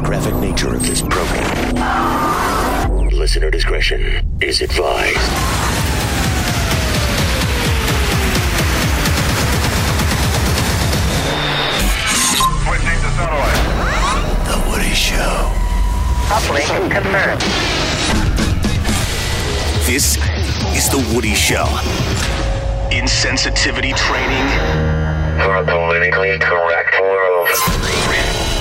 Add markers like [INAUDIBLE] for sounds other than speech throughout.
graphic nature of this program. Listener discretion is advised. Switching to satellite. The Woody Show. Uplink confirmed. This is The Woody Show. Insensitivity training for a politically correct world.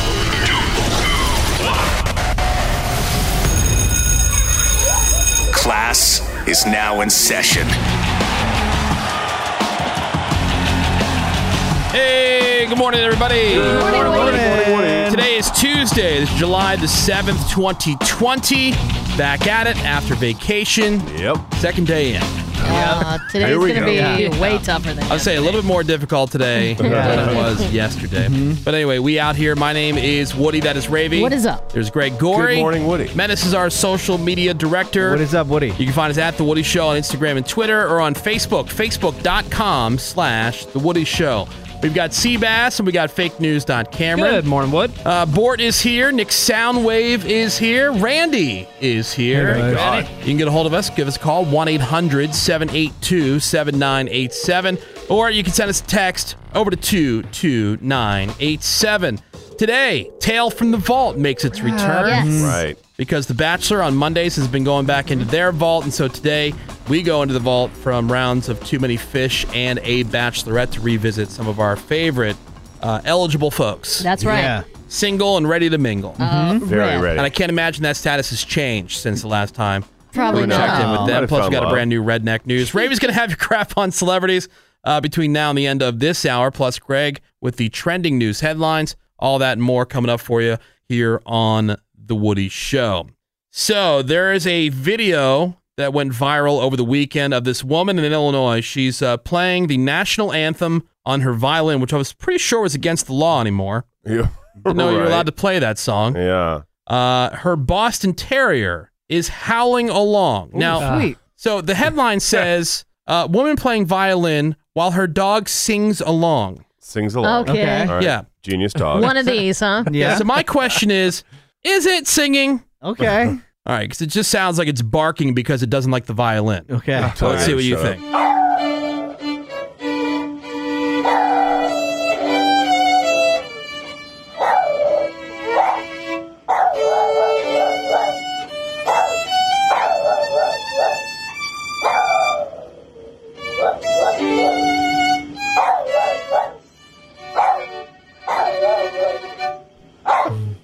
Class is now in session. Hey, good morning, everybody. Good morning, Good morning, Woody. Woody, Woody. Today is Tuesday, this is July the 7th, 2020. Back at it after vacation. Yep. Second day in. Uh, today's Here we going to go. be Yeah. way tougher than I'll say a little bit more difficult [LAUGHS] today than it was yesterday. Mm-hmm. But anyway, we out here. My name is Woody. That is Ravy. What is up? There's Greg Gorey. Good morning, Woody. Menace is our social media director. What is up, Woody? You can find us at The Woody Show on Instagram and Twitter or on Facebook, facebook.com slash The Woody Show. We've got Seabass and we got fake news.cameron. Good morning, Wood. Uh, Bort is here. Nick Soundwave is here. Randy is here. Hey, guys. You can get a hold of us. Give us a call 1 800 782 7987. Or you can send us a text over to 22987. Today, Tale from the Vault makes its return. Mm-hmm. yes. Mhm. Right. Because The Bachelor on Mondays has been going back into their vault. And so today, we go into the vault from rounds of Too Many Fish and A Bachelorette to revisit some of our favorite uh, eligible folks. That's right. Yeah. Single and ready to mingle. Mhm. Very rip. ready. Mm-hmm. And I can't imagine that status has changed since the last time. Probably we checked not. in No, with might them. have Plus, we fell got a off. brand new redneck news. Ravy's going to have your crap on celebrities uh, between now and the end of this hour. Plus, Greg with the trending news headlines. All that and more coming up for you here on The Woody Show. So, there is a video that went viral over the weekend of this woman in Illinois. She's uh, playing the national anthem on her violin, which I was pretty sure was against the law anymore. [LAUGHS] Yeah. No, you're Right. allowed to play that song. Yeah. Uh, her Boston Terrier is howling along. Ooh, now, sweet. so [LAUGHS] the headline says uh, Woman playing violin while her dog sings along. Sings along. Okay. Okay. All right. Yeah. Genius dog. One of [LAUGHS] these, [LAUGHS] huh? So my question is is it singing? Okay. All right, because it just sounds like it's barking because it doesn't like the violin. Okay. So let's see what you Shut up. think.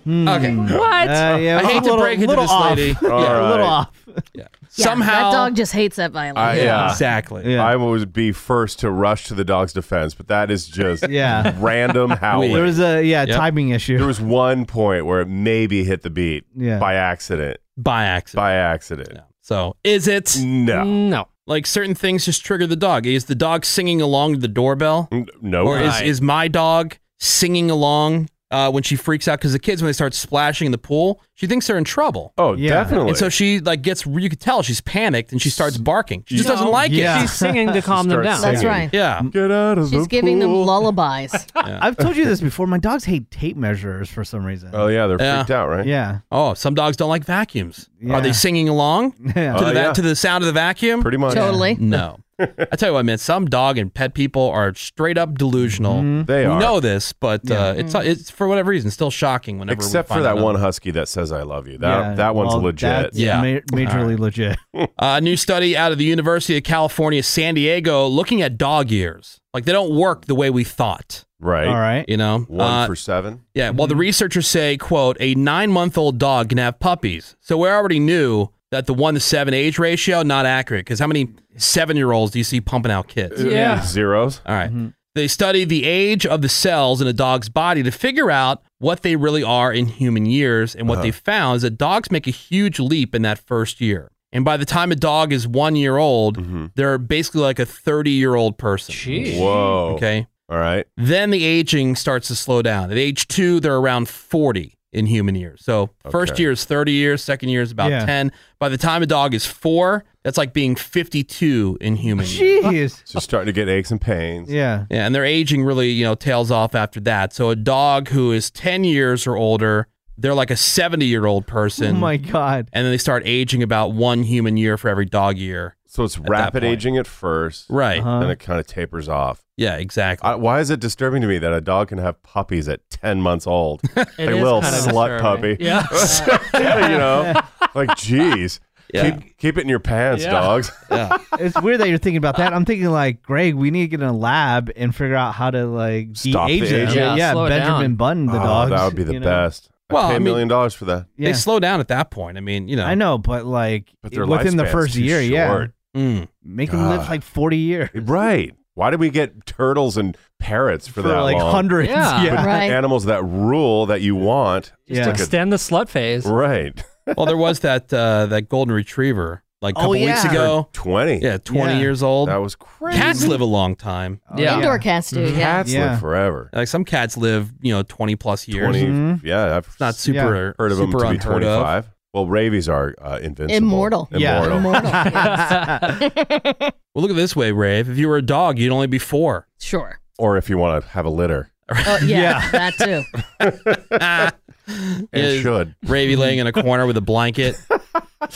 Hmm. Okay. What? Uh, [LAUGHS] I yeah, it's a hate to little- break into little this [LAUGHS] off. lady. All right. Little off. Yeah, Somehow- that dog just hates that violin. I, yeah. Exactly. I would be first to rush to the dog's defense, but that is [LAUGHS] just Yeah. random howling. There was a yeah timing issue. There was one point where it maybe hit the beat Yeah. by accident. By accident. By accident. So is it? No. No. Like certain things just trigger the dog. Is the dog singing along to the doorbell? No. Or is, Right. is my dog singing along uh, when she freaks out? Because the kids, when they start splashing in the pool, she thinks they're in trouble. Oh, Yeah. definitely. And so she like gets, you could tell she's panicked and she starts barking. She just No. doesn't like Yeah. it. She's singing to calm them Starts down. That's singing. right. Yeah. Get out of She's giving them lullabies. I've told [LAUGHS] you this before. My dogs hate tape measures for some reason. Oh yeah, they're Yeah. freaked out, right? Yeah. Oh, some dogs don't like vacuums. Are they singing along [LAUGHS] to, Yeah. the Oh, va- yeah. to the sound of the vacuum? Pretty much. Totally. No. I tell you what, man, some dog and pet people are straight up delusional. Mm-hmm. They We are. know this, but uh, Yeah. it's, it's for whatever reason still shocking whenever we Except for find that out. one husky that says "I love you." That Yeah. that one's Well, legit. that's Yeah. ma- majorly legit. Uh, A new study out of the University of California, San Diego, looking at dog ears. Like they don't work the way we thought. Right. All right. You know, One Uh, for seven. Yeah. Well, the researchers say, "quote A nine-month-old dog can have puppies." So we already knew that the one to seven age ratio not accurate because how many seven-year-olds do you see pumping out kids? Yeah. Uh, Zeros. All right. They study the age of the cells in a dog's body to figure out what they really are in human years. And what Uh-huh. they found is that dogs make a huge leap in that first year. And by the time a dog is one year old, Mm-hmm. they're basically like a 30 year old person. Whoa. Okay. All right. Then the aging starts to slow down. At age two, they're around 40 in human years. So first Okay. year is 30 years, second year is about Yeah. 10. By the time a dog is four, that's like being 52 in human years. Jeez. So starting to get aches and pains. Yeah. Yeah, and their aging really, you know, tails off after that. So a dog who is 10 years or older, they're like a 70 year old Oh person. my god. and then they start aging about one human year for every dog year. So it's that rapid point. aging at first, Right. Uh-huh. then it kind of tapers off. Yeah, exactly. I, why is it disturbing to me that a dog can have puppies at ten months [LAUGHS] old? It Hey, is little kinda slut disturbing. puppy. Yeah. [LAUGHS] you [LAUGHS] know, like geez, Yeah. keep keep it in your pants, Yeah. dogs. [LAUGHS] yeah. [LAUGHS] It's weird that you're thinking about that. I'm thinking like, Greg, we need to get in a lab and figure out how to like Stop de-age the it. aging. Yeah, Yeah, slow it down. Benjamin Button the Oh, dogs. that would be the you know? best. Well, I I pay a mean- million dollars for that. Yeah. They slow down at that point. I mean, you know. I know, but like But their within the lifespan's first too year, yeah, short. [LAUGHS] [LAUGHS] Mm. make them live God. like 40 years Right. Why did we get turtles and parrots for, that like long? hundreds. [LAUGHS] Yeah. But Right. Animals that rule that you want. Yeah. Like Extend the slut phase. a, right. [LAUGHS] Well, there was that uh, that golden retriever like a Oh, couple weeks yeah. ago. 20. Yeah, 20 Yeah. years old. That was crazy. Mm-hmm. Cats live a long time. Oh, Yeah. Indoor cats do. Mm-hmm. Yeah. Cats Yeah. live forever. Like some cats live, you know, 20 plus years. 20. Mhm. Yeah. I've It's not super heard of them super to be unheard of. 25. Well, ravies are uh, invincible. Immortal. Yeah. [LAUGHS] Immortal. Immortal. yes. [LAUGHS] Well, look at it this way, Rave. If you were a dog, you'd only be four. Sure. Or if you want to have a [LAUGHS] litter. Oh, yeah, That too. Ah. [LAUGHS] It Is should. Ravy laying in a corner with [LAUGHS] a blanket,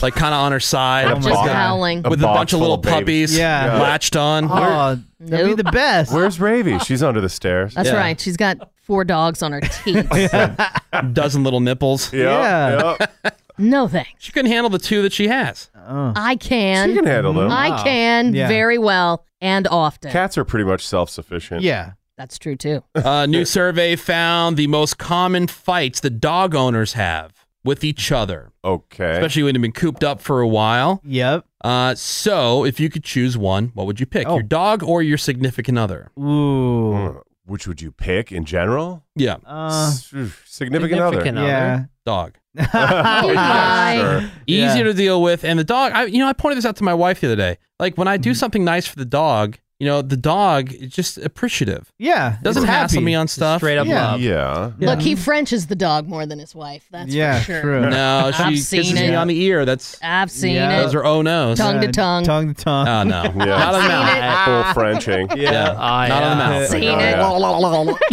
like kind of on her side, Oh my Just God. howling. A with a box bunch of full little of babies. puppies Yeah. Yeah. latched on. Oh, that'd be Nope. the best. Where's Ravy? She's under the stairs. That's Yeah. [LAUGHS] right. She's got four dogs on her teeth. a [LAUGHS] dozen little nipples. Yeah. Yep. no thanks. She can handle the two that she has. Oh. Uh-uh. I can. She can handle them. I can Yeah. very well and often. Cats are pretty much self sufficient. Yeah. That's true too. Uh, A [LAUGHS] new survey found the most common fights that dog owners have with each other, Okay. especially when they've been cooped up for a while. Yep. Uh, so, if you could choose one, what would you pick? Oh. Your dog or your significant other? Ooh. Mm. Which would you pick in general? Yeah, Uh, S- significant, other. Significant yeah. dog. Oh, [LAUGHS] yeah, Hi. sure. Yeah. easier to deal with. And the dog, I, you know, I pointed this out to my wife the other day. Like when I Mm-hmm. do something nice for the dog, you know, the dog is just appreciative. Yeah. Doesn't it's hassle happy. me on stuff. Straight up Yeah. love. Yeah. Yeah. Look, he Frenches the dog more than his wife. [LAUGHS] That's yeah, for sure. true. No, she I've kisses seen me it. on the ear. That's I've seen Yeah. those it. are oh no's. Tongue to Yeah, tongue. Tongue to tongue. Oh [LAUGHS] no, Yeah. not on the mouth. That Full Frenching. [LAUGHS] Yeah, Ah, not on the yeah. mouth. Seen Oh, it. yeah.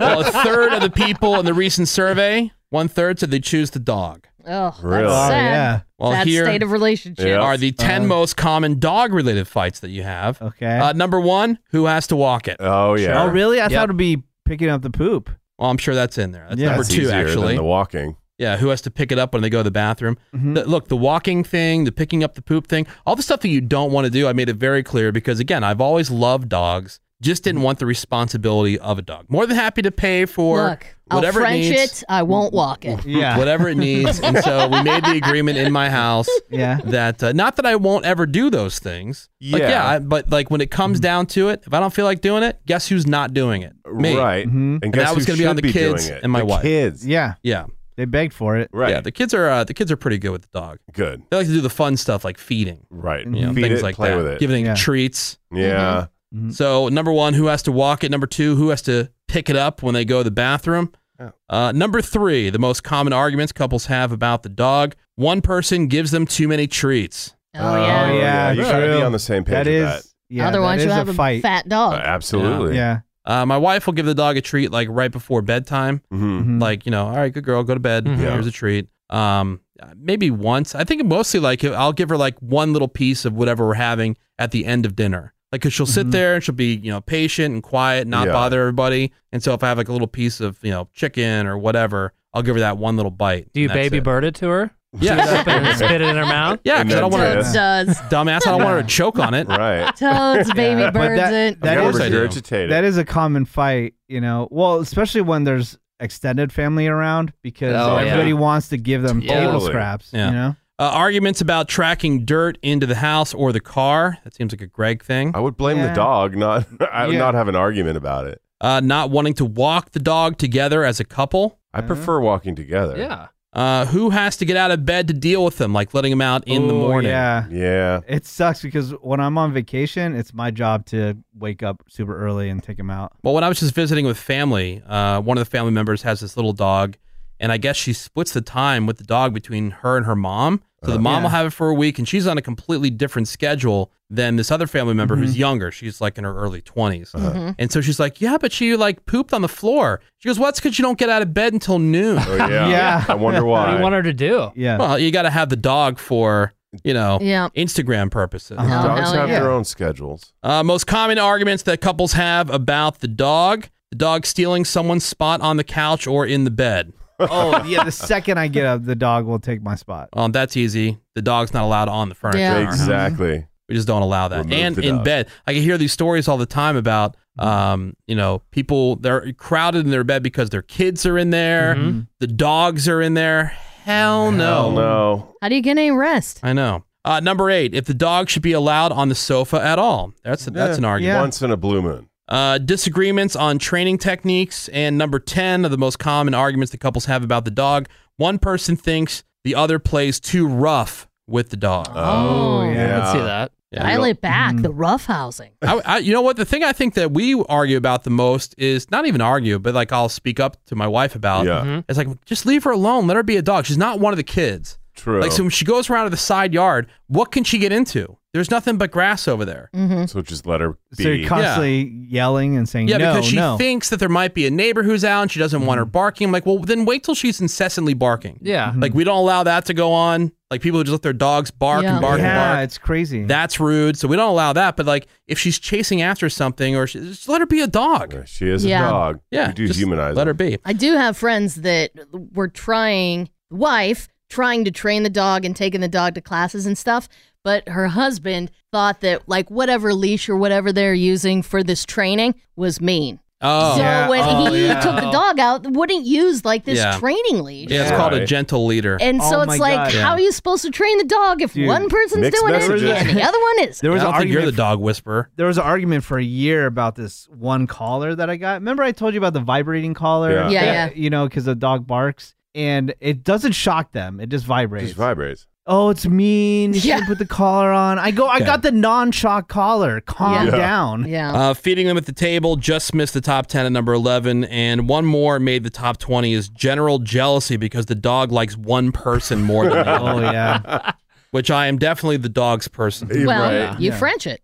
Well, a third of the people in the recent survey, one third said they choose the dog. Oh, Really? that's Oh, sad. yeah. Well, Sad here state of relationship. Yeah. are the 10 most common dog related fights that you have. Okay. Uh, number one, who has to walk it? Oh yeah. oh, really? I Yep. thought it'd be picking up the poop. Well, I'm sure that's in there. That's Yeah. number That's two, easier actually. Than the walking. Yeah, who has to pick it up when they go to the bathroom? Mhm. The- look, the walking thing, the picking up the poop thing, all the stuff that you don't want to do, I made it very clear because, again, I've always loved dogs, just Mm-hmm. didn't want the responsibility of a dog. More than happy to pay for Look, I'll whatever it French needs. it. I won't walk it. Yeah. Whatever it needs. and so we made the agreement in my house Yeah. that, uh, not that I won't ever do those things. Like, Yeah. yeah, I- but like when it comes Mm-hmm. down to it, if I don't feel like doing it, guess who's not doing it? Me. Right. Mhm. And guess that was who gonna be on should the doing kids it? and my The wife. Kids. Yeah. Yeah. They begged for it. Right. Yeah. The kids are, uh, the kids are pretty good with the dog. Good. They like to do the fun stuff like feeding. Right. you know, Feed things it, like play that. with it. Giving it Yeah. Mm-hmm. treats. yeah. So number one, who has to walk it? Number two, who has to pick it up when they go to the bathroom? Oh. Uh, number three, the most common arguments couples have about the dog. One person gives them too many treats. Oh, Oh, yeah. yeah, You gotta true. be on the same page That with is. that. Yeah. Otherwise, that you'll is have a fight. fat dog. Uh, absolutely. Yeah. Uh, my wife will give the dog a treat like right before bedtime. Mhm. Mm-hmm. Mhm. Like, you know, all right, good girl, go to bed. Mm-hmm. Mhm. Here's a treat. Um, maybe once. I think mostly like I'll give her like one little piece of whatever we're having at the end of dinner. Like, cause she'll sit Mm-hmm. Mhm. there and she'll be, you know, patient and quiet, not Yeah. bother everybody. And so if I have like a little piece of, you know, chicken or whatever, I'll give her that one little bite. Do you and that's baby it. bird it to her? Yeah. Spit [LAUGHS] it- spit it in her mouth? yeah. And Cause I then don't want her, Toads does. dumbass, I don't [LAUGHS] want her to choke on it. Right. Toads, baby Yeah. But birds that- it. That You is- gotta I do. regurgitate it. That is a common fight, you know. Well, especially when there's extended family around because Oh, yeah. everybody wants to give them Totally. table scraps, Yeah. you know. Uh, arguments about tracking dirt into the house or the car. That seems like a Greg thing. I would blame the Yeah. dog, not [LAUGHS] I would Yeah. not have an argument about it. Uh, not wanting to walk the dog together as a couple. I Uh-huh. prefer walking together. Yeah. Uh, who has to get out of bed to deal with them, like letting them out in the Ooh, morning? Yeah. Yeah. It sucks because when I'm on vacation, it's my job to wake up super early and take [LAUGHS] them out. Well, when I was just visiting with family, uh, one of the family members has this little dog, and I guess she splits the time with the dog between her and her mom. So the Uh, mom will have it for a week, and she's on a completely different schedule than this other family member Mm-hmm. who's younger. She's like in her early 20s. Uh-huh. Mhm. And so she's like, Yeah, but she like pooped on the floor. She goes, Well, that's because you don't get out of bed until noon. Oh, [LAUGHS] [LAUGHS] yeah. Yeah. I wonder What do why. you want her to do? Yeah. Well, you got to have the dog for, you know, Yeah. Instagram purposes. Uh-huh. Oh, Dogs hell have yeah. their own schedules. Uh, most common arguments that couples have about the dog the dog stealing someone's spot on the couch or in the bed. oh yeah. The second I get up, the dog will take my spot. Um, that's easy. The dog's not allowed on the furniture. Yeah. in our house. Exactly. We just don't allow that. Remove and the in dog. bed, I can hear these stories all the time about, um, you know, people they're crowded in their bed because their kids are in there, Mm-hmm. the dogs are in there. Hell no. Oh no. How do you get any rest? I know. Uh, number eight, if the dog should be allowed on the sofa at all, that's that's an argument. Yeah. Once in a blue moon. Uh, disagreements on training techniques, and number ten are the most common arguments that couples have about the dog. One person thinks the other plays too rough with the dog. Oh, yeah. I can see that. Yeah. Dial it back. Mm. The rough housing. I, I, you know what? The thing I think that we argue about the most is not even argue, but like I'll speak up to my wife about. Yeah. Mhm. It's like just leave her alone. Let her be a dog. She's not one of the kids. True. Like so, when she goes around to the side yard, what can she get into? There's nothing but grass over there. Mm-hmm. So just let her So be. you're constantly yelling and saying Yeah, no, because she no. Mm-hmm. thinks that there might be a neighbor who's out and she doesn't want her barking. I'm like, well, then wait till she's incessantly barking. Yeah. Like we don't allow that to go on. Like people who just let their dogs bark Yeah. and bark yeah, and bark. it's crazy. That's rude. So we don't allow that. But like if she's chasing after something or she, just let her be a dog. Yeah, she is Yeah. a dog. Yeah. You do just humanize Let her her. be. I do have friends that were trying, wife trying to train the dog and taking the dog to classes and stuff. But her husband thought that, like, whatever leash or whatever they're using for this training was mean. Oh. Yeah, so Yeah. when Oh, he yeah. took the dog out, wouldn't use like this Yeah. training leash. it's Yeah. called a Right. gentle leader. And so Oh my it's like, God. how are you supposed to train the dog if Dude, one person's mixed doing it messages. and the other [LAUGHS] one is? there was I an don't think argument. you're the dog whisperer. There was an argument for a year about this one collar that I got. Remember, I told you about the vibrating collar. Yeah. Yeah, that, yeah. You know, because the dog barks and it doesn't shock them; it just vibrates. Just vibrates. oh, it's mean. You Yeah. should put the collar on. I go. I Okay. got the non-shock collar. Calm Yeah. Yeah. down. Yeah. Uh, feeding them at the table just missed the top 10 at number 11. And one more made the top 20 is general jealousy because the dog likes one person more [LAUGHS] than the other, Oh yeah. yeah. which I am definitely the dog's person. You're well, right. you Yeah. French it.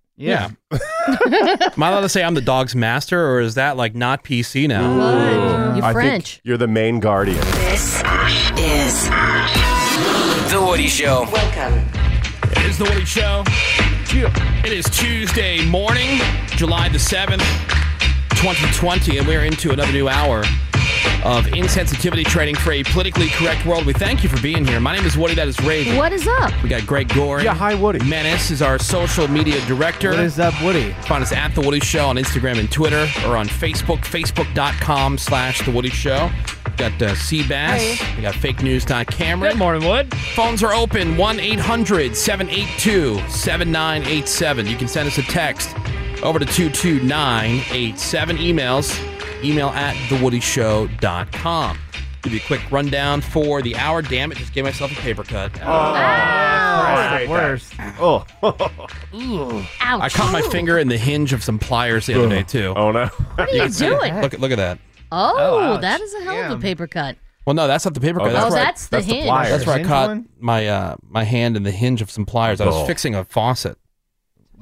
Am I allowed to say I'm the dog's master or is that like not PC now? Ooh. You I think French. You're the main guardian. This is The Woody Show. welcome. It is the Woody Show. It is Tuesday morning, July the 7th, 2020, and we're into another new hour of insensitivity trading for a politically correct world. We thank you for being here. My name is Woody. That is Raven. What is up? We got Greg Goring. Yeah, hi, Woody. Menace is our social media director. What is up, Woody? Find us at The Woody Show on Instagram and Twitter or on Facebook, facebook.com slash The Woody Show. We got uh, Seabass. We got fake news. Cameron. Good morning, Wood. Phones are open 1 800 782 7987. You can send us a text over to 22987. Emails email at thewoodyshow.com. Give you a quick rundown for the hour. Damn it, just gave myself a paper cut. the worst. [LAUGHS] Oh. Ouch. I caught my finger in the hinge of some pliers the other day, too. Oh no. What are you doing? Look, look at that. Oh, ouch. that is a hell of a Damn. paper cut. Well, no, that's not the paper cut. Oh, that's oh, where I- that's the that's the hinge. pliers. that's where I Hinge caught one? my uh, my hand in the hinge of some pliers. I was Oh. fixing a faucet.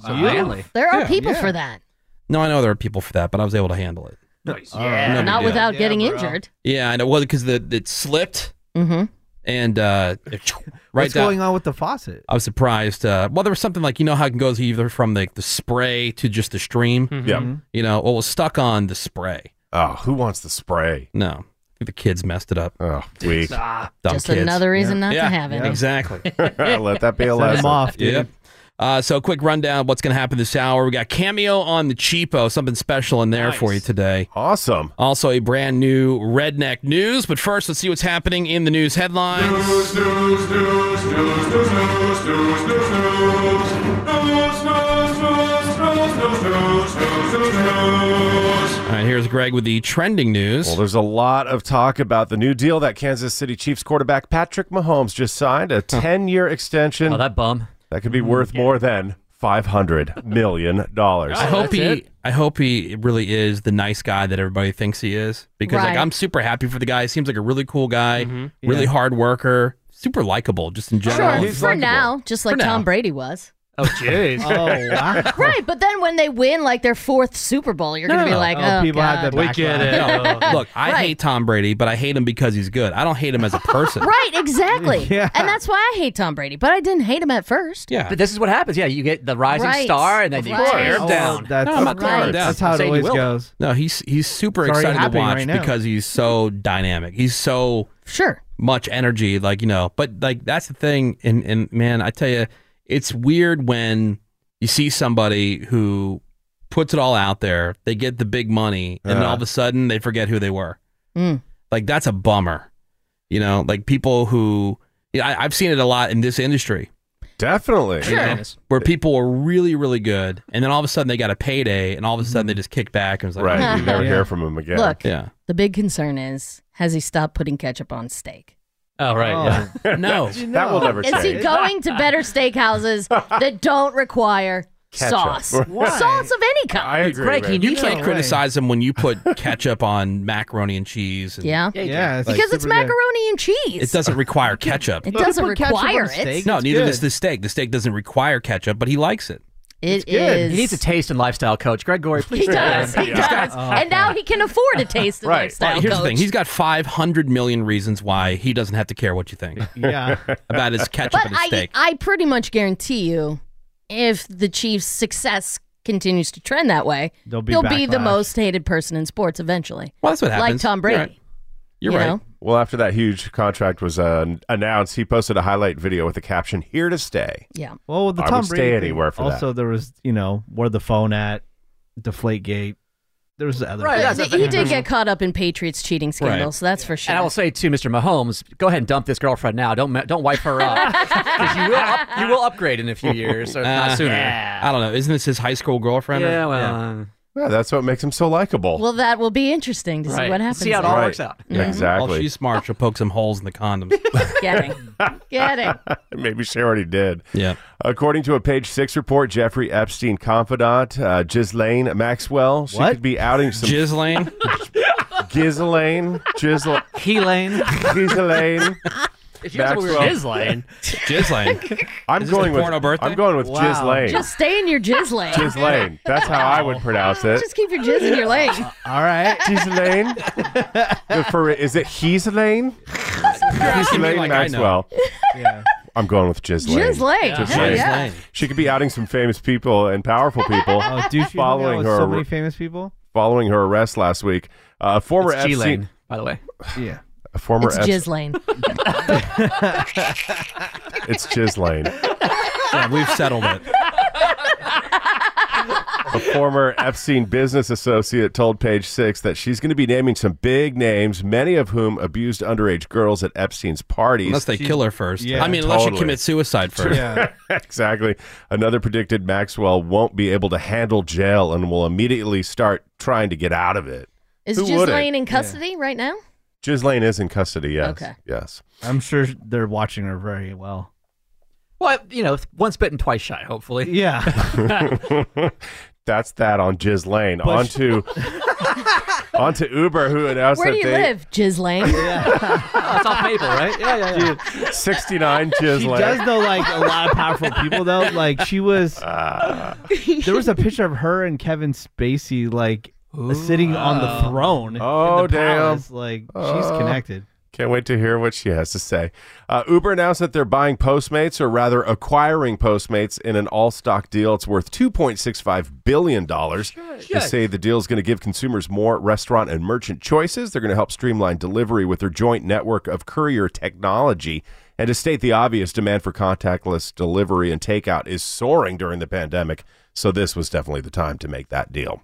Really? There are Yeah, people yeah. for that. No, I know there are people for that, but I was able to handle it. Uh, But No big not deal. without Yeah, getting bro. injured. Yeah, I know. Well, because the it slipped Mm-hmm. and uh, it- right What's down. going on with the faucet? I was surprised. Uh, well, there was something like you know how it goes either from the, the spray to just the stream. Yeah. You know, well, it was stuck on the spray. Oh, who wants the spray? No, I think the kids messed it up. Oh, weak. Dumb Just kids. another reason not yeah, to have it. Exactly. [LAUGHS] Let that be a Let him lesson. off, dude. Yep. Uh, so, a quick rundown of what's going to happen this hour. We got Cameo on the Cheapo, something special in there for you today. Awesome. Also, a brand new Redneck News. But first, let's see what's happening in the news headlines. All right, here's Greg with the trending news. Well, there's a lot of talk about the new deal that Kansas City Chiefs quarterback Patrick Mahomes just signed [LAUGHS] Oh, a 10 year extension Oh, that that-, bum. could be worth more than $500 million. dollars. I Oh, hope that's he. it? I hope he really is the nice guy that everybody thinks he is. Because like Right. Mm-hmm. I'm super happy for the guy. He seems like a really cool guy, really hard worker. super likable just in general. Sure, for now, just like For now. Tom Brady was. Oh, [LAUGHS] jeez. [LAUGHS] Oh, wow. right, but then when they win like their fourth Super Bowl, you're gonna be like, oh, God. we get it. [LAUGHS] No, Look, I Right. hate Tom Brady, but I hate him because he's good. I don't hate him as a person. [LAUGHS] Right, exactly. [LAUGHS] Yeah. And that's why I hate Tom Brady, but I didn't hate him at first. Yeah. But this is what happens. Yeah, you get the rising Right. star, and then you Right. tear him Oh, down. that's- no, I'm not tearing him Right. down. That's how it I'm saying you always will. goes. No, he's he's super It's already excited to happening watch right now. because he's so dynamic. He's so sure much energy, like you know. But like that's the thing, and and man, I tell you, it's weird when you see somebody who puts it all out there. They get the big money, and then Uh. all of a sudden they forget who they were. Mm. Like that's a bummer, you know. Like people who yeah, I, I've seen it a lot in this industry. Definitely, you know, where people were really, really good, and then all of a sudden they got a payday, and all of a sudden they just kick back and was like, "Oh, Right, you [LAUGHS] never hear from them again. Mm. Look, yeah. the big concern is has he stopped putting ketchup on steak? Oh right, [LAUGHS] [LAUGHS] yeah. no, That will never Is change. he going to better steakhouses that don't require Ketchup. [LAUGHS] sauce? Why? Sauce of any kind. you can't criticize them when you put ketchup on macaroni and cheese. And Yeah. because it's macaroni and cheese. It doesn't require ketchup. It doesn't require it. No, neither does the steak. The steak doesn't require ketchup, but he likes it. It is. He needs a taste and lifestyle coach, Greg [LAUGHS] Gorey. Please. He does. He does. And now he can afford a taste of lifestyle Here's coach. the thing. He's got 500 million reasons why he doesn't have to care what you [LAUGHS] think. Yeah. About his ketchup but and his I, uh, steak. I pretty much guarantee you, if the Chiefs' success continues to trend that way, There'll be he'll be the backlash. most hated person in sports eventually. Well, that's what Like happens. Tom Brady. You're right. you know? Well, after that huge contract was uh, announced, he posted a highlight video with the caption "Here to stay." Yeah. Well, with the I Tom would Brady stay thing, anywhere for also, there was you know where the phone at, Deflate Gate. There was the other. But thing. he did get caught up in Patriots cheating scandal, Right. so that's for sure. And I will say to Mr. Mahomes, go ahead and dump this girlfriend now. Don't ma- don't wipe her [LAUGHS] up. 'Cause you, will up- you will upgrade in a few years, so if Uh, not sooner. I don't know. Isn't this his high school girlfriend? or- Yeah, well, uh, Yeah, that's what makes him so likable. well, that will be interesting to see what happens. there. Mhm. Exactly. Well, she's smart. She'll poke some holes in [LAUGHS] the condoms. Getting. Getting. Maybe she already did. Yeah. According to a Page Six report, Jeffrey Epstein confidant uh, Ghislaine Maxwell, she What? could be outing some Ghislaine, [LAUGHS] Ghislaine, Ghislaine, Helane, Ghislaine. If you guys were- Maxwell. Ghislaine. Ghislaine. I'm Is this going the with porno birthday? I'm going with Wow. Ghislaine. Just stay in your jizz lane. Ghislaine. That's how I would pronounce it. Just keep your jizz in your lane. All right, Ghislaine. The fur- is it Ghislaine? Ghislaine like I know. [LAUGHS] Maxwell. I'm going with Ghislaine. Ghislaine, Yeah. hell yeah. Ghislaine. She could be outing some famous people and powerful people Oh, dude, she hung out following with her so many famous people. following her arrest last week. Uh, former It's FC Ghislaine, by the way. Yeah. A former it's FC jizz lane. [LAUGHS] It's Ghislaine. Yeah, we've settled it. A former Epstein business associate told Page Six that she's going to be naming some big names, many of whom abused underage girls at Epstein's parties. Unless they kill her first. I mean, unless she Totally. [LAUGHS] commits suicide first. exactly. Another predicted Maxwell won't be able to handle jail and will immediately start trying to get out of it. Is Who jizz wouldn't? lane in custody right now? Ghislaine is in custody. Yes. Okay. Yes. I'm sure they're watching her very [LAUGHS] well. Well, you know, once bitten, twice shy. Hopefully. Yeah. [LAUGHS] That's that on Ghislaine. On to [LAUGHS] on to Uber, who announced Where that do you they live, jizz lane? oh, it's off [LAUGHS] Maple, right? Yeah, yeah, [LAUGHS] yeah. 69 Ghislaine. She does know like a lot of powerful people though. Like [LAUGHS] she was. Uh. there was a picture of her and Kevin Spacey like sitting on the throne. Oh, in the damn. palace. Like she's Oh. connected. Can't wait to hear what she has to say. Uh, Uber announced that they're buying Postmates, or rather acquiring Postmates, in an all stock deal. It's worth $2.65 billion. They say the deal is going to give consumers more restaurant and merchant choices. They're going to help streamline delivery with their joint network of courier technology. And to state the obvious, demand for contactless delivery and takeout is soaring during the pandemic. So this was definitely the time to make that deal.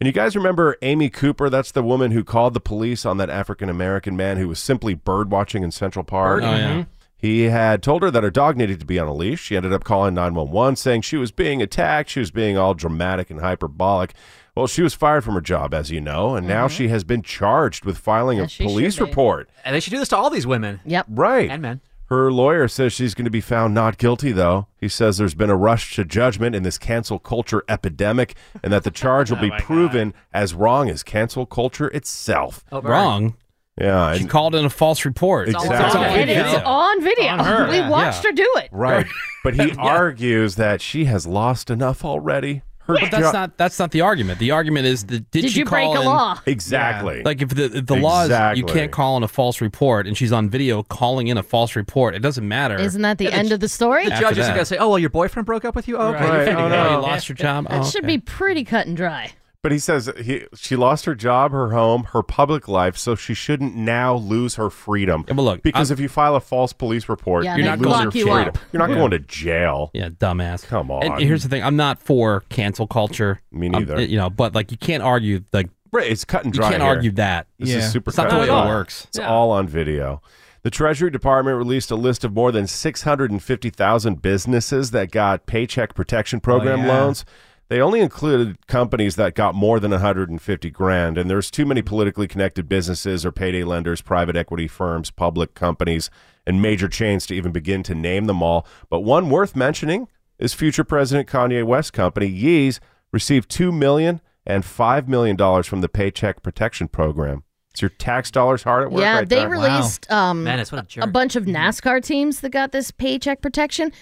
And you guys remember Amy Cooper? That's the woman who called the police on that African American man who was simply bird watching in Central Park. Birding. Oh, yeah. Mhm. He had told her that her dog needed to be on a leash. She ended up calling 911 saying she was being attacked. She was being all dramatic and hyperbolic. Well, she was fired from her job, as you know, and now she has been charged with filing Yeah, a Mm-hmm. she should police be. report. And they should do this to all these women. Yep. Right. And men. Her lawyer says she's going to be found not guilty, though. He says there's been a rush to judgment in this cancel culture epidemic [LAUGHS] Oh and that the charge will be proven as wrong as cancel culture itself. Wrong. Yeah. She called in a false report. Exactly. And it's on video. On her. We Yeah. watched her do it. Right. [LAUGHS] But [LAUGHS] he argues that she has lost enough already. Her But that's job- not that's not the argument. The argument is that did, Did she you break call a in- law? Exactly. Like if the if the law is you Exactly. can't call in a false report and she's on video calling in a false report, it doesn't matter. Isn't that the end of the story? the After judge is that. gonna say, "Oh, well, your boyfriend broke up with you." okay, Right. you Oh, no. You lost your job? That Oh, should okay. be pretty cut and dry. But he says he she lost her job, her home, her public life, so she shouldn't now lose her freedom. but look, because if you file a false police report, Yeah, you they lose your lock you freedom. up. You're not Yeah. going to jail. Yeah, dumbass. Come on. And here's the thing: I'm not for cancel culture. Me neither. you know, but like you can't argue like Right, it's cut and dry You can't here. argue that. This is super It's not cut and the way it dry. works. It's all on video. The Treasury Department released a list of more than 650,000 businesses that got Paycheck Protection Program yeah. loans. They only included companies that got more than 150 grand, and there's too many politically connected businesses or payday lenders, private equity firms, public companies, and major chains to even begin to name them all. But one worth mentioning is future President Kanye West company Yeez received two million and five million dollars from the Paycheck Protection Program. It's your tax dollars hard at work. yeah, right they there. released um, Menace, what a jerk. bunch of NASCAR teams that got this paycheck protection.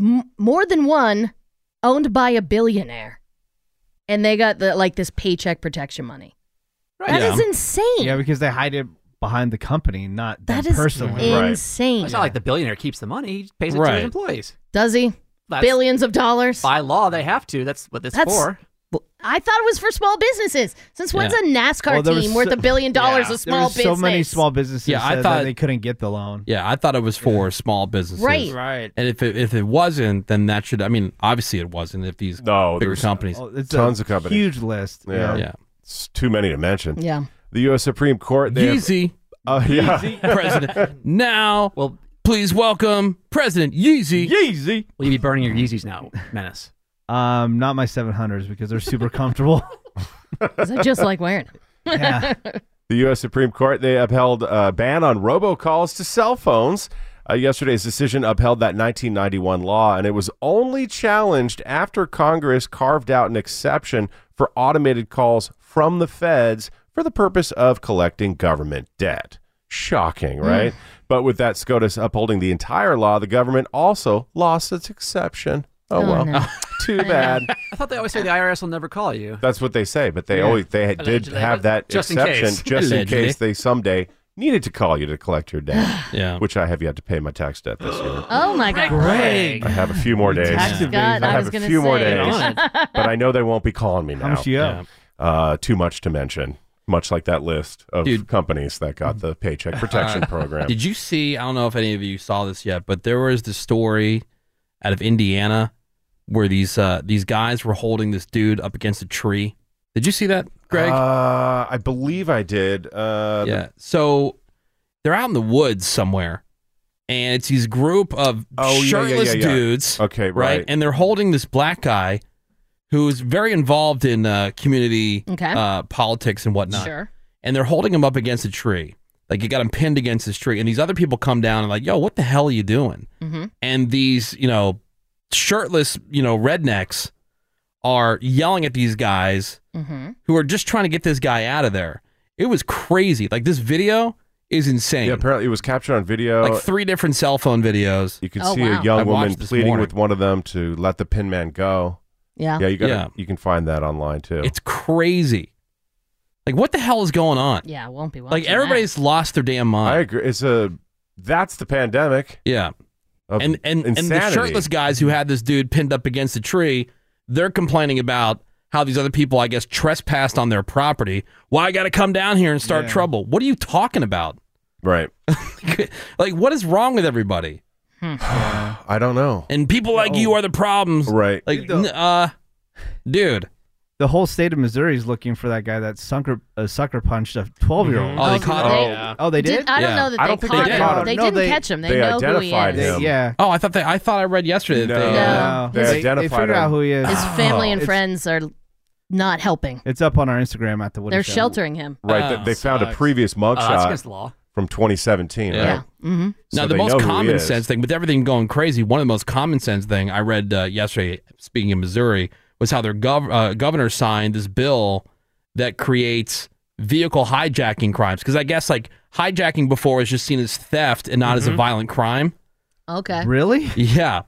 M- more than one owned by a billionaire, and they got the like this paycheck protection money. That is That is insane. Yeah, because they hide it behind the company, not That them is personally. insane. It's not like the billionaire keeps the money; he pays it to Right. his employees. Does he? That's- Billions of dollars. By law, they have to. That's what this That's- for. I thought it was for small businesses. Since when's Yeah. a NASCAR Well, there was team so- worth a billion dollars Yeah. a small There's so business? many small businesses Yeah, I said thought- that they couldn't get the loan. Yeah, I thought it was for small businesses. Right. Right. And if it, if it wasn't, then that should. I mean, obviously it wasn't. If these bigger there's companies, tons of companies, huge list. Yeah. Yeah. it's too many to mention. Yeah. the U.S. Supreme Court. They have- Yeezy. [LAUGHS] Oh, yeah. Yeezy president. Now, well, please welcome President Yeezy. Yeezy. Will you be burning your Yeezys now, Menace? [LAUGHS] Um, not my 700s because they're [LAUGHS] super comfortable. Is that just like wearing? The U.S. Supreme Court they upheld a ban on robocalls to cell phones. Uh, yesterday's decision upheld that 1991 law, and it was only challenged after Congress carved out an exception for automated calls from the feds for the purpose of collecting government debt. Shocking, Hmm. right? But with that SCOTUS upholding the entire law, the government also lost its exception. Oh, Oh, well, no. [LAUGHS] too bad. [LAUGHS] I thought they always say the IRS will never call you. That's what they say, but they Yeah. always they had- did Allegedly. have that Just in exception case. just Allegedly. in case they someday needed to call you to collect your debt. yeah, which I have yet to pay my tax debt this [GASPS] year. [LAUGHS] Oh my God, Greg. I have a few more days. tax evasion. I God, I have was a gonna few more say. days, Get on it. but I know they won't be calling me now. much you owe? Uh, too much to mention. Much like that list of companies that got the [LAUGHS] Paycheck [LAUGHS] Protection Uh, Program. Did you see? I don't know if any of you saw this yet, but there was the story out of Indiana where these uh, these guys were holding this dude up against a tree. Did you see that, Greg? Uh, I believe I did. Uh, yeah. So they're out in the woods somewhere, and it's these group of Oh, yeah, yeah, shirtless yeah, yeah. dudes. Okay, right. And they're holding this black guy who's very involved in uh, community Okay. uh, politics and whatnot. Sure. And they're holding him up against a tree. Like you got him pinned against this tree, and these other people come down and like, "Yo, what the hell are you doing?" Mhm. And these, you know, shirtless, you know, rednecks are yelling at these guys Mm-hmm. who are just trying to get this guy out of there. It was crazy. Like this video is insane. Yeah, apparently it was captured on video. Like three different cell phone videos. You can see a young woman pleading with one of them to let the pin man go. Yeah. Yeah, you got Yeah. to you can find that online too. It's crazy. Like what the hell is going on? Yeah, it won't be. Like everybody's lost their damn mind. I agree. It's a that's the pandemic. Yeah. and and and the insanity. shirtless guys who had this dude pinned up against a tree, they're complaining about how these other people, I guess, trespassed on their property. Why I got to come down here and start trouble? What are you talking about? Right. [LAUGHS] like, what is wrong with everybody? Hmm. I don't know. And people like you are the problems. Right. Like, n- uh, dude. The whole state of Missouri is looking for that guy that sucker uh, sucker punched a twelve year Mm-hmm. old. Oh, they caught oh, him. Yeah. Oh, they did. I don't know that they caught him. They No, didn't catch him. They, know who he is. They- yeah. Oh, I thought they. I thought I read yesterday. That No. No. They, uh, They- they identified figured out him. who he is. His family and It's- friends are not helping. It's up on our Instagram at the Woody They're Show. sheltering him. Uh, Right. [LAUGHS] th- Oh, they found a previous Oh, mugshot law. from 2017. Yeah. Right? Mm-hmm. Now, So the they most know who he common is. sense thing, with everything going crazy, one of the most common sense thing I read uh, yesterday, speaking of Missouri, was how their gov- uh, governor signed this bill that creates vehicle hijacking crimes because I guess like hijacking before was just seen as theft and not as a Mhm. violent crime. Okay. Really? Yeah.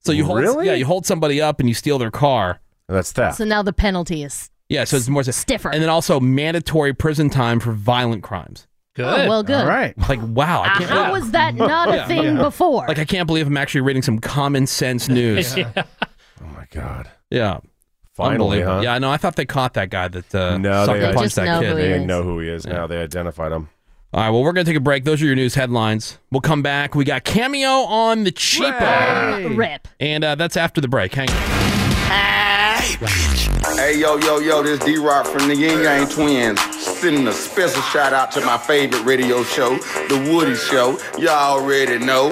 So you hold Really? yeah you hold somebody up and you steal their car. That's theft. So now the penalty is yeah, so it's more stiffer. and then also mandatory prison time for violent crimes. Good. Oh, well, good. All right. Like wow, I can't. how [LAUGHS] believe- was that not [LAUGHS] a Yeah. thing Yeah. before? Like I can't believe I'm actually reading some [LAUGHS] common sense news. Yeah. Yeah. Finally, Unbelievable. huh? Yeah, I know. I thought they caught that guy that uh, No, sucker they, punched that kid. They know who he is now. They identified [LAUGHS] him. All right, well, we're going to take a break. Those are your news headlines. We'll come back. We got Cameo on the Cheapo. Rip. And uh, that's after the break. Hang on. Hey, yo, yo, yo, this D Rock from the Yin Yang Twins. Sending a special shout out to my favorite radio show, The Woody Show. Y'all already know.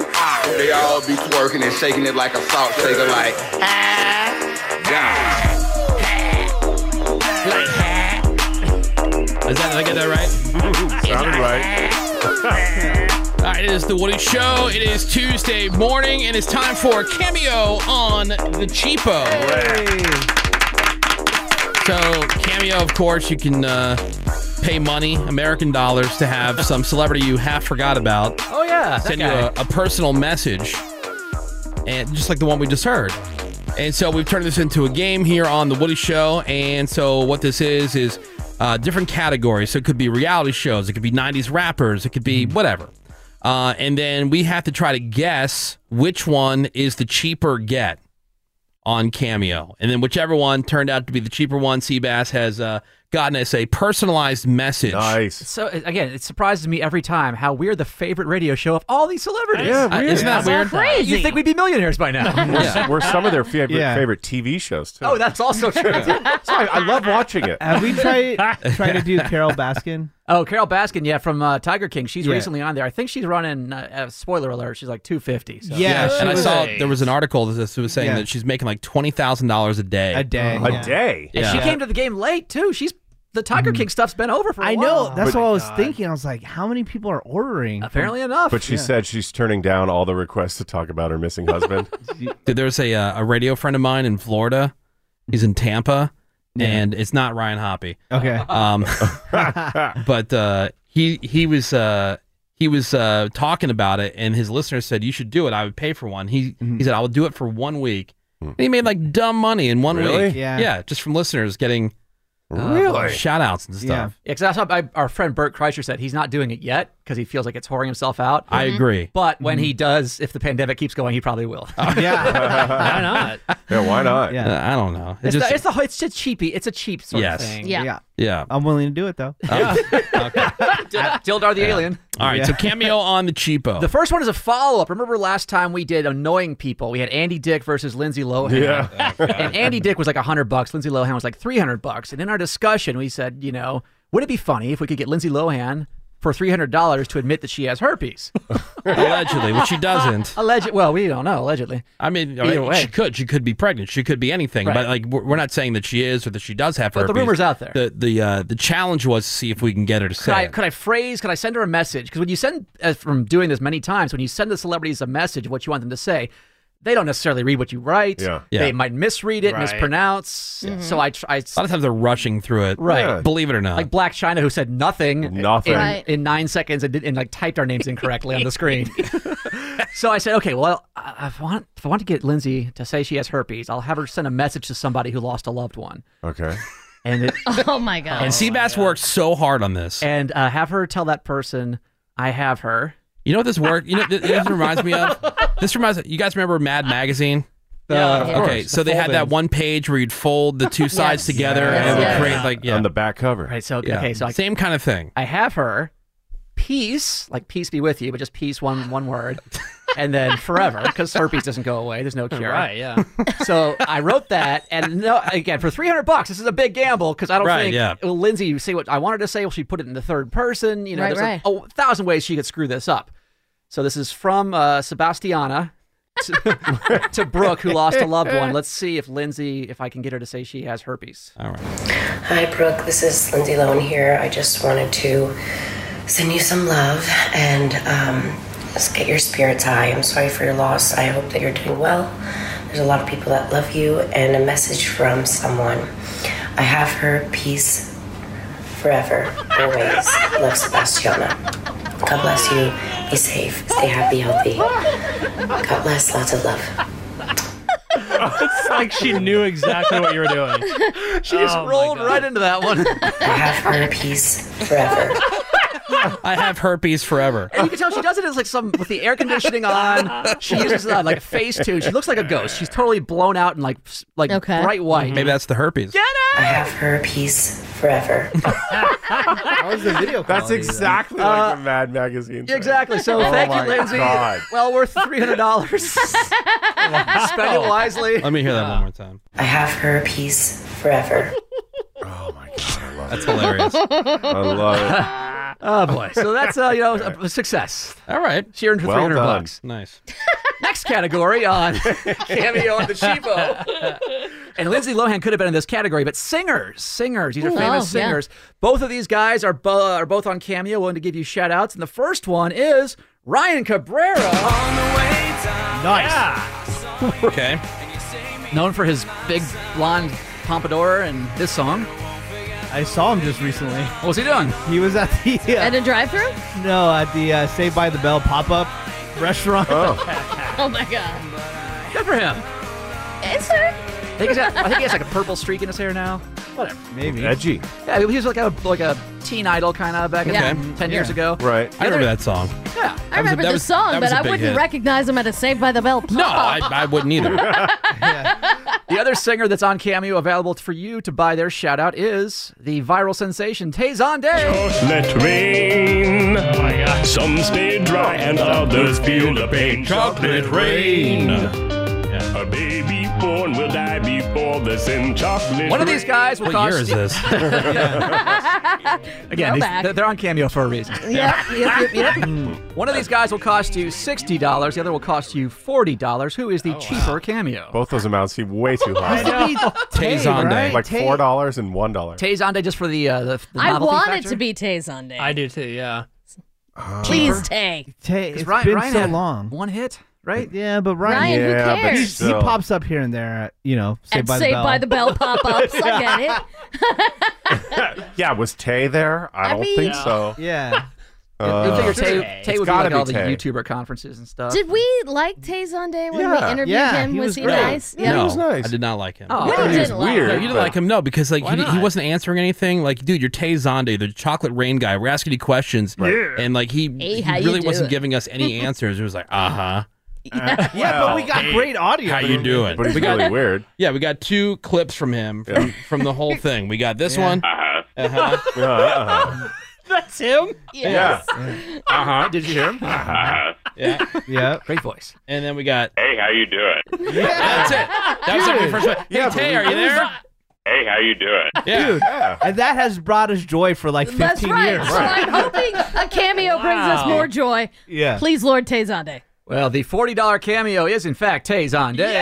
They all be twerking and shaking it like a salt shaker, like, ah, [LAUGHS] Is that, did I get that right? Sounded right. All right, it is the Woody Show. It is Tuesday morning, and it's time for Cameo on the Cheapo. So, Cameo, of course, you can uh, pay money, American dollars, to have some celebrity you half forgot about. Oh, yeah, that Send you guy. a, a personal message, and just like the one we just heard. And so we've turned this into a game here on the Woody Show. And so what this is is uh, different categories. So it could be reality shows, it could be '90s rappers, it could be Mm-hmm. whatever. Uh, and then we have to try to guess which one is the cheaper get on Cameo. And then whichever one turned out to be the cheaper one, Seabass has uh, gotten us a personalized message. Nice. So uh, again, it surprises me every time how we're the favorite radio show of all these celebrities. Yeah, Uh, weird. isn't that That's all weird? crazy. You think we'd be millionaires by [LAUGHS] now? We're, we're some of their favorite Yeah. favorite TV shows too. [LAUGHS] Oh, that's also [LAUGHS] true. So I, I love watching it. Have we [LAUGHS] tried tried to do Carol Baskin? Oh, Carol Baskin, yeah, from uh, Tiger King. She's Yeah. recently on there. I think she's running. Uh, uh, spoiler alert: she's like two fifty. So. and I saw there was an article that this was saying Yeah. that she's making like twenty thousand dollars a day. A day. A yeah. day. And she came to the game late too. She's the Mm. Tiger King stuff's been over for. I I know. That's what I was thinking. I was like, how many people are ordering? Apparently enough. But she said she's turning down all the requests to talk about her missing husband. [LAUGHS] Dude, there's a uh, a radio friend of mine in Florida. He's in Tampa, Yeah. and it's not Ryan Hoppy. Okay. [LAUGHS] Um, but uh, he he was uh, he was uh, talking about it, and his listeners said you should do it. I would pay for one. He Mm-hmm. he said I would do it for one week. And he made like dumb money in one Really? week. Yeah. yeah, just from listeners getting uh, Really? shout outs and stuff. Yeah, because that's what I, our friend Bert Kreischer said. He's not doing it yet because he feels like it's whoring himself out. I agree. Oh, But when Mhm. he does, if the pandemic keeps going, he probably will. [LAUGHS] yeah. why not? Yeah, why not? Yeah. Uh, I don't know. It It's, just- the, it's, the, whole- it's just cheapy. It's a cheap sort Yes. of thing. Yeah. [LAUGHS] yeah. I'm willing to do it though. Dildar the alien. All right, so [LAUGHS] cameo on the cheapo. The first one is a follow up. Remember last time we did annoying people? We had Andy Dick versus Lindsay Lohan. Yeah. [LAUGHS] and Andy Dick was like 100 bucks. Lindsay Lohan was like 300 bucks. And in our discussion, we said, you know, would it be funny if we could get Lindsay Lohan for $300 to admit that she has herpes? allegedly, which she doesn't. [LAUGHS] Alleged. Well, we don't know. Allegedly. I mean, Either I mean, way. she could. She could be pregnant. She could be anything. Right. But like, we're we're not saying that she is or that she does have But the herpes. rumor's out there. The the uh, the challenge was to see if we can get her to Could say. I, it. could I phrase? Could I send her a message? Because when you send, uh, from doing this many times, when you send the celebrities a message of what you want them to say, they don't necessarily read what you write. Yeah. They Yeah. might misread it, Right. mispronounce. So I, tr- I A lot of times they're rushing through it. Right. Yeah. Believe it or not. like Black China, who said nothing, Uh-huh. Nothing. in, Right. in nine seconds and, did, and like typed our names incorrectly on [LAUGHS] the screen. so I said, okay, well, I, I want if I want to get Lindsay to say she has herpes, I'll have her send a message to somebody who lost a loved one, Okay. and it, [LAUGHS] Oh my god. and Seabass worked so hard on this. and uh, have her tell that person I have her. You know what this work? You know th- this reminds me of. This reminds you guys remember Mad Magazine. Yeah, Uh, of okay, course. so they had that Folding. one page where you'd fold [LAUGHS] the two sides together Yes, and it yes. would create like yeah. On the back cover. Right. So Yeah. okay. So I, same kind of thing. I have her. Peace, like peace be with you, but just peace one one word, and then forever because herpes doesn't go away. There's no cure. Right, yeah. So I wrote that, and no, again for three hundred bucks, this is a big gamble because I don't Right, think yeah. well, Lindsay you say what I wanted to say. Well, she put it in the third person. You know, Right, there's right. A, a thousand ways she could screw this up. So this is from uh, Sebastiana. to, [LAUGHS] to Brooke, who lost a loved one. Let's see if Lindsay, if I can get her to say she has herpes. All right. Hi, Brooke. This is Lindsay Lohan here. I just wanted to send you some love and um, just get your spirits high. I'm sorry for your loss. I hope that you're doing well. There's a lot of people that love you, and a message from someone. I have her peace forever, always. Love, Sebastiana. God bless you. Be safe. Stay happy, healthy. God bless. Lots of love. [LAUGHS] it's like she [LAUGHS] knew exactly what you were [LAUGHS] doing. [LAUGHS] She just Oh my rolled God. right into [LAUGHS] that one. herpes forever. [LAUGHS] I have herpes forever. And you can tell she does it as like some with the air conditioning on. She uses uh, like a face tune. She looks like a ghost. She's totally blown out and like s- like bright white. Maybe that's the herpes. I have herpes forever. [LAUGHS] How's the video? That's [LAUGHS] exactly like Uh, the Mad Magazine. Yeah, exactly. So Oh thank my you, Lindsay. God. Well worth three hundred dollars. Spend Oh. it wisely. Let me hear that one more time. I have herpes forever. That's hilarious. I [LAUGHS] love Oh boy. So that's uh, you know a a success. All right. She earned her Well three hundred done. bucks. Nice. Next category on Cameo and the Chivo. And Lindsay Lohan could have been in this category, but singers, singers, these are Ooh. famous Oh, yeah. singers. Both of these guys are bo- are both on Cameo, willing to give you shout outs. And the first one is Ryan Cabrera. Nice. Okay. Known for his big blonde pompadour and this song. I saw him just recently. What was he doing? He was at the uh, [LAUGHS] At a drive-through? no at the uh, Saved by the Bell pop up restaurant. [LAUGHS] [LAUGHS] Oh my god. Good for him. Is there? I think, he's got, I think he has like a purple streak in his hair now. Whatever. maybe edgy. Yeah, he was like a like a teen idol kind of back in Okay. the- ten years Yeah. ago. Right. I remember that song. Yeah. I remember the song, but I wouldn't recognize him at a Saved by the Bell. No, I, [LAUGHS] I wouldn't either. The other singer that's on Cameo available for you to buy their shout out is the viral sensation Tazon Day. Let rain. Some stay dry and others feel the pain. Chocolate rain. A baby born will die before the sin. Chocolate. One of these guys will What cost year is this? [LAUGHS] again. these- Throwback. they're- they're on Cameo for a [LAUGHS] reason. Hmm. Yep, yep, yep, yep. One of these guys will cost you sixty dollars. The other will cost you forty dollars. Who is the cheaper Cameo? Both those amounts seem way too high. [LAUGHS] Tazon Day. like four dollars and one dollar. Tazon Day just for the uh, the, the I novelty want factor? it to be Tay Sunday. I do too. [LAUGHS] Yeah. Um, Please, Tay. Tay, 'Cause it's Ryan, been Ryan so had long. One hit, right? Yeah, but Ryan, Ryan, who Yeah, but cares? he's- he, he So- pops up here and there. At, you know, Saved At by the Saved Bell. by the Bell pop-ups. I get it. Yeah, was Tay there? I, I don't mean- think so. yeah. You Uh, figure Tay, Tay It's would be gotta like be all the Tay. YouTuber conferences and stuff. Did we like Tay Sunday when Yeah. we interviewed Yeah, him? he was, was he great. nice? Yeah, he was nice. I did not like him. Oh. What He he was didn't like. weird. No, you didn't like him. No, because like Why he, he not? wasn't answering anything. Like, dude, you're Tay Zonde, the chocolate rain guy. We're asking you questions, and like he, Hey, he how you really wasn't doing? giving us any [LAUGHS] answers. It was like, uh huh, yeah, but we got great audio. how you doing? But he's really weird. Yeah, we got two clips from him from, from the whole thing. We got this one. Uh-huh. Uh-huh. Uh, uh, That's him. yeah. Uh-huh. Did you hear him? Yeah. Yeah. Great voice. And then we got Hey, how you doing? That's it. That was like my first one. Hey Yeah, Tay, but are you there? Hey, how you doing? Yeah. Yeah. And that has brought us joy for like 15 That's right. years. So I'm hoping a cameo brings us more joy. Yeah. Please, Lord Tay Sunday. [LAUGHS] Well, the $40 cameo is, in fact, Tazon Day.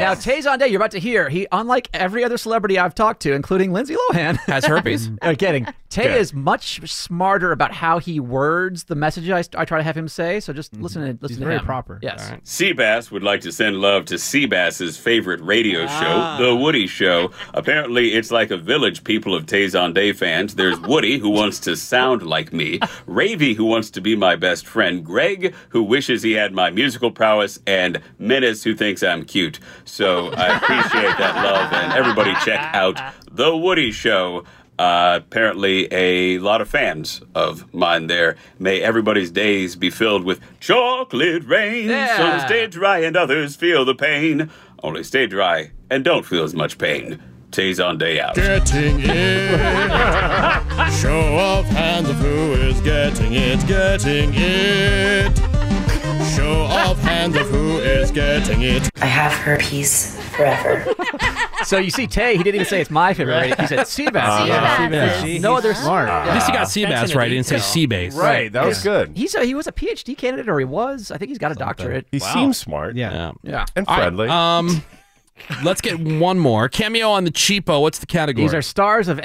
Now, Tazon Day, you're about to hear, he, unlike every other celebrity I've talked to, including Lindsay Lohan, Has herpes. [LAUGHS] uh, getting, Tay is much smarter about how he words the message I, I try to have him say. So just listen and listen He's to very him. proper. Yes. Seabass would like to send love to Seabass's favorite radio show, The Woody Show. Apparently, it's like a village people of Tazon Day fans. There's Woody, who wants to sound like me, Ravy, who wants to be my best friend, Greg, who wishes he had my musical prowess, and Menace, who thinks I'm cute. So I appreciate that love, and everybody check out The Woody Show. Uh, apparently, a lot of fans of mine there. May everybody's days be filled with chocolate rain. Yeah. Some stay dry and others feel the pain. Only stay dry and don't feel as much pain. Days on day out. [LAUGHS] Getting it. Show of hands of who is getting it, getting it. Show of hands of who is getting it. I have herpes forever. [LAUGHS] So you see, Tay, he didn't even say it's my favorite radio. He said Seabass. Seabass. Yeah. Seabass. No other Smart. At least he got That's sea bass in a right. He didn't say detail. sea bass. Right. That was good. He's a, he was a PhD candidate, or he was. I think he's got a doctorate. He seems smart. Yeah. Yeah. Yeah. And All right, friendly. um, [LAUGHS] let's get one more cameo on the cheapo. What's the category? These are stars of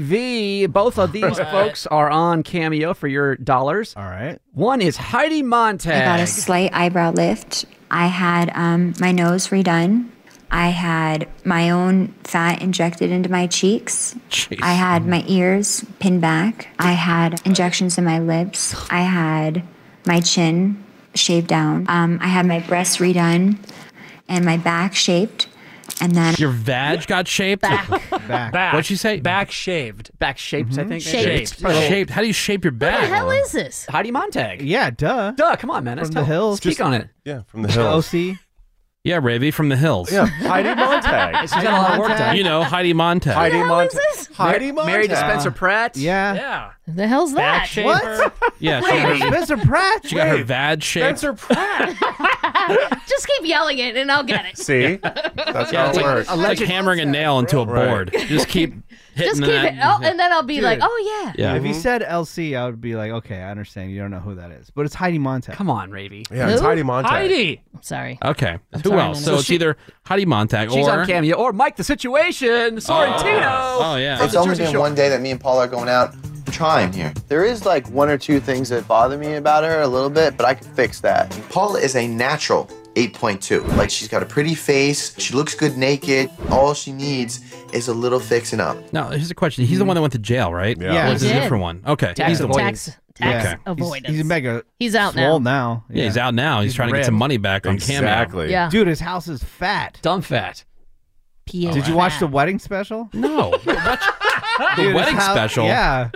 MTV. Both of these folks are on Cameo for your dollars. All right. One is Heidi Montag. I got a slight eyebrow lift. I had um, my nose redone. I had my own fat injected into my cheeks. I had my ears pinned back. I had injections in my lips. I had my chin shaved down. Um, I had my breasts redone and my back shaped. And then Your vag got shaped? [LAUGHS] Back. Back. What'd she say? Back shaved. Back shaped, I think. Shaped. Shaped. How do you shape your back? What the hell is this? Heidi Montag. Yeah, duh. Duh, come on, man. That's From the tough. hills. Speak Just- on it. Yeah, from the hills. OC. Yeah, Ravi from the hills. Yeah, [LAUGHS] Heidi Montag. She's got a lot of work done. You know, Heidi Montag. Heidi Montag. Heidi Mar- married to Montag. Spencer Pratt. Yeah. Yeah. The hell's that? What? [LAUGHS] Yeah, she Wait, got her, Spencer Pratt. she got her Wait. vag shaped. [LAUGHS] Just keep yelling it, and [LAUGHS] I'll get it. See? That's Yeah, how it's it like, works. it's like hammering a nail into a board. Just [LAUGHS] keep hitting Just keep that. it, oh, and then I'll be Dude. like, oh yeah. Yeah. If he Mm-hmm. Mhm. said LC, I would be like, okay, I understand. You don't know who that is, but it's Heidi Montag. Come on, Ravy. Yeah, it's Who? Heidi Montag. Heidi. I'm sorry. Okay. I'm Who sorry, else? Nana. So So it's she- either Heidi Montag She's or on Cameo. Or Mike the Situation. Sorrentino. Oh, yeah. It's only been one day that me and Paul are going out trying here. There is like one or two things that bother me about her a little bit, but I can fix that. Paula is a natural 8.2. Like she's got a pretty face, she looks good naked. All she needs is a little fixing up. Now, here's the question. He's the one that went to jail, right? Yeah. Or is He it a did. different one. Okay. Tax he's the one. avoidance. Tax Oh, Okay. avoidance. He's mega. He's out now. swole now. Yeah, he's out now. He's, trying to get some ripped. money back on Cameo. Exactly. Yeah. Dude, his house is fat. Dumb fat. Oh, P.A. Did you watch the wedding special? No. [LAUGHS] The [LAUGHS] Dude, wedding it's how- special. Yeah.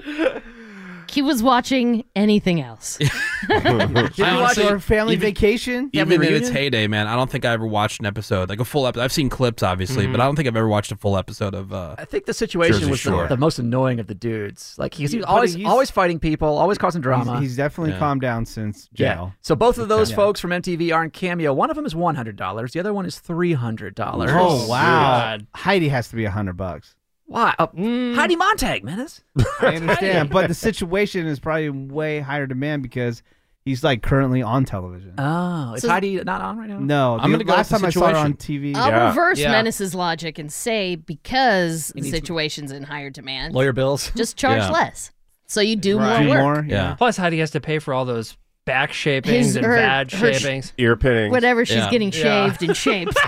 He was watching anything [LAUGHS] else. Did you watch honestly- your family even- vacation? Even in Family its reunion? heyday, man, I don't think I ever watched an episode, like a full episode. I've seen clips, obviously, but I don't think I've ever watched a full episode of. Uh, I think the situation Jersey was the, Shore. the most annoying of the dudes. Like he, he was But always he's- always fighting people, always causing drama. He's, he's definitely Yeah. calmed down since Yeah. jail. So both of those Yeah. folks from MTV are in Cameo. One of them is one hundred dollars. The other one is three hundred dollars. Oh wow. Heidi has to be a hundred bucks. Why? Uh, Heidi Montag, man. That's [LAUGHS] I understand, but the situation is probably in way higher demand because he's like currently on television. Oh, is So- Heidi not on right now? No, I'm the gonna go last with time the I saw her on situation. TV. I'll reverse Yeah. Menace's logic and say because the needs- situation's in higher demand, Lawyer bills. just charge Yeah. less. So you do Right. Do more work. more, yeah. Plus, Heidi has to pay for all those back shapings His- and her- bad her sh- shapings. Ear pinning. Whatever she's Yeah. getting Yeah. shaved [LAUGHS] and shaped,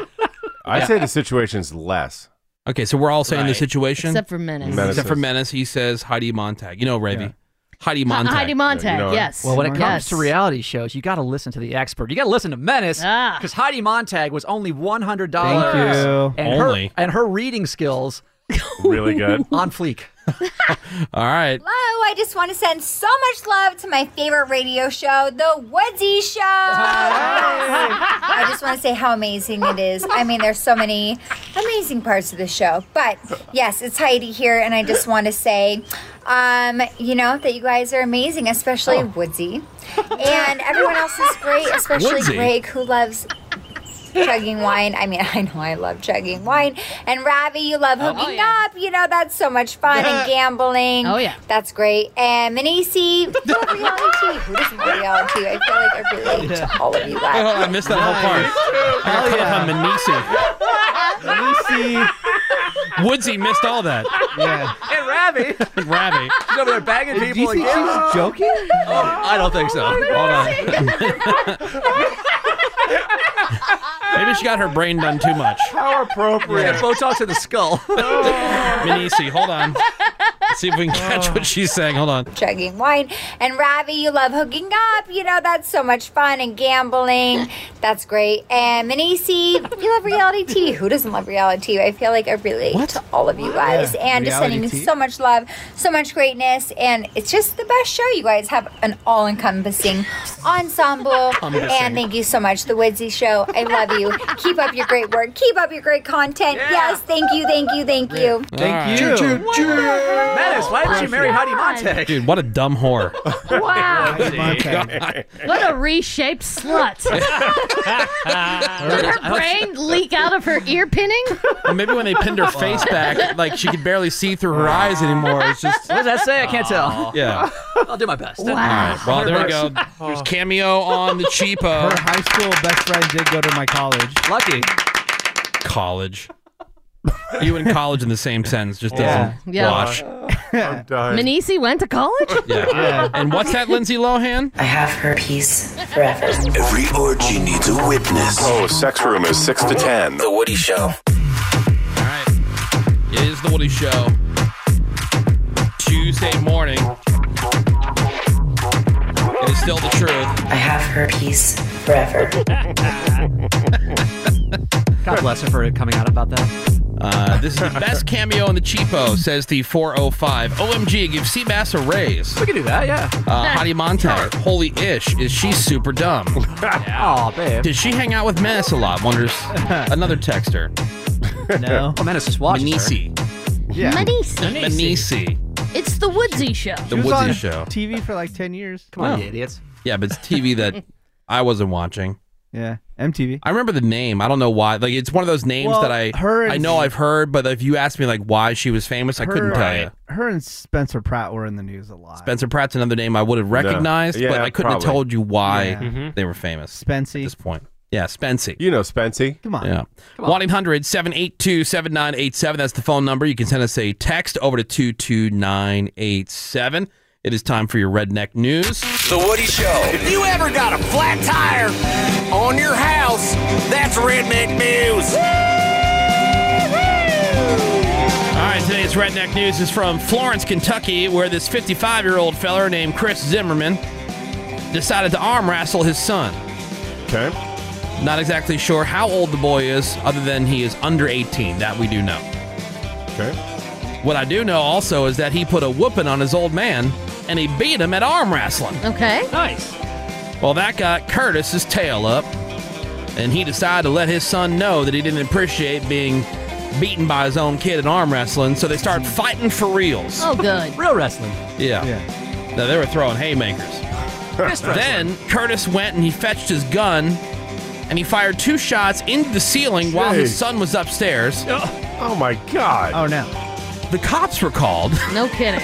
I say the situation's less. okay, so we're all saying the Right. situation. except for Menace. Menace Except for Menace, he says Heidi Montag. You know, Ravi. Heidi Hi- Montag. Heidi Montag, yes. Well, when it comes Yes. to reality shows, you got to listen to the expert. You got to listen to Menace Ah. because Heidi Montag was only one hundred dollars. Thank you. And Only. her and her reading skills really good on fleek. [LAUGHS] All right. Hello, I just want to send so much love to my favorite radio show, The Woodsy Show. I just want to say how amazing it is. I mean, there's so many amazing parts of the show. But yes, it's Heidi here, and I just want to say, um, you know, that you guys are amazing, especially Woodsy. And everyone else is great, especially Woodsy. Greg, who loves chugging wine. I mean, [LAUGHS] I know I love chugging wine. And Ravi, you love hooking up. You know, that's so much fun. [LAUGHS] and gambling. Oh, yeah. That's great. And Manisi, [LAUGHS] you love reality. Who doesn't love reality? I feel like I relate to all of you Wait, hold guys. on, Oh, I missed that whole part. I got cut off on Manisi. Woodsy missed all that. Yeah. And Ravi, Ravi. she's over there bagging Do people. you think she again. was joking? Oh, I don't think so. Hold on. Maybe she got her brain done too much. How appropriate. Botox in the [LAUGHS] skull. Manisi, hold on. Let's see if we can catch Oh. what she's saying. Hold on. Chugging wine. And Ravi, you love hooking up. You know, that's so much fun. And gambling. That's great. And Manisi, you love reality TV. Who doesn't love reality TV? I feel like I relate to all of you guys. Yeah. And just sending you Reality TV. so much love, so much greatness. And it's just the best show. You guys have an all encompassing ensemble. Encompassing. And thank you so much, The Woodsy Show. I love you. Keep up your great work. Keep up your great content. Yes, thank you, thank you, thank you. Thank All right. you. Menace, why did she marry Heidi Montag? Dude, what a dumb whore. Wow, [LAUGHS] [LAUGHS] God. what a [LAUGHS] reshaped slut! Did her brain leak out of her ear pinning? Well, maybe when they pinned her face back, like she could barely see through her eyes anymore. It's just. What does that say? I can't tell. Yeah. I'll do my best. All right. Well, there we Um, [LAUGHS] go. There's cameo on the cheapo. Her high school best friend did go to my college. Lucky. College. You and college in the same sentence just Yeah. doesn't [LAUGHS] Yeah. wash. I'm dying. Manisi went to college? [LAUGHS] Yeah. and what's that, Lindsay Lohan? I have her piece forever. [LAUGHS] Every orgy needs a witness. Oh, sex room is 6 to 10. The Woody Show. All right. It is the Woody Show. Tuesday morning. It is still the truth. I have her piece forever. God bless her for coming out about that. Uh, this is the [LAUGHS] best cameo in the cheapo, says the 405. OMG, give Seabass a raise. We can do that, yeah. Uh, Hottie Montag, holy ish, is she super [LAUGHS] dumb? Aw, babe. Did she hang out with Menace a lot? [LAUGHS] Wonders another texter. No. Well, Menace just watches her. Manisi. Yeah. Manisi. It's the Woodsy Show. The was Woodsy on Show. Oh. TV for like 10 years. Come on, you idiots. Yeah, but it's TV [LAUGHS] that I wasn't watching. Yeah. MTV. I remember the name. I don't know why. Like it's one of those names Well, that I her and- I know I've heard, but if you asked me like why she was famous, I couldn't tell you. Her and Spencer Pratt were in the news a lot. Spencer Pratt's another name I would have recognized, Yeah, but I couldn't have probably. told you why Yeah. Mhm. Hmm? they were famous. Spency. At this point. Yeah, Spency. You know Spency. Come on. Yeah. 1 800 782 7987. That's the phone number. You can send us a text over to 22987. It is time for your redneck news. The Woody Show. If you ever got a flat tire on your house, that's Redneck News. All right, today's redneck news is from Florence, Kentucky, where this 55 year old feller named Chris Zimmerman decided to arm wrestle his son. Okay. Not exactly sure how old the boy is, other than he is under 18. That we do know. Okay. What I do know also is that he put a whooping on his old man and he beat him at arm wrestling. Okay. Nice. Well, that got Curtis's tail up, and he decided to let his son know that he didn't appreciate being beaten by his own kid in arm wrestling, so they start fighting for reals. Oh, good. Real wrestling. Yeah. Now they were throwing haymakers. Fist wrestling. then Curtis went and he fetched his gun and he fired two shots into the ceiling while his Jeez. son was upstairs. Oh my God. Oh no. The cops were called [LAUGHS] No kidding.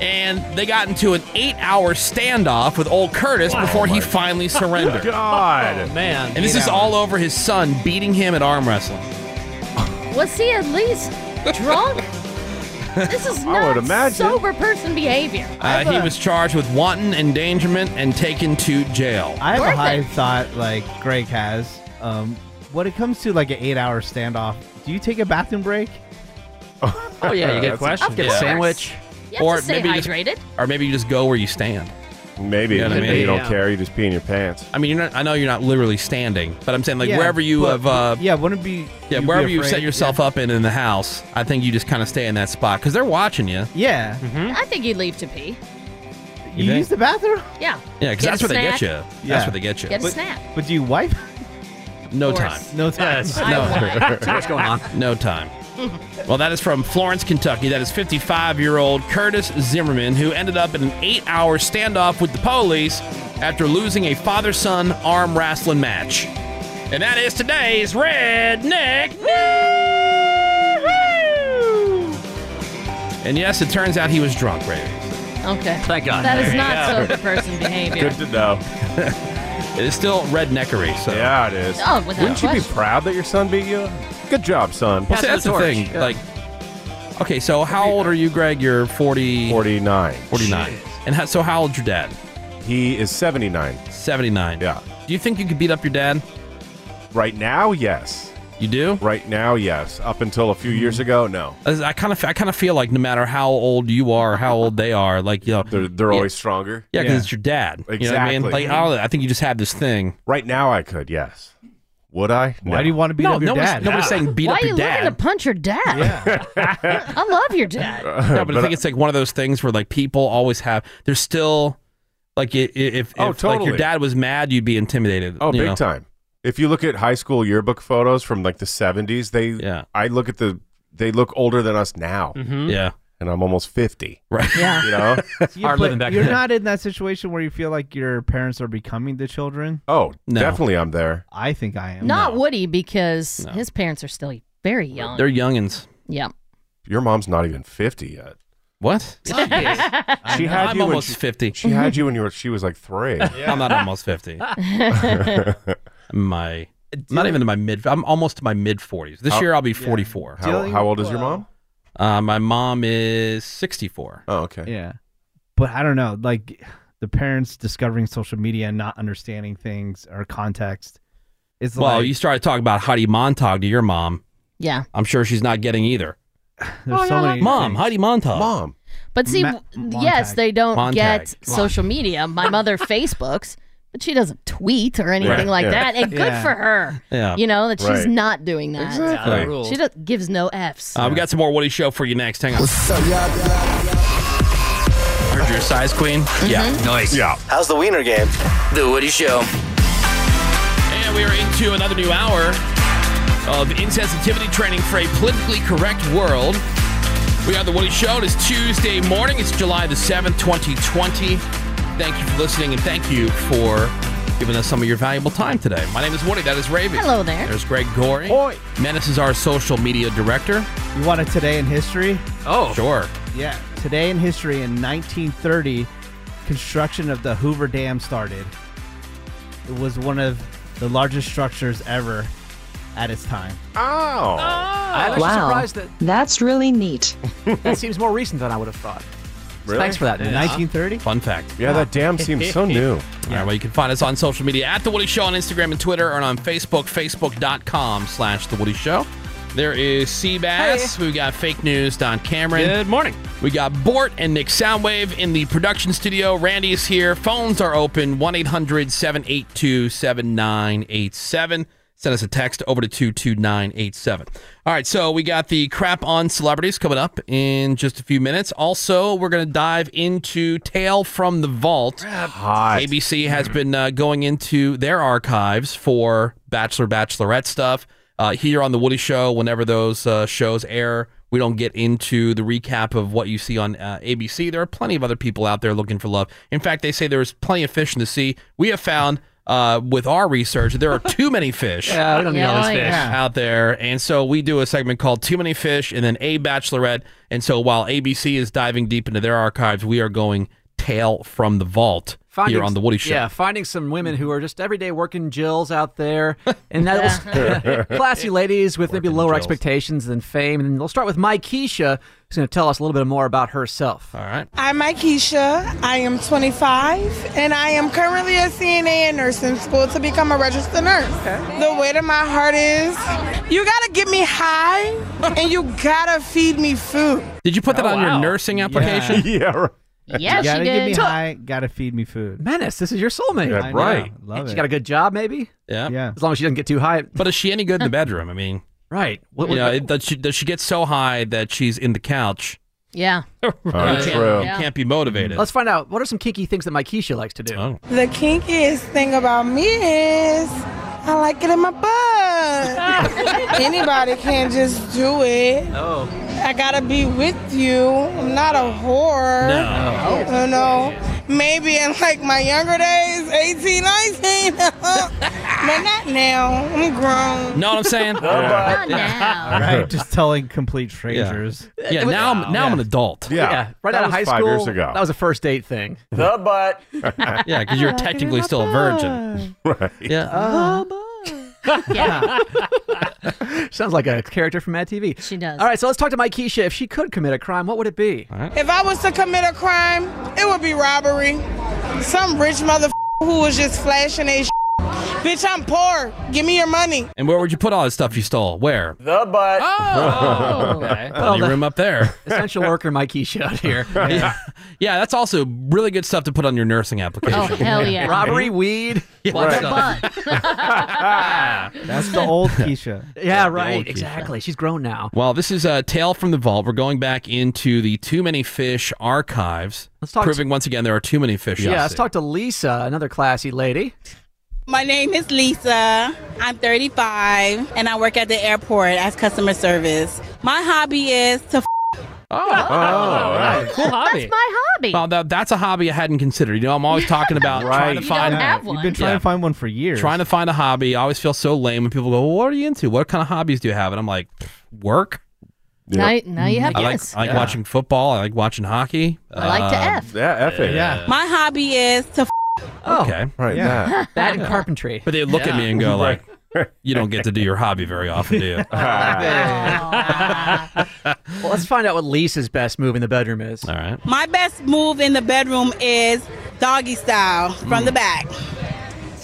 and they got into an eight hour standoff with old Curtis before he [LAUGHS] finally surrendered. Oh, God. man. And this is all over his son beating him at arm wrestling. Was he at least drunk? this is I would not imagine. sober person behavior. Uh, he was charged with wanton endangerment and taken to jail. I have Worth a high it. thought like Greg has. Um, when it comes to like an eight hour standoff, do you take a bathroom break? Oh, yeah, [LAUGHS] you get a question. I'll get a sandwich. You have to stay maybe you just- hydrated. or maybe you just go where you stand. Maybe. You know what I Maybe mean? you don't Yeah. care. You just pee in your pants. I mean, you're not, I know you're not literally standing, but I'm saying like Yeah, wherever you but- have, uh, yeah, wouldn't be yeah, you'd be wherever you afraid. set yourself up in in the house, I think you just kind of stay in that spot because they're watching you. Yeah. I think you leave to pee. You, use the bathroom? Yeah. Yeah, because Get that's a where they get you. snack. That's where they get you. Get a But- snack. But do you wipe? No Of time. course. No time. [LAUGHS] No. What's going on? No time. Well, that is from Florence, Kentucky. That is 55 year old Curtis Zimmerman, who ended up in an eight hour standoff with the police after losing a father son arm wrestling match. And that is today's Redneck News! And yes, it turns out he was drunk, Ray. Okay. Thank God. That is There you not go. sober person behavior. Good to know. [LAUGHS] it is still redneckery, so. Yeah, it is. Oh, without Wouldn't you be question. proud that your son beat you? Good job, son. Well, see, that's the thing. Like, okay, so how old are you, Greg? You're 40. 49. 49. And how, so, how old's your dad? He is 79. 79. Yeah. Do you think you could beat up your dad? Right now, yes. You do? Mm-hmm. Right now, yes. Up until a few years ago, no. I I kind of, I kind of feel like no matter how old you are, or how old they are, like you know, They're, they're yeah, always stronger. yeah, because it's your dad. You know what I mean? Exactly. Like oh, [LAUGHS] I, don't know, I think you just have this thing. Right now, I could, yes. Would I? Why do you want to beat No, up your no one's- dad? no one's saying beat Why up are your you dad. looking to punch your dad? [LAUGHS] I love your dad. no, but I think it's like one of those things where like people always have. There's still like i- i- if, Oh, if like your totally. dad was mad, you'd be intimidated. Oh, you big know? time. If you look at high school yearbook photos from like the 70s, they yeah. I look at the they look older than us now. Mm-hmm. Yeah. And I'm almost 50. Right. Yeah. You know? [LAUGHS] You put- You're not in that situation where you feel like your parents are becoming the children. Oh, No. definitely I'm there. I think I am. Not Woody because his parents are still very young. They're youngins. yeah. Your mom's not even 50 yet. What? [LAUGHS] She had I'm you when almost she- 50. She had you when you were she was like 3. [LAUGHS] I'm not [LAUGHS] almost [LAUGHS] 50. my not even in my mid. I'm almost to my mid 40s. This How- year I'll be 44. How, how old is your mom? Uh, my mom is 64. Oh, okay. Yeah. But I don't know, like the parents discovering social media and not understanding things or context. It's well, like you started talking about Heidi Montag to your mom. Yeah. I'm sure she's not getting either. [SIGHS] there's so many Mom, Heidi Montag. Oh, Mom. But see, Ma- w- yes, they don't Montag. get Mon- social media. My [LAUGHS] mother Facebooks, but she doesn't tweet or anything Right, like yeah. that. And Yeah. good for her. Yeah. You know, that she's Right. not doing that. Exactly. Yeah, rules. She does, gives no Fs. Uh, we got some more Woody Show for you next. Hang on. Heard your size queen. Yeah. Nice. Yeah. How's the Wiener game? Mm-hmm. The Woody Show. And we are into another new hour of insensitivity training for a politically correct world. We are the Woody Show. It is Tuesday morning. It's July the 7th, 2020. Thank you for listening and thank you for giving us some of your valuable time today. My name is Woody. That is Raven. Hello there. There's Greg Gorey. Menace is our social media director. You want a today in history? Oh. Sure. Yeah. Today in history in 1930, construction of the Hoover Dam started. It was one of the largest structures ever at its time. Oh. I'm actually Wow. surprised that That's really neat. that seems more recent than I would have thought. Really? Thanks for that. Yeah. Nick. 1930? Fun fact. Yeah, that damn seems [LAUGHS] so new. All right, well, you can find us on social media at The Woody Show on Instagram and Twitter and on Facebook, facebook.com slash The Woody Show. There is Seabass. We've got fake news, Don Cameron. Good morning. We got Bort and Nick Soundwave in the production studio. Randy's here. Phones are open 1 800 782 7987. Send us a text over to 22987. All right, so we got the crap on celebrities coming up in just a few minutes. Also, we're going to dive into Tale from the Vault. ABC has been uh, going into their archives for Bachelor, Bachelorette stuff. Uh, here on The Woody Show, whenever those uh, shows air, we don't get into the recap of what you see on uh, ABC. There are plenty of other people out there looking for love. In fact, they say there's plenty of fish in the sea. We have found uh, with our research, there are too many fish [LAUGHS] Yeah, we don't need all this Yeah, fish. yeah. out there. And so we do a segment called Too Many Fish and then A Bachelorette. And so while ABC is diving deep into their archives, we are going tail from the vault here on The Woody Show. Yeah, finding some women who are just everyday working Jills out there, and that was [LAUGHS] classy ladies with maybe lower expectations than fame. And we'll start with Mike Keisha, who's going to tell us a little bit more about herself. All right. I'm Mike Keisha. I am 25, and I am currently a CNA in nursing school to become a registered nurse. The weight of my heart is you gotta get me high, and you gotta feed me food. Did you put that Oh, on wow. your nursing [LAUGHS] application? [LAUGHS] Yeah, right. Yeah, she did. gotta Get me Tuh. high, gotta feed me food. Menace, this is your soulmate. Yeah, I know. right. Love And she it. got a good job, maybe. Yeah. Yeah. As long as she doesn't get too high. But is she any [LAUGHS] good in the bedroom? I mean, right. What- you what- know, it- does, she, does she get so high that she's in the couch? Yeah. [LAUGHS] Right. true. Can't, can't be motivated. Let's find out. What are some kinky things that Mike Keisha likes to do? The kinkiest thing about me is I like it in my [LAUGHS] butt. Anybody can just do it. Oh. I gotta be with you. I'm not a whore. No. You know, maybe in like my younger days, 18, 19. [LAUGHS] but not now. I'm grown. Know what I'm [LAUGHS] saying? Yeah. Yeah. [LAUGHS] [LAUGHS] Right, just telling complete strangers. Yeah, now I'm, now I'm an adult. Right out of high school. That was a first date thing. The butt. yeah, because you're technically still a virgin. Right. Yeah. Uh-huh. [LAUGHS] yeah. Sounds like a character from Mad TV. She does. All right, so let's talk to Mike Keisha. If she could commit a crime, what would it be? If I was to commit a crime, it would be robbery. Some rich mother [LAUGHS] who was just flashing a [LAUGHS] Bitch, I'm poor. Give me your money. And where would you put all this stuff you stole? Where? The butt. [LAUGHS] Plenty Well, the- room up there. Essential worker Mike Keisha [LAUGHS] out here. yeah. yeah, that's also really good stuff to put on your nursing application. Oh, [LAUGHS] hell yeah. [LAUGHS] Robbery, weed, lots of [LAUGHS] That's the old Keisha. [LAUGHS] Yeah, the old right. Keisha. Exactly. She's grown now. [LAUGHS] Well, this is a tale from the vault. We're going back into the Too Many Fish archives, Let's talk proving once again there are too many fish. out Yeah, let's there. talk to Lisa, another classy lady. My name is Lisa. I'm 35 and I work at the airport as customer service. My hobby is to f- Oh, right. Cool hobby. That's my hobby. Well, that, that's a hobby I hadn't considered. You know, I'm always talking about trying to You find. don't have You've been trying to find one for years. Trying to find a hobby. I always feel so lame when people go, well, "What are you into? What kind of hobbies do you have?" And I'm like, "Work." Now- Yep. now you have I like, yes. I like Yeah. watching football. I like watching hockey. Um, I like to F. Yeah, F it. My hobby is to f- Okay. Right. Yeah. That and carpentry. [LAUGHS] But they look at Yeah. me and go like, you don't get to do your hobby very [LAUGHS] often, do you? Well, let's find out what Lisa's best move in the bedroom is. All right. My best move in the bedroom is doggy style Mm. from the back.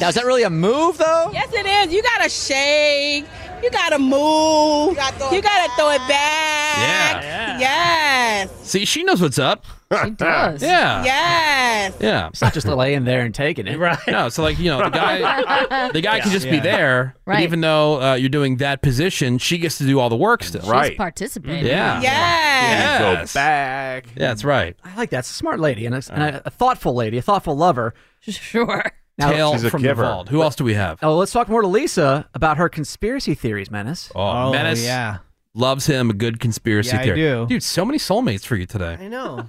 Now, is that really a move, though? Yes, it is. You gotta shake. You gotta move. You gotta throw, it back. yeah. Yes. See, she knows what's up. She does. Yeah. Yes. Yeah. It's not just laying there and [LAUGHS] taking it. Right. No, so like, you know, the [LAUGHS] guy the guy can just be there. But Right. even though uh, you're doing that position, she gets to do all the work still. She's participating. Yeah. Yes. Go Yes. back. Yeah, that's right. I like that. It's a smart lady and a, and a, a thoughtful lady, a thoughtful lover. Sure. Tail from Givald. Who else do we have? Oh, let's talk more to Lisa about her conspiracy theories, Menace. Oh, Menace loves him a good conspiracy Yeah, I theory. do. Dude, so many soulmates for you today. I know.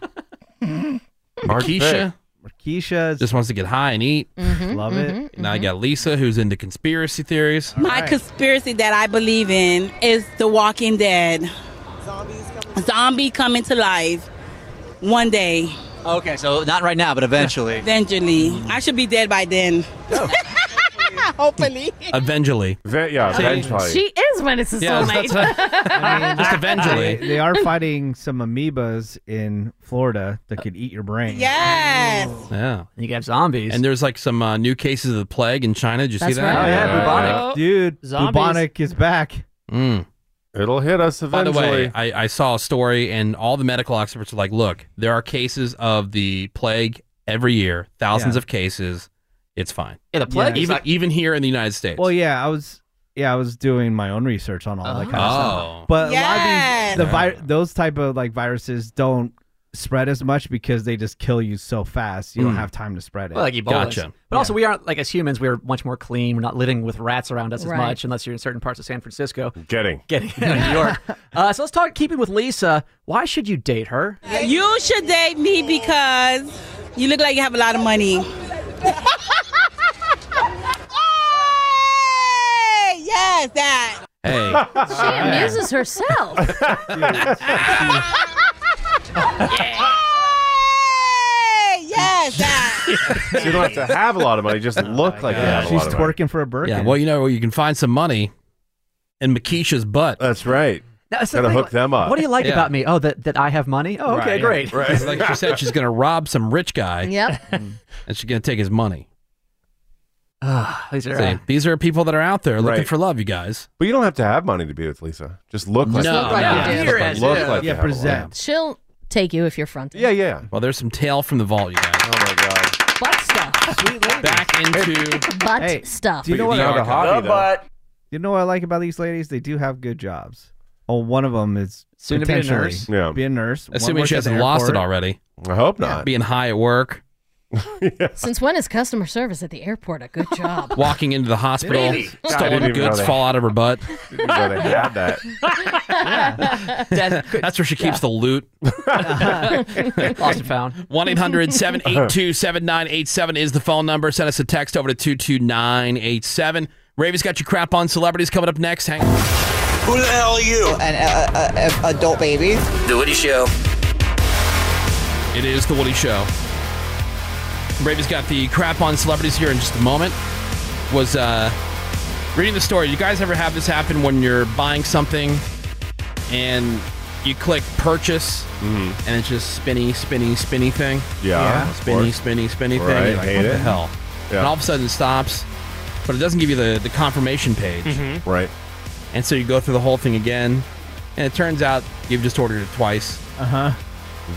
Markeisha. Markeisha just wants to get high and eat. Love it. mhm, Now I got Lisa, who's into conspiracy [LAUGHS] theories. My conspiracy that I believe in is The Walking Dead. Zombie coming to life one day, Okay, so not right now, but [LAUGHS] eventually. eventually. I should be dead by then. [LAUGHS] Hopefully. [LAUGHS] Eventually. yeah, eventually. She is Menace's Yeah, soulmate. that's what- [LAUGHS] Just eventually. [LAUGHS] They, they are fighting some amoebas in Florida that could eat your brain. Yes. Yeah. You can have zombies. And there's like some uh, new cases of the plague in China. Did you That's see that? right. Oh, yeah, bubonic. Dude, Zombies. bubonic is back. Mm. It'll hit us By the eventually. way, I, I saw a story, and all the medical experts are like, look, there are cases of the plague every year, thousands Yeah. of cases. It's fine. Yeah, the plague is Even, not- even here in the United States. Well, yeah, I was yeah, I was doing my own research on all that kind of Oh. stuff. But Yes. a lot of these the vi- those type of like viruses don't spread as much because they just kill you so fast. You Mm. don't have time to spread it. Well, like Ebola. But also, we aren't like as humans. We are much more clean. We're not living with rats around us as Right. much, unless you're in certain parts of San Francisco. Getting, [LAUGHS] getting [LAUGHS] New York. Uh, so let's talk. Keeping with Lisa, why should you date her? You should date me because you look like you have a lot of money. Yay! yes, that. Hey. [LAUGHS] She [LAUGHS] amuses herself. Yay! Yes, that. so [LAUGHS] you don't have to have a lot of money. [LAUGHS] Just look like you have a She's lot of money. twerking for a Birkin. Oh Yeah, well, you know, you can find some money in Makisha's butt. That's right. That's the Gotta thing, hook like, them up. what do you like about me? Oh, that, that I have money? Oh, okay, great. Right. like she said, she's going to rob some rich guy. [LAUGHS] Yep. And she's going to take his money. Ah, [SIGHS] these are, See, uh, these are people that are out there looking Right. for love, you guys. But you don't have to have money to be with Lisa. Just look like No, you look like have you money. do. Look Yeah, like you yeah, have a lot of [LAUGHS] present. money. She'll take you if you're fronted. Yeah, yeah. Well, there's some tail from the vault, you guys. Oh, my God. Butt stuff. [LAUGHS] Sweet lady. Back into butt stuff. Do you know what? found a hobby, though. You know what I like about these ladies? They do have good jobs. Oh, one of them is Soon to be a potentially nurse. Yeah. Be a nurse. One Assuming works she at the hasn't lost it airport. already. I hope not. Being high [LAUGHS] at work, Since when is customer service at the airport a good job? [LAUGHS] walking into the hospital, Really? God, I stolen didn't even know goods they- fall out of her [LAUGHS] butt. know they had that. That's where she keeps the loot. [LAUGHS] Lost and found. 1 800 782 7987 is the phone number. Send us a text over to 22987. Ravy's got your crap on celebrities coming up next. Hang Who the hell are you? An uh, uh, adult baby. The Woody Show. It is The Woody Show. Ravy's got the crap on celebrities here in just a moment. Was uh, reading the story. You guys ever have this happen when you're buying something and you click purchase and it's just spinny, spinny, spinny thing? Mm-hmm. Yeah, Yeah. of Spinny, course. spinny, spinny thing. Right, You're like, hate what it. the hell? Yeah. And all of a sudden it stops, but it doesn't give you the, the confirmation page. Mm-hmm. Mhm. Right. And so you go through the whole thing again, and it turns out you've just ordered it twice. Uh Uh-huh. huh.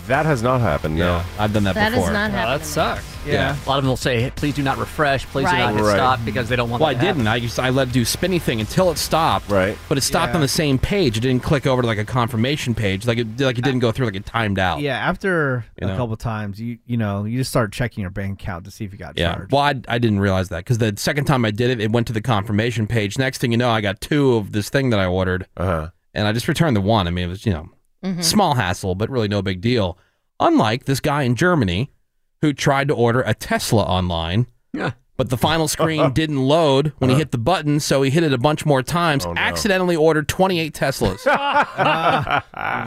That has not happened. No, I've done That is not Oh, happening. that sucks. Yeah. Yeah. A lot of them will say, hey, please do not refresh. Please Right. do not hit Right. stop because they don't want Well, I that to happen. didn't. I just I let it do spinny thing until it stopped. Right. But it stopped Yeah. on the same page. It didn't click over to like a confirmation page. Like it like it didn't go through. Like it timed out. Yeah, after You know? a couple times, you you know you just start checking your bank account to see if you got Yeah. charged. Well, I, I didn't realize that because the second time I did it, it went to the confirmation page. Next thing you know, I got two of this thing that I ordered, uh-huh. and I just returned the one. I mean, it was you know Mhm. small hassle, but really no big deal. Unlike this guy in Germany who tried to order a Tesla online. Yeah. but the final screen didn't load when he hit the button, so he hit it a bunch more times. Accidentally ordered 28 Teslas.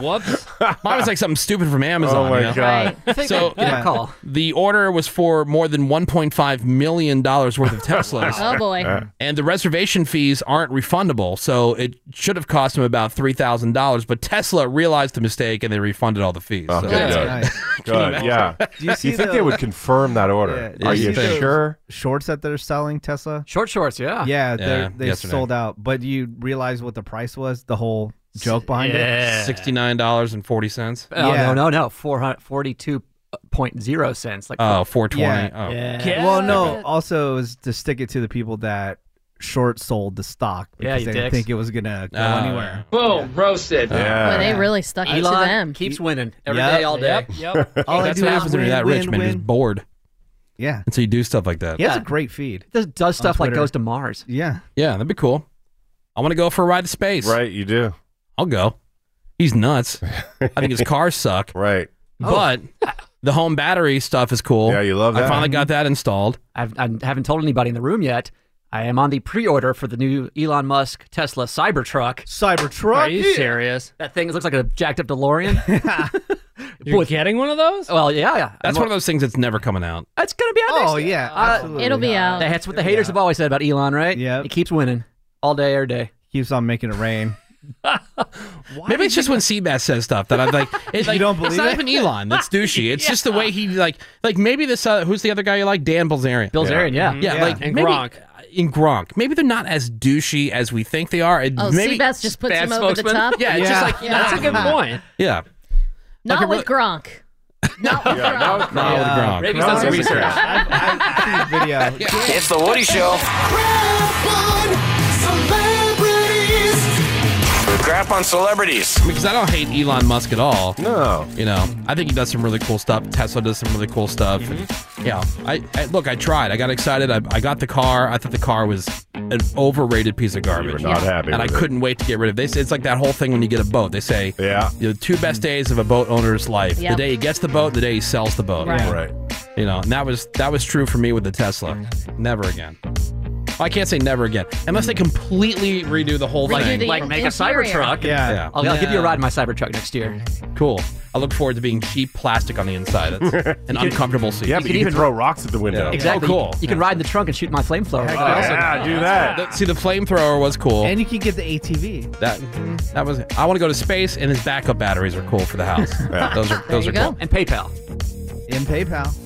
[LAUGHS] Whoops. [LAUGHS] Mine was like something stupid from Amazon. Oh my you know? God. Right. Take So that back. Good call. the order was for more than 1.5 million dollars worth of [LAUGHS] Teslas. Oh, boy. Uh, And the reservation fees aren't refundable, so it should have cost him about three thousand dollars. But Tesla realized the mistake and they refunded all the fees. so- Oh, good. [LAUGHS] Good. Yeah. Do you see think the- they would confirm that Yeah, order? did Are you see those sure? Shorts that they're selling, Tesla? Short shorts, yeah. Yeah, they're- Yeah, they yesterday. sold out. But you realize what the price was? The whole joke behind it? sixty nine dollars and forty cents. Oh, no, no, no. 442.0 cents. Like Oh, 420. Oh. Yeah. Yeah. Well, no. Also, it was to stick it to the people that short sold the stock Yeah, because you they didn't dicks. think it was gonna go Ah. Oh, anywhere. Boom, roasted. Yeah. Boy, they really stuck it to Elon them. Keeps winning every day, Yep. all day. Yep. [LAUGHS] Yep. All I That's do what is happens when you're that win, rich, win, man. You're win. just bored. Yeah. And so you do stuff like that. He has a great feed. Does, does On stuff like Twitter. goes to Mars. Yeah. Yeah, that'd be cool. I want to go for a ride to space. Right, you do. I'll go. He's nuts. I think his cars suck. Right. But the home battery stuff is cool. Yeah, you love I that. finally got that installed. I've, I haven't told anybody in the room yet. I am on the pre-order for the new Elon Musk Tesla Cybertruck. Cybertruck? Are you yeah. serious? That thing looks like a jacked up [LAUGHS] DeLorean. [LAUGHS] You're getting one of those? Well, yeah, yeah. That's one of those things that's never coming out. It's gonna be out. Oh yeah, absolutely. It'll be out. Uh, That's what the haters have always said about Elon, right? Yeah. He keeps winning all day, every day. Keeps on making it [LAUGHS] rain. Maybe it's just when Seabass says stuff that I'm like, it's You like, don't it's believe not it? even Elon. That's douchey. It's just the way he like, like maybe this. Uh, who's the other guy you like? Dan Bilzerian. Mm-hmm. Bilzerian, yeah. yeah, Yeah. like And maybe- Gronk. In Gronk, maybe they're not as douchey as we think they are. And Oh, maybe Seabass just puts Bad him over the spokesman? top. Yeah, it's just like Yeah. That's a good point. yeah. Not Like a with real- Gronk. Not with Gronk. Maybe he's done some research. video. It's the Woody Show. Crap on celebrities. Because I don't hate Elon Musk at all. No. You know, I think he does some really cool stuff. Tesla does some really cool stuff. Mm-hmm. And, yeah. I, I look. I tried. I got excited. I, I got the car. I thought the car was an overrated piece of garbage. not happy And with I it. couldn't wait to get rid of this. It's like that whole thing when you get a boat. They say, yeah, the two best days of a boat owner's life: Yep. the day he gets the boat, the day he sells the boat. Right. Right. You know, and that was that was true for me with the Tesla. Never again. Well, I can't say never again, unless they completely redo the whole Like, thing. like make a Cybertruck. Yeah. I'll, I'll give you a Yeah. ride in my Cybertruck next year. Cool. I look forward to being cheap plastic on the inside. [LAUGHS] It's an uncomfortable seat. Yeah, but you can throw rocks at the window. Exactly. Oh, cool. You, you can ride in the trunk and shoot my flamethrower. Oh, yeah, do that. see, the flamethrower was cool. And you can get the ATV. that that was. I want to go to space, and his backup batteries are cool for the house. Those are those are cool. And PayPal. In PayPal.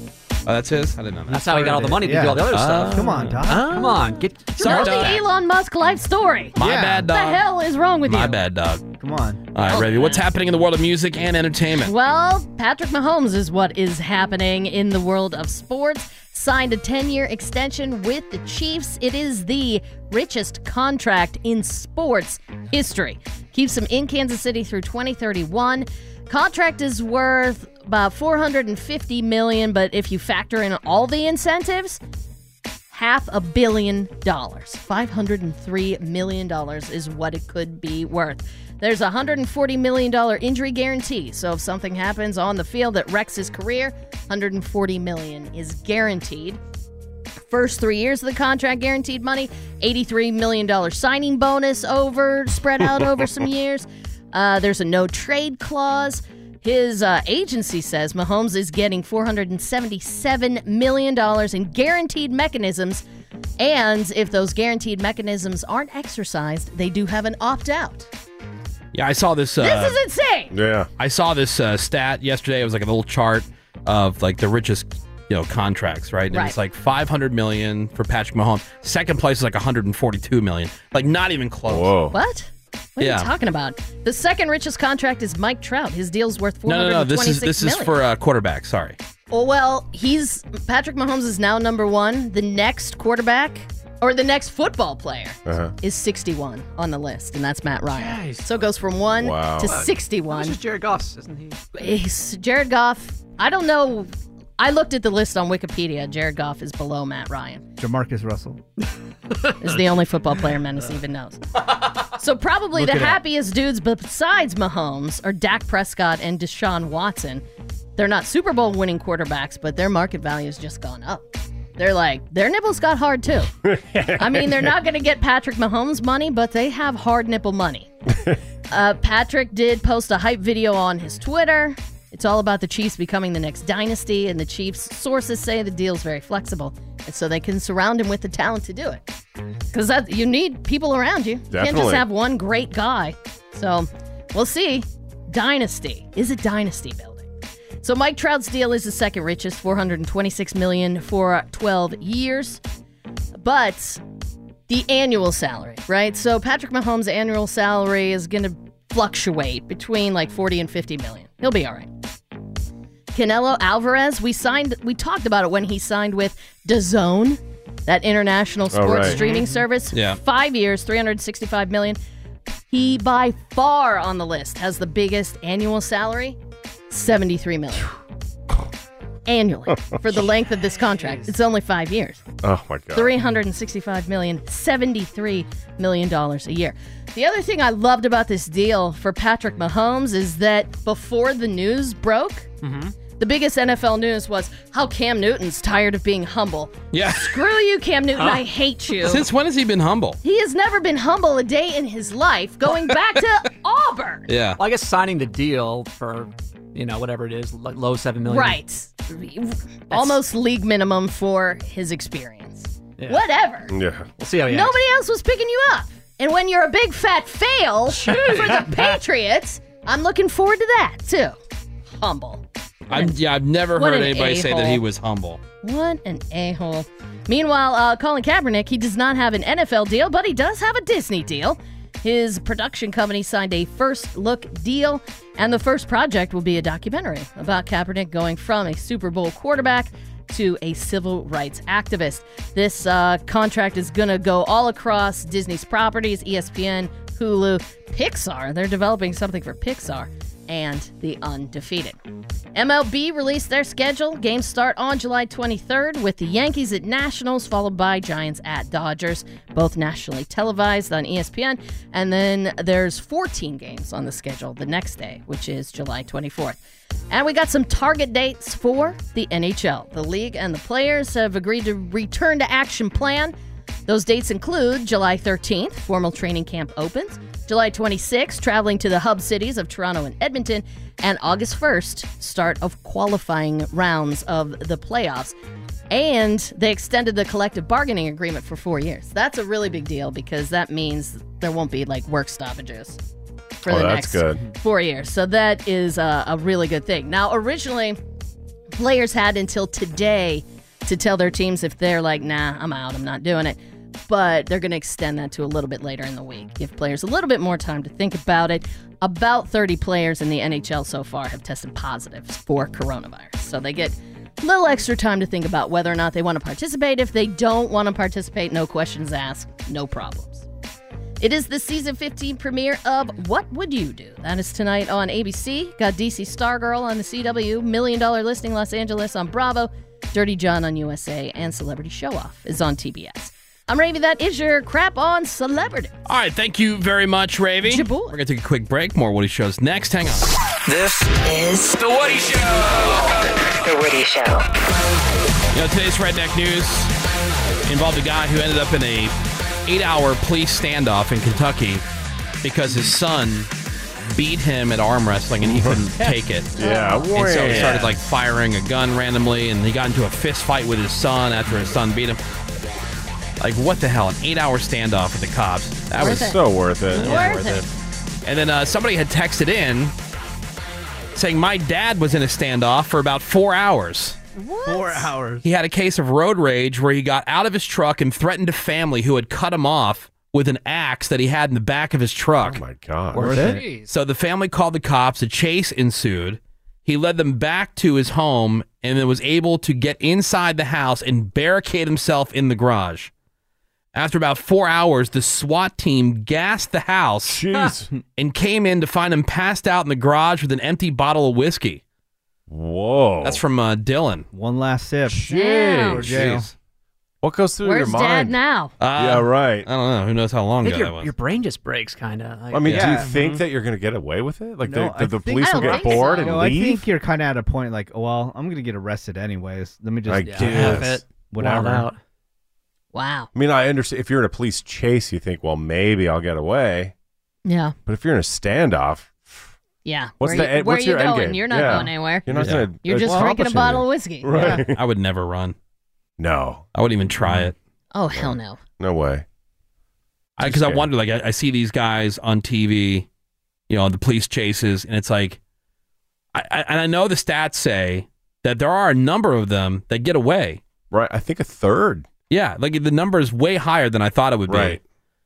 Oh, that's his. I didn't know that. Uh, That's how he got all the money to do all Ah. the other stuff. Come on, Doc. Come on. Get You know the Elon Musk life story. My bad, What dog. the hell is wrong with My you? bad, dog. Come on. All right, Ravi. What's happening in the world of music and entertainment? Well, Patrick Mahomes is what is happening in the world of sports. Signed a 10 year extension with the Chiefs. It is the richest contract in sports history. Keeps him in Kansas City through 2031. Contract is worth about 450 million, but if you factor in all the incentives, half a billion dollars. $503 million is what it could be worth. There's a $140 million injury guarantee. So if something happens on the field that wrecks his career, $140 million is guaranteed. First three years of the contract guaranteed money, $83 million signing bonus over, spread out [LAUGHS] over some years. Uh, there's a no trade clause. His uh, agency says Mahomes is getting $477 million in guaranteed mechanisms. And if those guaranteed mechanisms aren't exercised, they do have an opt out. Yeah, I saw this. Uh, this is insane. Yeah. I saw this uh, stat yesterday. It was like a little chart of like the richest, you know, contracts, right? And Right. it's like 500 million for Patrick Mahomes. Second place is like 142 million. Like not even close. Whoa. What? What are Yeah. you talking about? The second richest contract is Mike Trout. His deal's worth four No, no, hundred no. and This twenty-six million. is this is for uh, quarterback. Sorry. Oh, well, he's Patrick Mahomes is now number one. The next quarterback or the next football player Uh-huh. is 61 on the list, and that's Matt Ryan. So it goes from one Wow. to Wow. 61. This is Jared Goff's, isn't he? He's- Jared Goff. I don't know. I looked at the list on Wikipedia. Jared Goff is below Matt Ryan. Jamarcus Russell. [LAUGHS] Is the only football player Menace even knows. So probably Look the it up. happiest dudes besides Mahomes are Dak Prescott and Deshaun Watson. They're not Super Bowl winning quarterbacks, but their market value has just gone up. They're like, their nipples got hard too. I mean, they're not going to get Patrick Mahomes money, but they have hard [LAUGHS] nipple money. uh, Patrick did post a hype video on his Twitter. It's all about the Chiefs becoming the next dynasty, and the Chiefs' sources say the deal's very flexible, and so they can surround him with the talent to do it. Because that you need people around you. You can't just Definitely. have one great guy. So we'll see. Dynasty is a dynasty building. So Mike Trout's deal is the second richest, 426 million for 12 years. But the annual salary, right? So Patrick Mahomes' annual salary is going to fluctuate between like 40 and 50 million. He'll be all right. Canelo Alvarez, we signed we talked about it when he signed with DAZN, that international Oh, sports right. streaming Mhm. service. Yeah. 5 years, 365 million. He by far on the list has the biggest annual salary, [SIGHS] 73 million. annually for the length of this contract. It's only 5 years. Oh my god. 365 million, 73 million dollars a year. The other thing I loved about this deal for Patrick Mahomes is that before the news broke, Mm-hmm. the biggest NFL news was how Cam Newton's tired of being humble. Yeah. Screw you, Cam Newton. Huh? I hate [LAUGHS] you. Since when has he been humble? he has never been humble a day in his life, going back to Auburn. Yeah. Well, I guess signing the deal for, you know, whatever it is, like low seven million. Right. Almost league minimum for his experience. Yeah. Whatever. Yeah. We'll see how he Nobody else was picking you up. And when you're a big fat fail for the Patriots, I'm looking forward to that too. Humble. I've, yeah, I've never What heard an anybody say that he a-hole. was humble. What an a hole. Meanwhile, uh, Colin Kaepernick, he does not have an NFL deal, but he does have a Disney deal. His production company signed a first look deal, and the first project will be a documentary about Kaepernick going from a Super Bowl quarterback to a civil rights activist. This uh, contract is going to go all across Disney's properties, E ESPN, Hulu, Pixar. They're developing something for Pixar and the undefeated. MLB released their schedule. Games start on July 23rd with the Yankees at Nationals, followed by Giants at Dodgers, both nationally televised on E ESPN. And then there's 14 games on the schedule the next day, which is July 24th. And we got some target dates for the NHL. The league and the players have agreed to return to action plan. Those dates include July 13th, formal training camp opens, July 26th, traveling to the hub cities of Toronto and Edmonton, and August 1st, start of qualifying rounds of the playoffs. And they extended the collective bargaining agreement for four years. That's a really big deal because that means there won't be like work stoppages for Oh, the that's next good. four years. Mm-hmm. So that is a, a really good thing. Now, originally, players had until today to tell their teams if they're like, nah, I'm out, I'm not doing it. But they're going to extend that to a little bit later in the week, give players a little bit more time to think about it. About 30 players in the NHL so far have tested positives for coronavirus. So they get a little extra time to think about whether or not they want to participate. If they don't want to participate, no questions asked, no problems. It is the season 15 premiere of What Would You Do? That is tonight on ABC. Got DC Stargirl on the CW, Million Dollar Listing Los Angeles on Bravo, Dirty John on USA, and Celebrity Show Off [LAUGHS] is on TBS. I'm Ravy. That is your crap on celebrity. All right, thank you very much, Ravy. We're going to take a quick break. More Woody shows next. Hang on. This is The Woody Show. The Woody Show. You know, today's redneck news involved a guy who ended up in a eight-hour police standoff in Kentucky because his son beat him at arm wrestling and he couldn't [LAUGHS] take it. Yeah, and so he wah. started like firing a gun randomly, and he got into a fist fight with his son after his son beat him. Like, what the hell? An eight-hour standoff with the cops. That Worth was it. So worth it. That was Worth it. And then uh, somebody had texted in saying my dad was in a standoff for about four hours. Four hours. He had a case of road rage where he got out of his truck and threatened a family who had cut him off with an axe that he had in the back of his truck. Oh my god. Worth it? So the family called the cops, a chase ensued. He led them back to his home and then was able to get inside the house and barricade himself in the garage. After about four hours, the SWAT team gassed the house [LAUGHS] and came in to find him passed out in the garage with an empty bottle of whiskey. Whoa. That's from uh, Dylan. One last sip. Jeez. Or jail. Jeez. What goes through Where's dad now? Yeah, right. Uh, I don't know. Who knows how I long think ago your, that was? Mm-hmm. your brain just breaks, kind of. I mean, do you think that you're going to get away with it? Like No, the, the, I the think- police will get bored and No, I leave? think you're kind of at a point like, well, I'm going to get arrested anyways. Let me just I have guess. it. whatever. out. Wow. I mean, I understand if you're in a police chase, you think, well, maybe I'll get away. Yeah. But if you're in a standoff, Yeah. What's where the you, end- where what's you your end going? game? You're not Yeah. going anywhere. You're not Yeah. gonna You're just accomplish drinking a bottle of anything. whiskey. Right. Yeah. I would never run. No. I wouldn't even try it. Oh hell no. No way. Because I, wonder, like, I, I see these guys on TV, you know, the police chases, and it's like, I, I, and I know the stats say that there are a number of them that get away. Right. I think a third. Yeah. Like the number is way higher than I thought it would Right.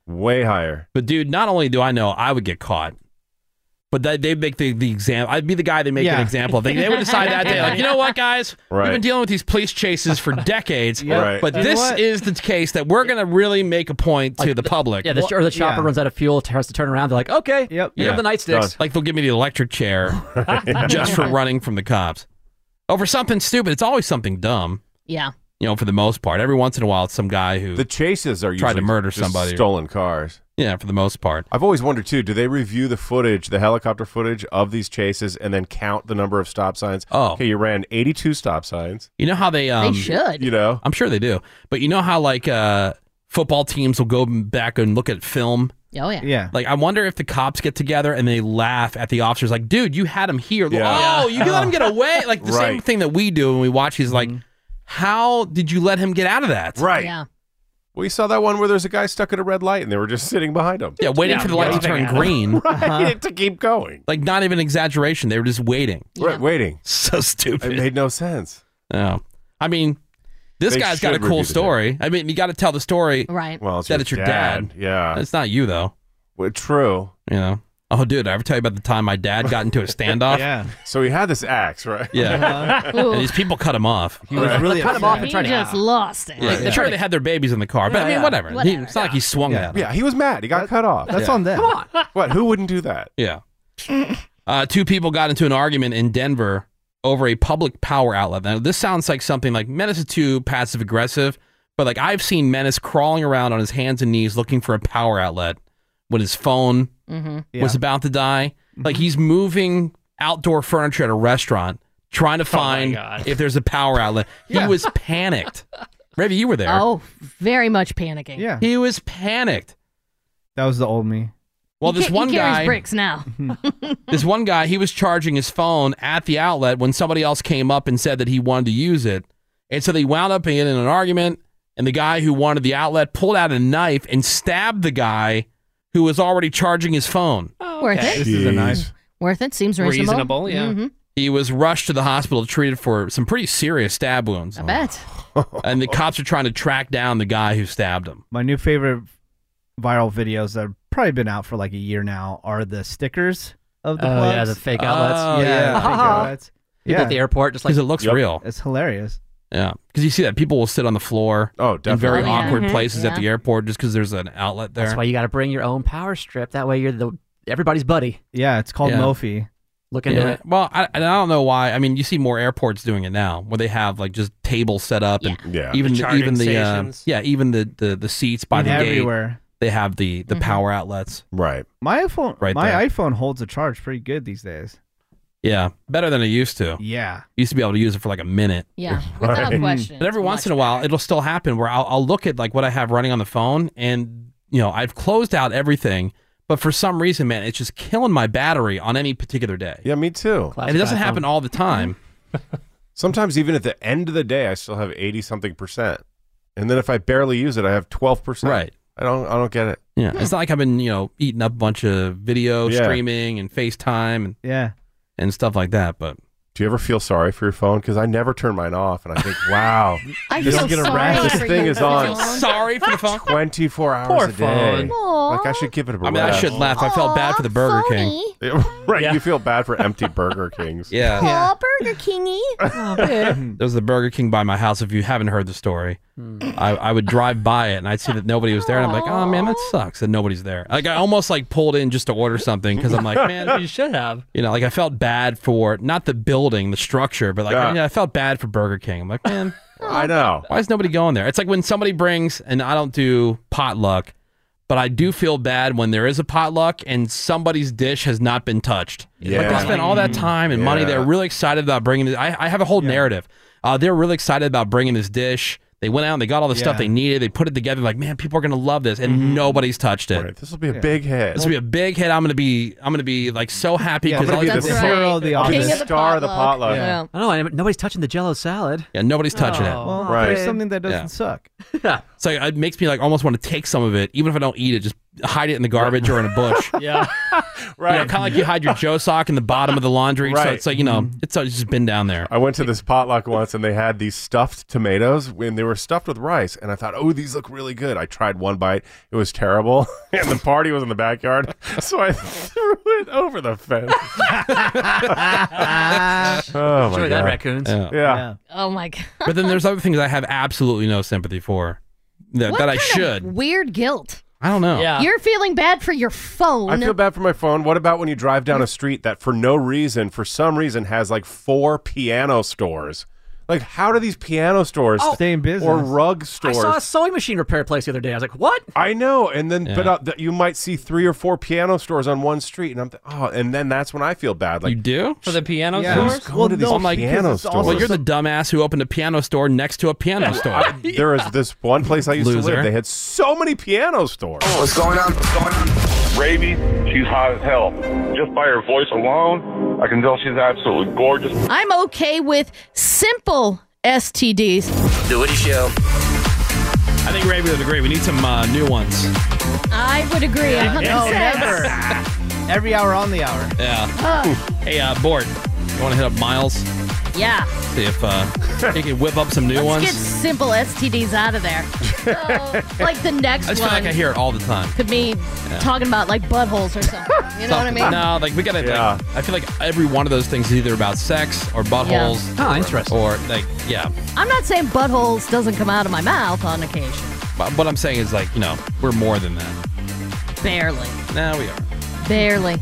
be. Way higher. But, dude, not only do I know I would get caught, but that they make the, the example. I'd be the guy they make Yeah. an example of. They, they would decide that day, like, you know what, guys? Right. We've been dealing with these police chases [LAUGHS] for decades, Yep. Right. but You know this what? is the case that we're going to really make a point to the, public. Yeah, the, or the chopper runs out of fuel, has to turn around. They're like, okay, yep, you have the nightsticks. Like they'll give me the electric [LAUGHS] chair just for running from the cops. Over something stupid. It's always something dumb. Yeah. You know, for the most part. Every once in a while, it's some guy who the chases are tried to usually murder just somebody. Stolen cars. Yeah, for the most part. I've always wondered too. Do they review the footage, the helicopter footage of these chases, and then count the number of stop signs? Oh, okay, you ran eighty-two stop signs. You know how they um, should. You know, I'm sure they do. But you know how like uh, football teams will go back and look at film. Oh yeah. Like I wonder if the cops get together and they laugh at the officers, like, "Dude, you had him here. Yeah. Oh, you let him get away." Like the same Right. thing that we do when we watch. He's like, "How did you let him get out of that?" Right. Yeah. We saw that one where there's a guy stuck at a red light, and they were just sitting behind him. Yeah, Uh-huh. waiting for the light to turn green. [LAUGHS] right, to keep going. Like not even exaggeration. They were just waiting. Right, waiting. [LAUGHS] So stupid. It made no sense. Oh. I mean, this They guy's got a should cool review the story. I mean, you got to tell the story. Right. Well, it's that your it's your dad. dad. Yeah. It's not you though. Well, true. You know. Oh, dude, I ever tell you about the time my dad got into a standoff? So he had this axe, right? [LAUGHS] Yeah. Ooh. and these people cut him off. Uh-huh. He was Right. really Cut him off and He try to. just lost it. Yeah, yeah. Sure, they had their babies in the car, but I Yeah, mean, yeah. whatever. He- Whatever. it's not like he swung Yeah. at him. yeah, he was mad. He got cut off. Uh-huh. that's Yeah. on them. Come on. what? Who wouldn't do [LAUGHS] that? Yeah. Uh, two people got into an argument in Denver over a public power outlet. Now, this sounds like something like Menace is too passive aggressive, but like I've seen Menace crawling around on his hands and knees looking for a power outlet when his phone Mm. Mm-hmm. Mhm. was Yeah. about to die. Like he's moving outdoor furniture at a restaurant trying Oh to find if there's a power outlet. He was [LAUGHS] panicked. Ravi, you were there. Oh, very much panicking. Yeah. He was panicked. That was the old me. Well, this one he carries guy bricks now. this one guy, he was charging his phone at the outlet when somebody else came up and said that he wanted to use it. And so they wound up in an argument, and the guy who wanted the outlet pulled out a knife and stabbed the guy who was already charging his phone. Worth it. Worth it. Seems reasonable. Reasonable, yeah. Mhm. He was rushed to the hospital treated for some pretty serious stab wounds. I bet. [LAUGHS] And the cops are trying to track down the guy who stabbed him. My new favorite viral videos that have probably been out for like a year now are the stickers of the Oh, plugs. yeah, the fake outlets. Oh, yeah, Yeah. the [LAUGHS] fake outlets. People at the airport just like- 'Cause it looks Yep. real. It's hilarious. Yeah, because you see that people will sit on the floor oh, in very definitely. awkward Mhm. places Yeah. at the airport just because there's an outlet there. That's why you got to bring your own power strip. That way you're the everybody's buddy. Yeah, it's called Yeah. Mophie. Look into Yeah. it. Well, I, and I don't know why. I mean, you see more airports doing it now, where they have like just tables set up, and Yeah. even The the charging even the uh, stations. yeah, even the, the the seats by the Mhm. gate. Everywhere. They have the the power outlets. Right. My iPhone, Right my there. iPhone holds a charge pretty good these days. Yeah, better than it used to. Yeah. used to be able to use it for like a minute. Yeah, without question. But every once in a while, it'll still happen where I'll, I'll look at like what I have running on the phone, and you know I've closed out everything, but for some reason, man, it's just killing my battery on any particular day. Yeah, me too. and it doesn't happen all the time. [LAUGHS] Sometimes even at the end of the day, I still have eighty something percent, and then if I barely use it, I have twelve percent. Right. I don't. I don't get it. Yeah, it's not like I've been you know eating up a bunch of video Yeah. streaming and FaceTime and yeah and stuff like that. But do you ever feel sorry for your phone? Because I never turn mine off, and I think, [LAUGHS] wow, [LAUGHS] I this, feel sorry this for thing your is on phone. Sorry for the phone. twenty four hours Poor a day. phone. Like I should give it a I mean, I rest. shouldn't laugh. I felt bad for the Burger King. [LAUGHS] right, you feel bad for [LAUGHS] empty Burger Kings. Yeah. Aw, Burger Kingy. Aw, boo. There's the Burger King by my house. If you haven't heard the story, I, I would drive by it and I'd see that nobody was there, and I'm like, oh man, that sucks that nobody's there. Like I almost like pulled in just to order something because [LAUGHS] I'm like, man, you should have. you know, like I felt bad for not the building, the structure, but like Yeah. you know, I felt bad for Burger King. I'm like, man, [LAUGHS] I know. Why is nobody going there? It's like when somebody brings, and I don't do potluck, but I do feel bad when there is a potluck and somebody's dish has not been touched. Like Yeah. they spent all that Mm. time and money. Yeah. They're really excited about bringing. This, I, I have a whole narrative. Uh, they're really excited about bringing this dish. They went out and they got all the stuff Yeah. Mm-hmm. they needed. They put it together. Like, man, people are gonna love this, and nobody's touched it. This will be a big hit. This will be a big hit. I'm gonna be, I'm gonna be like so happy Yeah, I'm gonna all be these the people- hero of the King office. of the Star of the potluck. potluck. Yeah. Yeah. I don't know. Nobody's touching the Jello salad. Yeah, nobody's touching it. Oh, Well, right. there's something that doesn't suck. so it makes me like almost want to take some of it, even if I don't eat it. Just hide it in the garbage or in a bush. Yeah. right. kind of like you hide your Joe sock in the bottom of the laundry. So Right. Mm-hmm. it's like you know, it's, it's just been down there. I went to this potluck once and they had these stuffed tomatoes when they were stuffed with rice. And I thought, oh, these look really good. I tried one bite. It was terrible. [LAUGHS] And the party was in the backyard. [LAUGHS] So I threw it over the fence. [LAUGHS] oh, my Enjoy God. that, raccoons. Yeah. Yeah. [LAUGHS] Oh my god. But then there's other things I have absolutely no sympathy for that, What that I kind of should. Oh. Weird guilt. I don't know. You're feeling bad for your phone. I feel bad for my phone. What about when you drive down a street that for no reason, for some reason, has like four piano stores? Like, how do these piano stores Oh. Stay in business. Or rug I stores? saw a sewing machine repair place the other day. I was like, what? I know, and then but Yeah. uh, th- you might see three or four piano stores on one street, and I'm th- oh, and then that's when I feel bad. Like you do for the piano Yeah. stores? Who's going to these piano stores? Well, you're the dumbass who opened a piano store next to a piano store. there is this one place I used to Loser. live. They had so many piano stores. What's going on? What's going on? Raby, she's hot as hell. Just by her voice alone, I can tell she's absolutely gorgeous. [LAUGHS] I'm okay with simple STDs. The Woody Show. I think Ray would agree. We need some uh, new ones. I would agree. Yeah. a No, hundred never. percent. Every hour on the hour. Yeah. hey, uh, Bort, you want to hit up Miles? Yeah. See if [LAUGHS] uh, he can whip up some new Let's ones. get simple STDs out of [LAUGHS] there. So, like the next I just one feel like I hear it all the time. could be talking about like buttholes or something. You know what I mean? No, like we gotta. like, I feel like every one of those things is either about sex or buttholes. Yeah. Oh, or, interesting. Or like, yeah. I'm not saying buttholes doesn't come out of my mouth on occasion. But what I'm saying is like, you know, we're more than that. Barely. Now we are. Barely.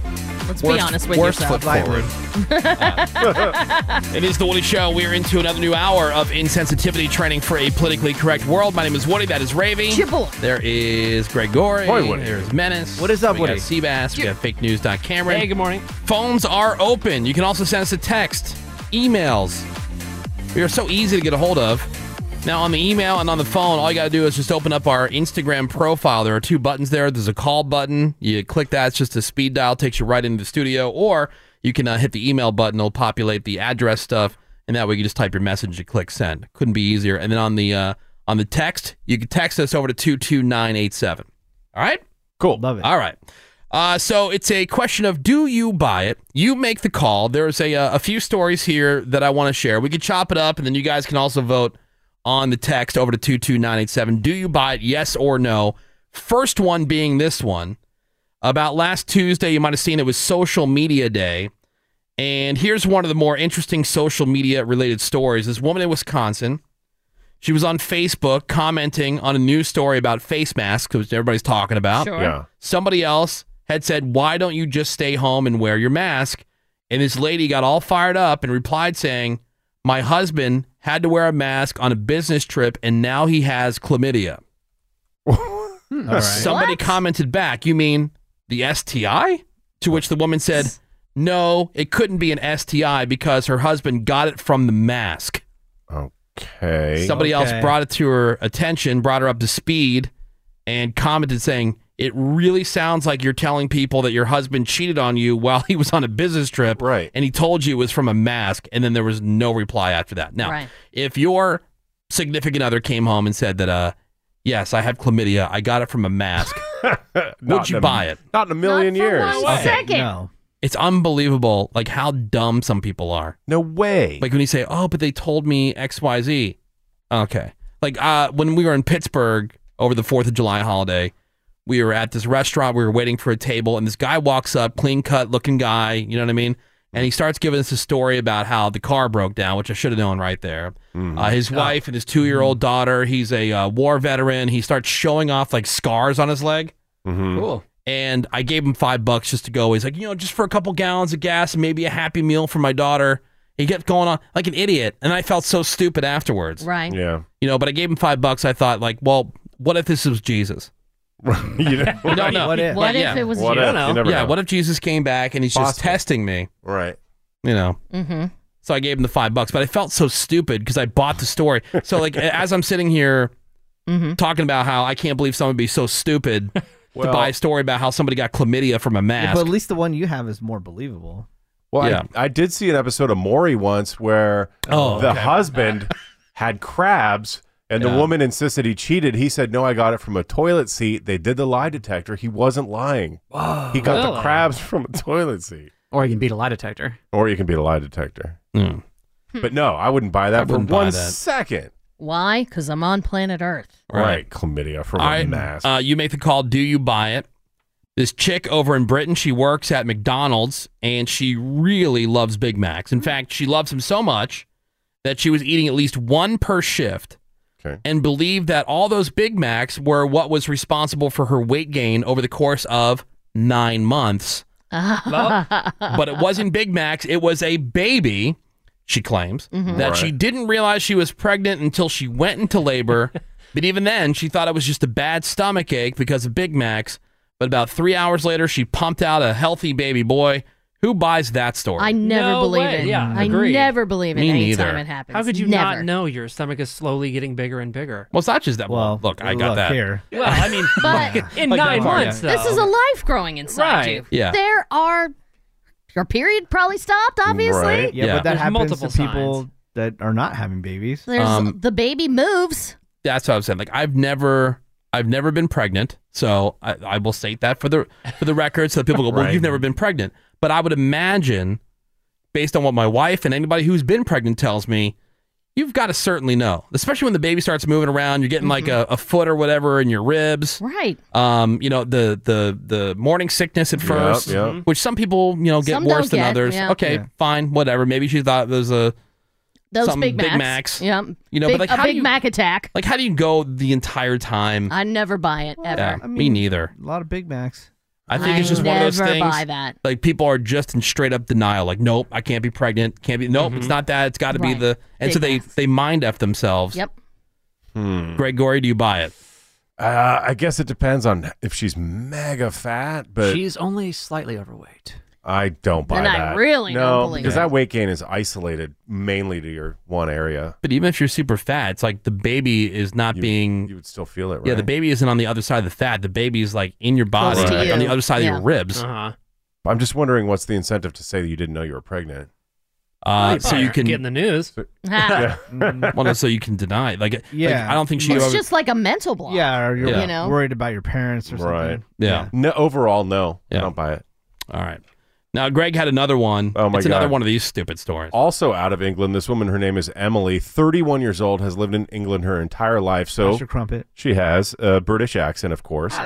Let's be Worst- honest with worst yourself. foot forward. It is the Woody Show. We're into another new hour of insensitivity training for a politically correct world. My name is Woody. That is Ravy. There is Greg Gorey. Hoy, Woody. There's Menace. What is up, we Woody? Got Seabass. We got fake news.cameron. Hey, good morning. Phones are open. You can also send us a text, emails. We are so easy to get a hold of. Now, on the email and on the phone, all you got to do is just open up our Instagram profile. There are two buttons there. There's a call button. You click that, it's just a speed dial, takes you right into the studio. Or you can uh, hit the email button, it'll populate the address stuff. And that way you just type your message and click send. Couldn't be easier. And then on the uh, on the text, you can text us over to 22987. All right? Cool. Love it. All right. Uh, so it's a question of do you buy it? You make the call. There's a, uh, a few stories here that I want to share. We could chop it up, and then you guys can also vote on the text over to 22987. Do you buy it? Yes or no? First one being this one. About last Tuesday, you might have seen it was social media day. And here's one of the more interesting social media related stories. This woman in Wisconsin she was on Facebook commenting on a news story about face masks, which everybody's talking about. Sure. Yeah. Somebody else had said, Why don't you just stay home and wear your mask? And this lady got all fired up and replied saying, My husband had to wear a mask on a business trip and now he has chlamydia. Somebody commented back, You mean the STI? To which the woman said, No, it couldn't be an STI because her husband got it from the mask. Okay. Somebody Okay. [LAUGHS] else brought it to her attention, brought her up to speed, and commented saying, It really sounds like you're telling people that your husband cheated on you while he was on a business trip. Right. And he told you it was from a mask. And then there was no reply after that. Now, Right. if your significant other came home and said that, uh, Yes, I have chlamydia, I got it from a mask, would Not you in a- buy it? Not in a million years. Okay, It's unbelievable, like how dumb some people are. No way. Like when you say, "Oh, but they told me X, Y, Z." Okay. Like uh, when we were in Pittsburgh over the Fourth of July holiday, we were at this restaurant. We were waiting for a table, and this guy walks up, clean cut looking guy. You know what I mean? And he starts giving us a story about how the car broke down, which I should have known right there. Mm. Uh, his wife and his two year old daughter. He's a uh, war veteran. He starts showing off like scars on his leg. Mm-hmm. Cool. And I gave him five bucks just to go. He's like, you know, just for a couple gallons of gas and maybe a happy meal for my daughter. He kept going on like an idiot. And I felt so stupid afterwards. Right. Yeah. You know, but I gave him five bucks. I thought, like, well, what if this was Jesus? [LAUGHS] you know, [LAUGHS] you don't know. What if- But What if yeah. it was What Jesus? if? You never yeah, know. what if Jesus came back and he's just Possible. testing me? Right. You know. [LAUGHS] Mm-hmm. So I gave him the five bucks, but I felt so stupid because I bought the story. So like as I'm sitting here talking about how I can't believe someone would be so stupid to Well- buy a story about how somebody got chlamydia from a mask. but at least the one you have is more believable. Well, Yeah. I, I did see an episode of Maury once where Oh, the okay. husband [LAUGHS] had crabs and Yeah. the woman insisted he cheated. He said, No, I got it from a toilet seat. They did the lie detector. He wasn't lying. He got the Really? crabs from a toilet seat. Or you can beat a lie detector. Or you can be a lie detector. Hmm. But no, I wouldn't buy I that for wouldn't buy one that. second. Why? Because I'm on planet Earth. Right. Chlamydia from All a right, mask. Uh, you make the call. Do you buy it? This chick over in Britain, she works at McDonald's and she really loves Big Macs. In fact, she loves them so much that she was eating at least one per shift and believed that all those Big Macs were what was responsible for her weight gain over the course of nine months. [LAUGHS] but it wasn't Big Macs, it was a baby, she claims, Mm-hmm. Mhm. that Right. she didn't realize she was pregnant until she went into [LAUGHS] labor. but even then, she thought it was just a bad stomach ache because of Big Macs. But about three hours later, she pumped out a healthy baby boy. Who buys that story? I never No believe way, it. yeah, I agreed. never believe it Me anytime neither. it happens. How could you never. not know your stomach is slowly getting bigger and bigger? well, it's not just that. Well, look, I got look that. here. Well, I mean, [LAUGHS] But in nine months, though. This is a life growing inside Right. you. Yeah. There are your period probably stopped, obviously. Yeah, but that There's happens multiple to people that are not having babies. There's Um, the baby moves. That's what I'm saying. Like I've never, I've never been pregnant, so I, I will state that for the for the record, so that people go, "Well, Right. you've never been pregnant." But I would imagine, based on what my wife and anybody who's been pregnant tells me, you've got to certainly know, especially when the baby starts moving around. You're getting like Mm-hmm. a, a foot or whatever in your ribs, right? Um, you know the the the morning sickness at Yep, first, yep. which some people you know get Mm-hmm. Some worse don't than get, others. yeah. Okay, Yeah. fine, whatever. Maybe she thought there was a Those some Big Macs. Big Macs. Yeah. You know, Big- but like a how do Big you- Mac attack. Like, how do you go the entire time? I never buy it ever. Yeah, me neither. A lot of Big Macs. I think it's just one of those never things. buy that. Like people are just in straight up denial. Like, nope, I can't be pregnant. Can't be. Nope, it's not that. It's got to be Right. the. And so Big they they mind f themselves. Yep. Greg Gory, do you buy it? Uh, I guess it depends on if she's mega fat, but She's only slightly overweight. I don't buy Then I that. really no, don't believe because it. that weight gain is isolated mainly to your one area. But even if you're super fat, it's like the baby is not being. You would still feel it. Yeah, the baby isn't on the other side of the fat. The baby is like in your body, to like, on you. the other side Yeah. of your ribs. Uh-huh. I'm just wondering what's the incentive to say that you didn't know you were pregnant. Uh, so you can get in the news. Ah. well, no, so you can deny. it. Like, like, Mm-hmm. Yeah. I don't think she. It's ever- just like a mental block. Yeah, or you're Yeah. you know. worried about your parents or something. Right. Yeah. No. Overall, no. I don't buy it. All right. Now, Greg had another one. Oh my it's another God. one of these stupid stories. Also out of England, this woman, her name is Emily, 31 years old, has lived in England her entire life. So Mr. Crumpet. she has a British accent, of course.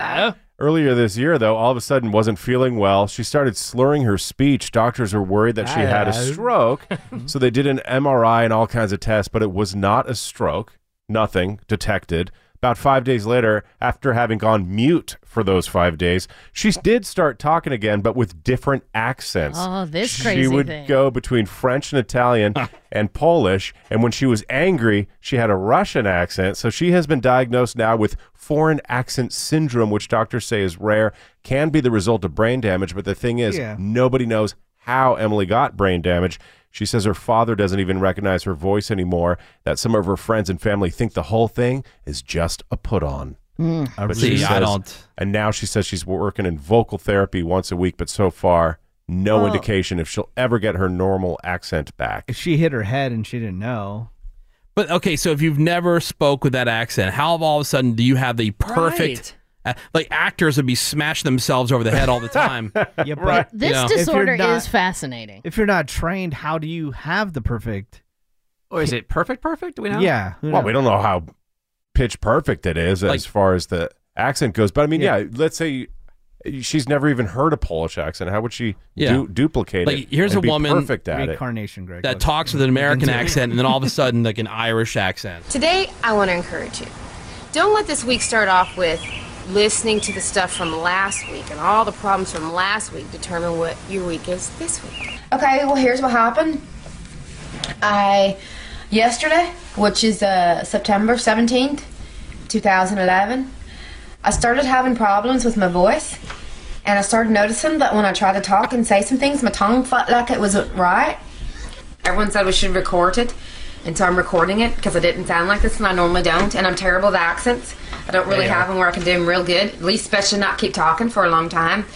Earlier this year, though, all of a sudden wasn't feeling well. She started slurring her speech. Doctors were worried that she had a Hello. stroke. so they did an MRI and all kinds of tests, but it was not a stroke. Nothing detected. About five days later, after having gone mute for those five days, she did start talking again, but with different accents. Oh, this she crazy would thing. go between French and Italian and Polish. And when she was angry, she had a Russian accent. So she has been diagnosed now with foreign accent syndrome, which doctors say is rare, can be the result of brain damage. But the thing is, Yeah. nobody knows how Emily got brain damage. She says her father doesn't even recognize her voice anymore, that some of her friends and family think the whole thing is just a put on. Mm. I But she really- See, I says- don't- And now she says she's working in vocal therapy once a week, but so far, no Well- indication if she'll ever get her normal accent back. If she hit her head and she didn't know. But okay, so if you've never spoke with that accent, how all of a sudden do you have the perfect? uh, like actors would be smashing themselves over the head all the time. Yeah, but You This know? disorder not- is fascinating. If you're not trained, how do you have the perfect? Or is it perfect? Perfect? Do we know? Yeah. who Well, knows? we don't know how pitch perfect it is as far as the accent goes, but I mean, yeah, let's say she's never even heard a Polish accent. How would she Yeah. du- duplicate Like, it? here's and a be woman- perfect at it. Reincarnation, Greg. that talks with an American accent, and then all of a sudden, like an Irish [LAUGHS] accent. Today, I want to encourage you. Don't let this week start off with listening to the stuff from last week and all the problems from last week determine what your week is this week. Okay, well, here's what happened. I, yesterday, which is uh, September 17th, 2011, I started having problems with my voice. And I started noticing that when I tried to talk and say some things, my tongue felt like it wasn't right. Everyone said we should record it, and so I'm recording it because I didn't sound like this, and I normally don't. And I'm terrible with accents. I don't really Yeah. have them where I can do them real good. At least, especially not keep talking for a long time.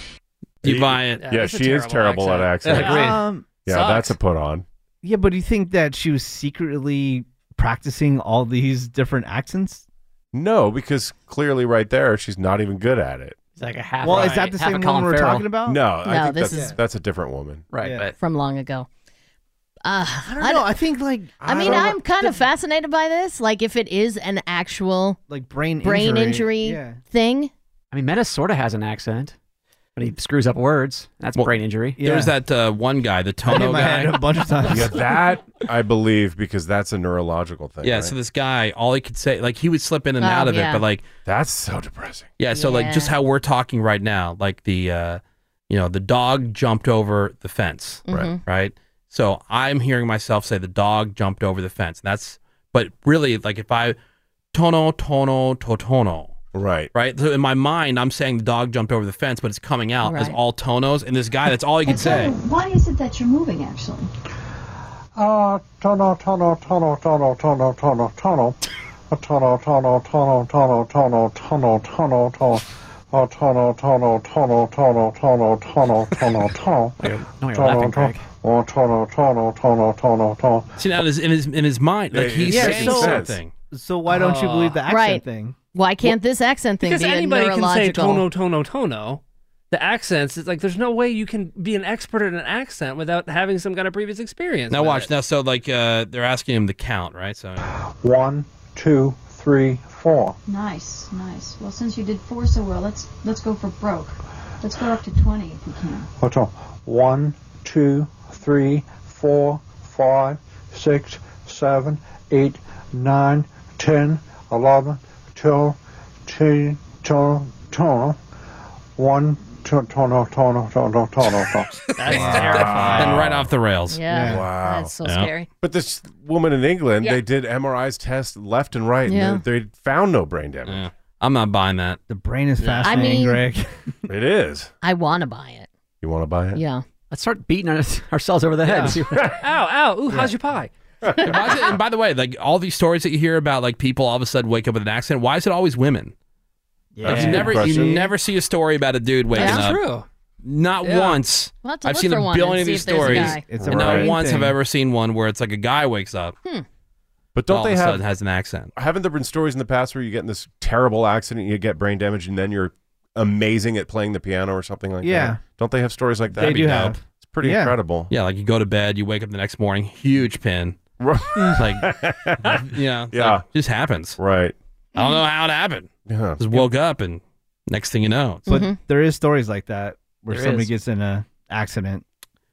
You buy it. yeah, she is terrible at accents. Um, yeah, that's a put on. Yeah, but do you think that she was secretly practicing all these different accents? No, because clearly right there, she's not even good at it. It's like a half. Well, is that the same one we're talking about? No, I No, think this that's, is- that's a different woman. Right, from long ago. Uh, I don't know. I think like I, I mean, don't know. I'm kind of fascinated by this. Like, if it is an actual like brain brain injury, injury. thing, I mean, Menace sort of has an accent, but he screws up words. That's brain injury. There's that uh, one guy, the Tono guy. Yeah, that I believe because that's a neurological thing. Yeah, right? so this guy, all he could say, like he would slip in and Oh, out of yeah. it, but like that's so depressing. Yeah, so like just Yeah. how we're talking right now, like the uh you know, the dog jumped over the fence. Right. Mhm. Right. So I'm hearing myself say the dog jumped over the fence. And that's but really like if I tono tono totono. Right. Right. So in my mind I'm saying the dog jumped over the fence, but it's coming out as Right. all tonos and this guy that's all he [LAUGHS] could say. Why is it that you're moving, actually? Ah, tunnel, tunnel, tunnel, tunnel, tunnel, tunnel, tunnel. A tunnel, tunnel, tunnel, tunnel, tunnel, tunnel, tunnel, tunnel. A tunnel, tunnel, tunnel, tunnel, tunnel, tunnel, tunnel, tunnel. [LAUGHS] you're laughing, Craig. Oh, tunnel, tunnel, tunnel, tunnel, tunnel. See now in his in his in his mind. Like he's saying something. So why don't Oh. you believe the accent Right. thing? Why can't this accent thing because be a anybody can say neurological? tono tono tono. The accents, it's like there's no way you can be an expert at an accent without having some kind of previous experience. Now with watch it. now so like uh they're asking him the count, right? So One, two, three, four. Nice, nice. Well, since you did four so well, let's let's go for broke. Let's go up to twenty if we can. What's on? One, two, three, four, five, six, seven, eight, nine, ten, eleven, twelve, ten, twelve, twelve. One, two, tunnel, tunnel, tunnel, tunnel, tunnel. That's terrifying. And right off the rails. Yeah, Wow. that's so Yeah. scary. But this woman in England, Yeah. they did MRIs tests left and right, Yeah. and they, they found no brain damage. I'm not buying that. The brain is fascinating, mean- Greg. [LAUGHS] it is. I want to buy it. You want to buy it? Yeah. Let's start beating our- [LAUGHS] ourselves over the head. Yeah. and see what- [LAUGHS] Ow, ow, ooh, how's your pie? [LAUGHS] and, why is it- and by the way, like all these stories that you hear about, like people all of a sudden wake up with an accident. Why is it always women? Like, That's a you good never you question. never see a story about a dude waking That's up. true. Not Yeah. once. We'll have to I've look seen for a one and billion of see these if there's a stories, guy. It's a and not brain once thing. have I ever seen one where it's like a guy wakes up. Hmm. But don't all they of a have- sudden has an accent? Haven't there been stories in the past where you get in this terrible accident, you get brain damage, and then you're amazing at playing the piano or something like that? Yeah. Don't they have stories like that? That'd be dope. It's pretty incredible. Yeah, like you go to bed, you wake up the next morning, huge pin. [LAUGHS] like, yeah, yeah, just happens. Right. I don't know how it happened. Yeah. Just woke up, and next thing you know, it's But there is stories like that where There somebody is. gets in a accident.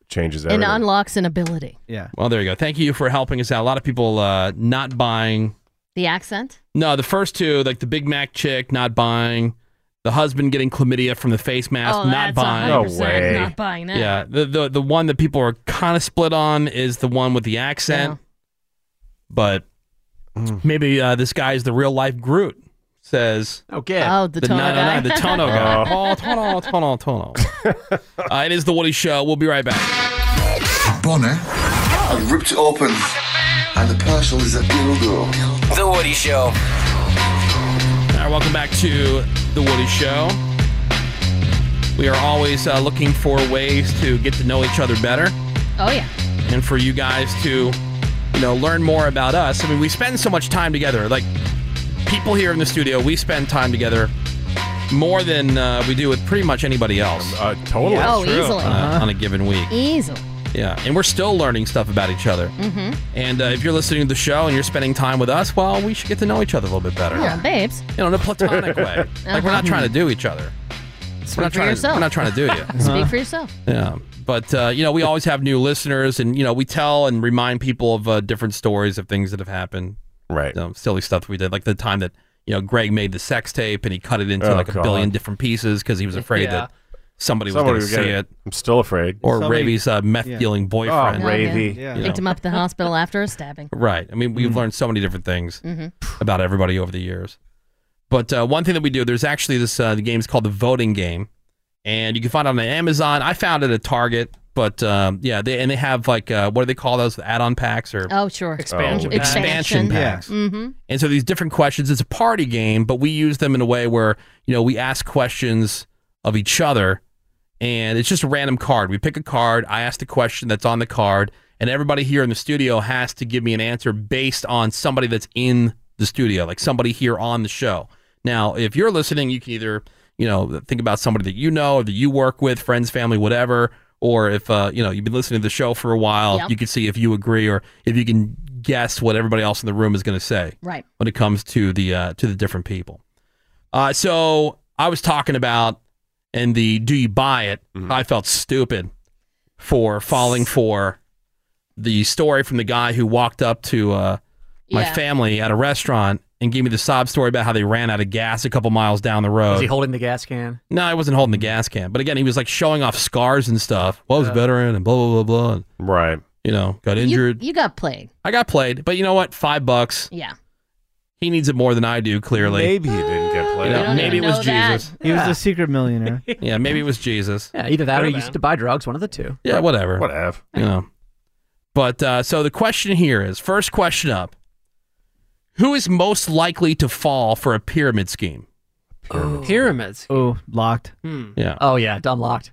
Changes It unlocks an ability. Yeah. Well, there you go. Thank you for helping us out. A lot of people uh, not buying. The accent? No, the first two, like the Big Mac chick not buying, the husband getting chlamydia from the face mask, Oh, not that's buying. 100% No way. not buying that. Yeah, the the, the one that people are kind of split on is the one with the accent, but maybe uh, this guy is the real life Groot. Says okay. Oh, the Tono no, no, guy. no, the [LAUGHS] Tono guy. Oh, Tono, Tono, Tono. uh, it is the Woody Show. We'll be right back. Bonner. I ripped it open, and the parcel is a dildo. The Woody Show. All right, welcome back to The Woody Show. We are always uh, looking for ways to get to know each other better Oh, yeah. and for you guys to, you know, learn more about us. I mean, we spend so much time together. Like, people here in the studio, we spend time together more than uh, we do with pretty much anybody else. Uh, totally. Yeah, Oh, true. easily. On, a, on a given week. Easily. Yeah. And we're still learning stuff about each other. Mm-hmm. And uh, if you're listening to the show and you're spending time with us, well, we should get to know each other a little bit better. Yeah, babes. You know, in a platonic way. [LAUGHS] Like, we're not trying to do each other. Speak We're not, for trying to, yourself. we're not trying to do you. [LAUGHS] Uh-huh. Speak for yourself. Yeah. But, uh, you know, we always have new listeners and, you know, we tell and remind people of uh, different stories of things that have happened. Right. You know, silly stuff that we did, like the time that, you know, Greg made the sex tape and he cut it into Oh, like a God. billion different pieces because he was afraid Yeah. that somebody, Somebody was would get going to see it. it. I'm still afraid. Or Somebody- Ravy's uh, meth Yeah. dealing boyfriend. Oh, Ravy. You know. Picked him up at the hospital after a stabbing. Right. I mean, we've Mm-hmm. learned so many different things Mhm. about everybody over the years. But uh, one thing that we do, there's actually this, uh, the game's called the voting game, and you can find it on Amazon. I found it at Target, But um, yeah, they and they have like uh, what do they call those add-on packs or Oh, sure. Expansion packs. Expansion packs. Mm-hmm. And so these different questions, it's a party game, but we use them in a way where, you know, we ask questions of each other and it's just a random card. We pick a card, I ask the question that's on the card, and everybody here in the studio has to give me an answer based on somebody that's in the studio, like somebody here on the show. Now, if you're listening, you can either, you know, think about somebody that you know or that you work with, friends, family, whatever. Or if uh, you know you've been listening to the show for a while, Yep. you can see if you agree or if you can guess what everybody else in the room is going to say Right. when it comes to the uh, to the different people. Uh, so I was talking about and the do you buy it? Mm-hmm. I felt stupid for falling for the story from the guy who walked up to uh, my Yeah. family at a restaurant and gave me the sob story about how they ran out of gas a couple miles down the Uh, road. Is he holding the gas can? No, I wasn't holding the gas can. But again, he was like showing off scars and stuff. Well, I was a Uh. veteran and blah blah blah blah. Right. You know, got injured. You got played. I got played, but you know what? Five bucks. Yeah. He needs it more than I do. Clearly, maybe he didn't get played. We don't maybe it even was know that. Jesus. He was yeah. a [LAUGHS] secret millionaire. [LAUGHS] yeah, maybe it was Jesus. Yeah, either that or he used to buy drugs, one of the two. Yeah, whatever. Whatever. You know. But uh, so the question here is first question up Who is most likely to fall for a pyramid scheme? Pyramids. Oh, locked. Hmm. Yeah. Oh yeah, dumb locked.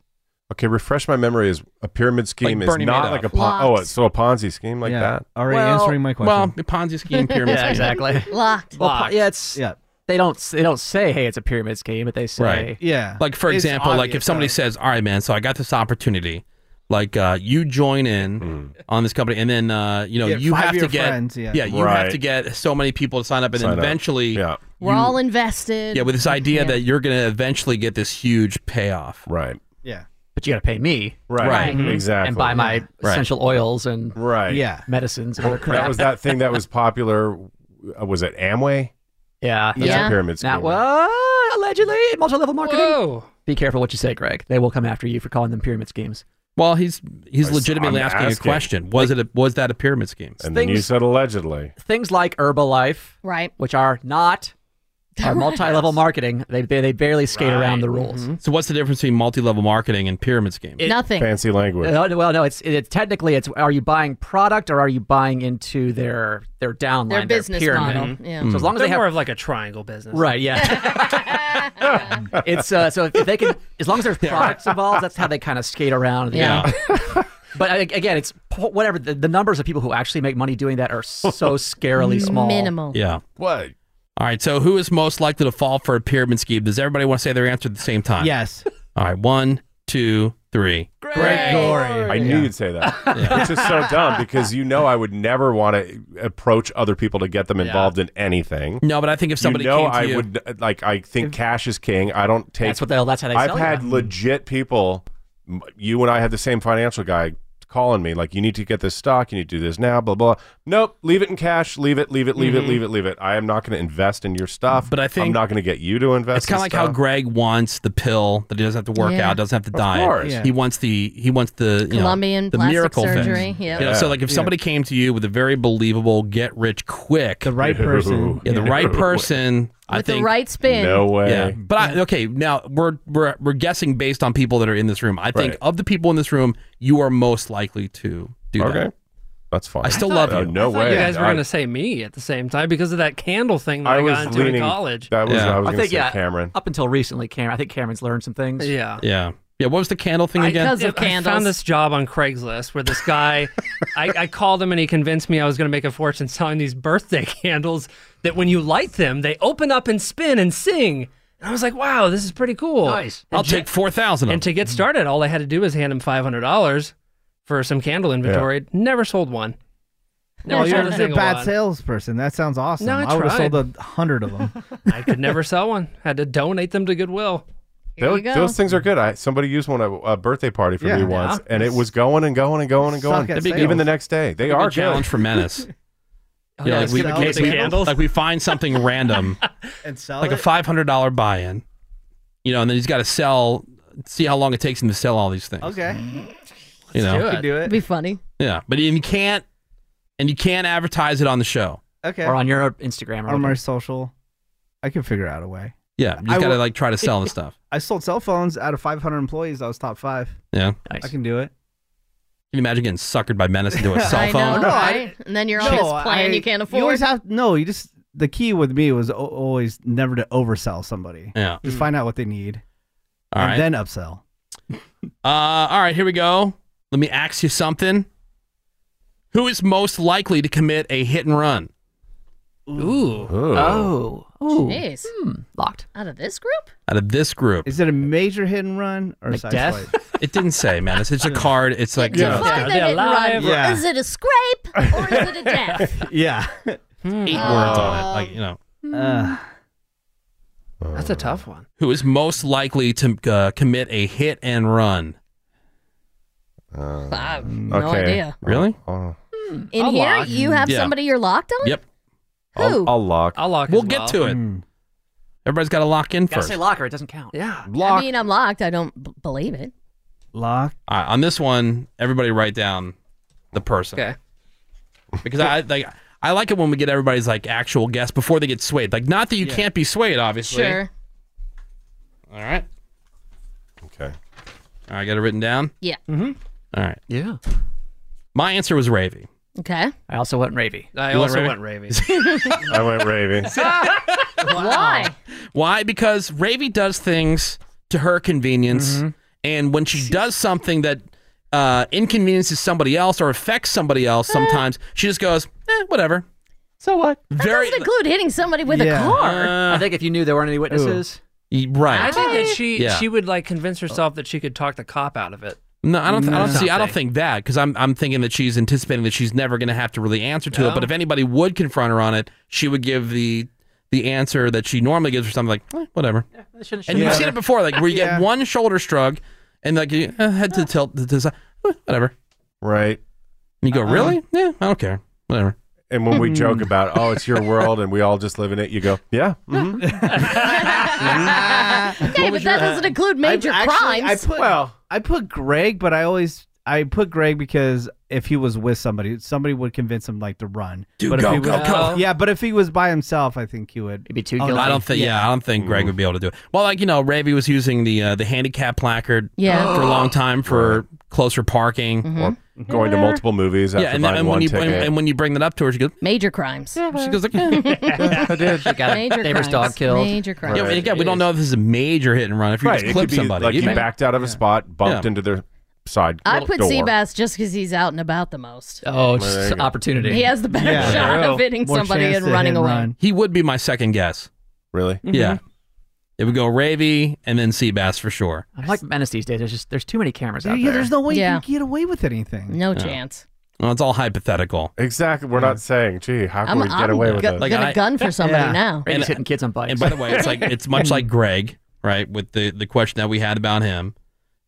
Okay, refresh my memory. Is a pyramid scheme Like is Bernie not Madoff. like a pon- oh, it's so a Ponzi scheme like Yeah. that. Already Well- answering my question. Well, the Ponzi [LAUGHS] scheme, pyramid yeah, scheme. exactly. Locked. Well, po- yeah, it's yeah. They don't they don't say hey it's a pyramid scheme, but they say Right. Like for It's example, like if obvious, somebody though. says, "All right, man, so I got this opportunity." Like uh, you join in Mm. on this company, and then uh, you know Yeah, you have to five-year get friends, yeah. you have Right. to get so many people to sign up, and Sign then up. eventually We're all invested. yeah, with this idea that you're going to eventually get this huge payoff, right? Yeah. but you got to pay me, Right. Mm-hmm. Right. Mhm. Exactly. and buy my Right. essential oils and right, yeah, medicines and other crap. That was that thing that was popular. uh, Was it Amway? Yeah, That's a pyramid scheme. Now, well, allegedly multi-level marketing. Be careful what you say, Greg. They will come after you for calling them pyramid schemes. Well, he's he's I'm legitimately asking, asking. a question. Was it a, was that a pyramid scheme? And then you Things- said allegedly. Things like Herbalife, right, which are [LAUGHS] not are multi-level marketing. They they, they barely skate Mm-hmm. around the rules. So what's the difference between multi-level marketing and pyramid scheme? It- Nothing. Fancy language. Uh, well, no, it's it, technically it's are you buying product or are you buying into their their downline Their business pyramid. model, Mm-hmm. yeah. So as long as They're they have more of like a triangle business, right, yeah. [LAUGHS] it's uh, so if they can as long as there's products involved, that's how they kind of skate around. the- Yeah. [LAUGHS] but I- again, it's po- whatever the, the numbers of people who actually make money doing that are [LAUGHS] so scarily small. Minimal. Yeah. What? All right. So who is most likely to fall for a pyramid scheme? Does everybody want to say their answer at the same time? Yes. All right. One, two, three. I knew you'd say that, Yeah. which is so dumb because you know I would never want to approach other people to get them involved in anything. No, but I think if somebody you know came to I you- would like I think cash is king. I don't take That's what they- that's how they I've sell you. had legit people. m- You and I had the same financial guy calling me like you need to get this stock you need to do this now blah blah nope leave it in cash leave it leave it leave Mhm. it leave it leave it i am not going to invest in your stuff but i think i'm not going to get you to invest It's kind of in like stuff. how Greg wants the pill that he doesn't have to work Yeah. out, doesn't have to Of diet. course. Yeah. He wants the he wants the you Colombian know, the plastic miracle surgery, Thing. yeah. You know, so like if Yeah. somebody came to you with a very believable get rich quick, the right person. yeah, the Yeah. right person, I With the think right spin. No way. Yeah. But I, okay, now we're, we're we're guessing based on people that are in this room. I think Right. of the people in this room, you are most likely to do Okay. that. That's fine. I still I love thought- you. Uh, no I thought You guys were Oh, I- going to say me at the same time because of that candle thing that I, got into in college. think yeah, Up until recently, Cameron. I think Cameron's learned some things. Yeah. Yeah. Yeah. What was the candle thing I- again? I, I found this job on Craigslist where this guy, I, I called him and he convinced me I was going to make a fortune selling these birthday [LAUGHS] candles that when you light them, they open up and spin and sing. And I was like, wow, this is pretty cool. Nice. I'll take 4,000 of And to get started, all I had to do was hand him $500 for some candle inventory. Never sold one. Never sold Well, you're, a you're a single bad one. salesperson. That sounds awesome. No, I would have tried. sold a hundred of [LAUGHS] them. I could never sell one. Had to donate them to Goodwill. Those, those things are good. I somebody used one at a birthday party for Yeah. me once, Yeah. and it was going and going and going and Suck going. at That'd be Even sales. the next day, they Good are challenge good. for [LAUGHS] Menace. Oh, You know, yeah, like, we, sell the we- candles? like we find something [LAUGHS] random, and sell like a it? five hundred dollar buy in, you know, and then he's got to sell, see how long it takes him to sell all these things. Okay. you know, Could Oh, do it. It'd be funny. yeah, but you can't, and you can't advertise it on the show. Okay. Or on your Instagram. or my social. I can figure out a way. Yeah, you I just got to will- like [LAUGHS] try to sell the stuff. I sold cell phones out of 500 employees. I was top five. Yeah, I can do it. you imagine getting suckered by Menace [LAUGHS] into a cell I phone? know, right? And then you're on this plan you can't afford. You always have no. You just the key with me was o- always never to oversell somebody. Yeah. Hmm. just find out what they need, All and right. then upsell. Uh, all right, here we go. Let me ask you something. Who is most likely to commit a hit and run? Ooh. Oh. Ooh. Jeez. Hmm. Locked. Out of this group? Out of this group. Is it a major hit and run or Like side death? swipe? [LAUGHS] It didn't say, man. It's just a card. It's like, Yeah. you know, Are they Hit and alive? run. Yeah. Is it a scrape Um, or is it a death? [LAUGHS] yeah. Hmm. eight words on it. Like, you know. That's Uh. a tough one. Who is most likely to uh, commit a hit and run? Um, I have hmm. no okay. idea. Really? Uh, In I'll here, lock. you have Yeah. somebody you're locked on? Yep. Who? I'll lock. I'll lock. We'll as get well. to it. Everybody's got to lock in Gotta first. say locker. It doesn't count. Yeah. I mean, I'm locked. I don't b- believe it. Lock. All right, on this one, everybody write down the person. Okay. Because I like I like it when we get everybody's like actual guess before they get swayed. Like not that you Yeah. can't be swayed, obviously. Sure. All right. Okay. All right, got it written down. Yeah. Mm-hmm. All right. Yeah. My answer was Ravy. [LAUGHS] Okay. [LAUGHS] I also went Ravy. I You went also Ravy? went Ravy. I went Ravy. Why? Why? Because Ravy does things to her convenience, Mm-hmm. and when she does something that uh, inconveniences somebody else or affects somebody else, sometimes she just goes, eh, whatever. Eh. So what? That doesn't include hitting somebody with a car. I Uh, [LAUGHS] think if you knew there weren't any witnesses. Y- Right. I think that she Yeah. she would like convince herself that she could talk the cop out of it. No, I don't. I don't No. [LAUGHS] see. I don't Something. think that because I'm. I'm thinking that she's anticipating that she's never going to have to really answer to it. No. But if anybody would confront her on it, she would give the the answer that she normally gives or something like eh, whatever. shouldn't- and you've shouldn't- seen it before, like where you Yeah. get one shoulder shrug and like you eh, head to tilt to the side, eh, whatever. Right. Uh-huh. And you go, [LAUGHS] really? yeah, I don't care. Whatever. And when we joke about, oh, it's your world and we all just live in it, you go, yeah. mm-hmm. mhm." okay, but that doesn't include major I, actually, crimes. I put I put Greg, but I always I put Greg because if he was with somebody, somebody would convince him like to run. Dude, but go, if he go, was, go. Yeah, but if he was by himself, I think he would. Maybe too. Oh, I don't think. Yeah, I don't think Mm-hmm. Greg would be able to do it. Well, like you know, Ravy was using the uh, the handicap placard Yeah. Mm-hmm. for a long time for closer parking Or going to multiple movies after yeah, and, buying and when one you ticket. and, and when you bring that up to her, she goes. Major crimes. She goes like, [LAUGHS] [LAUGHS] I did. She got a Major neighbor's crimes. dog killed. Major crimes. Yeah, but again, we don't know if this is a major hit and run. If you right. just It clip could be somebody, like you you may- backed out of a spot, bumped Yeah. into their side. I put door. Seabass just because he's out and about the most. Well, Oh, there you just go. opportunity. He has the better Yeah. shot of hitting somebody and running away. He would be my second guess. Really? Yeah. Mm-hmm. It would go Ravy and then Seabass for sure. I like Menace these days. There's just there's too many cameras out Yeah, there. there's no way Yeah. you can get away with anything. No Yeah. chance. Well, it's all hypothetical. Exactly. We're not saying, gee, how can I'm- we get I'm away with go- this? Like, gonna I- [LAUGHS] gun for somebody Yeah. now. Maybe he's And- hitting kids on bikes. And by the way, [LAUGHS] it's like it's [LAUGHS] much like Greg, right? With the the question that we had about him,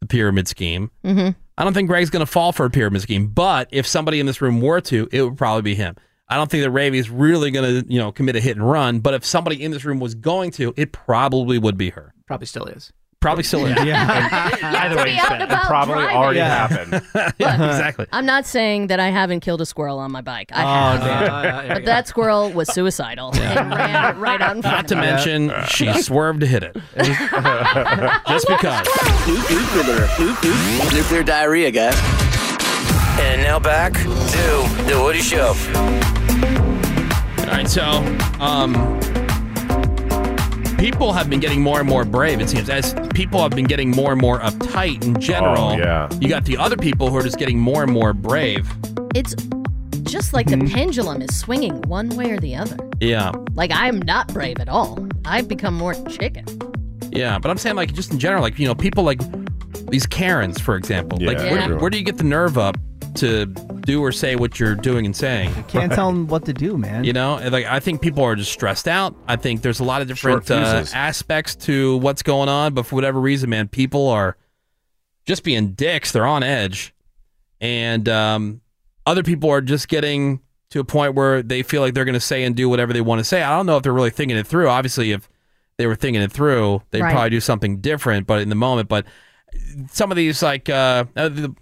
the pyramid scheme. Mm-hmm. I don't think Greg's going to fall for a pyramid scheme, but if somebody in this room were to, it would probably be him. I don't think that Ravi's really going to, you know, commit a hit and run, but if somebody in this room was going to, it probably would be her. probably still is. [LAUGHS] Probably still is. [LAUGHS] Either way, pretty out it's bad. and about probably driving. already Yeah. happened. [LAUGHS] Yeah, exactly. I'm not saying that I haven't killed a squirrel on my bike. I Oh, have. damn. Uh, yeah, yeah, but that squirrel was suicidal and ran right [LAUGHS] [LAUGHS] on. Not to mention, she swerved to hit it. Just because. Nuclear, nuclear, nuclear diarrhea, guys. And now back to The Woody Show. All right, so um, people have been getting more and more brave. It seems as people have been getting more and more uptight in general. Oh, yeah. you got the other people who are just getting more and more brave. It's just like Mm-hmm. the pendulum is swinging one way or the other. Yeah, Like I am not brave at all. I've become more chicken. yeah. But I'm saying like just in general, like you know, people like these Karens, for example. like Yeah. where, where do you get the nerve up to do or say what you're doing and saying? [LAUGHS] Can't tell him what to do, man. You know, and, like I think people are just stressed out. I think there's a lot of different Short uh, fuses. aspects to what's going on, but for whatever reason, man, people are just being dicks. They're on edge, and um, other people are just getting to a point where they feel like they're going to say and do whatever they want to say. I don't know if they're really thinking it through. Obviously, if they were thinking it through, they'd Right. probably do something different. But in the moment, but some of these like uh, uh, the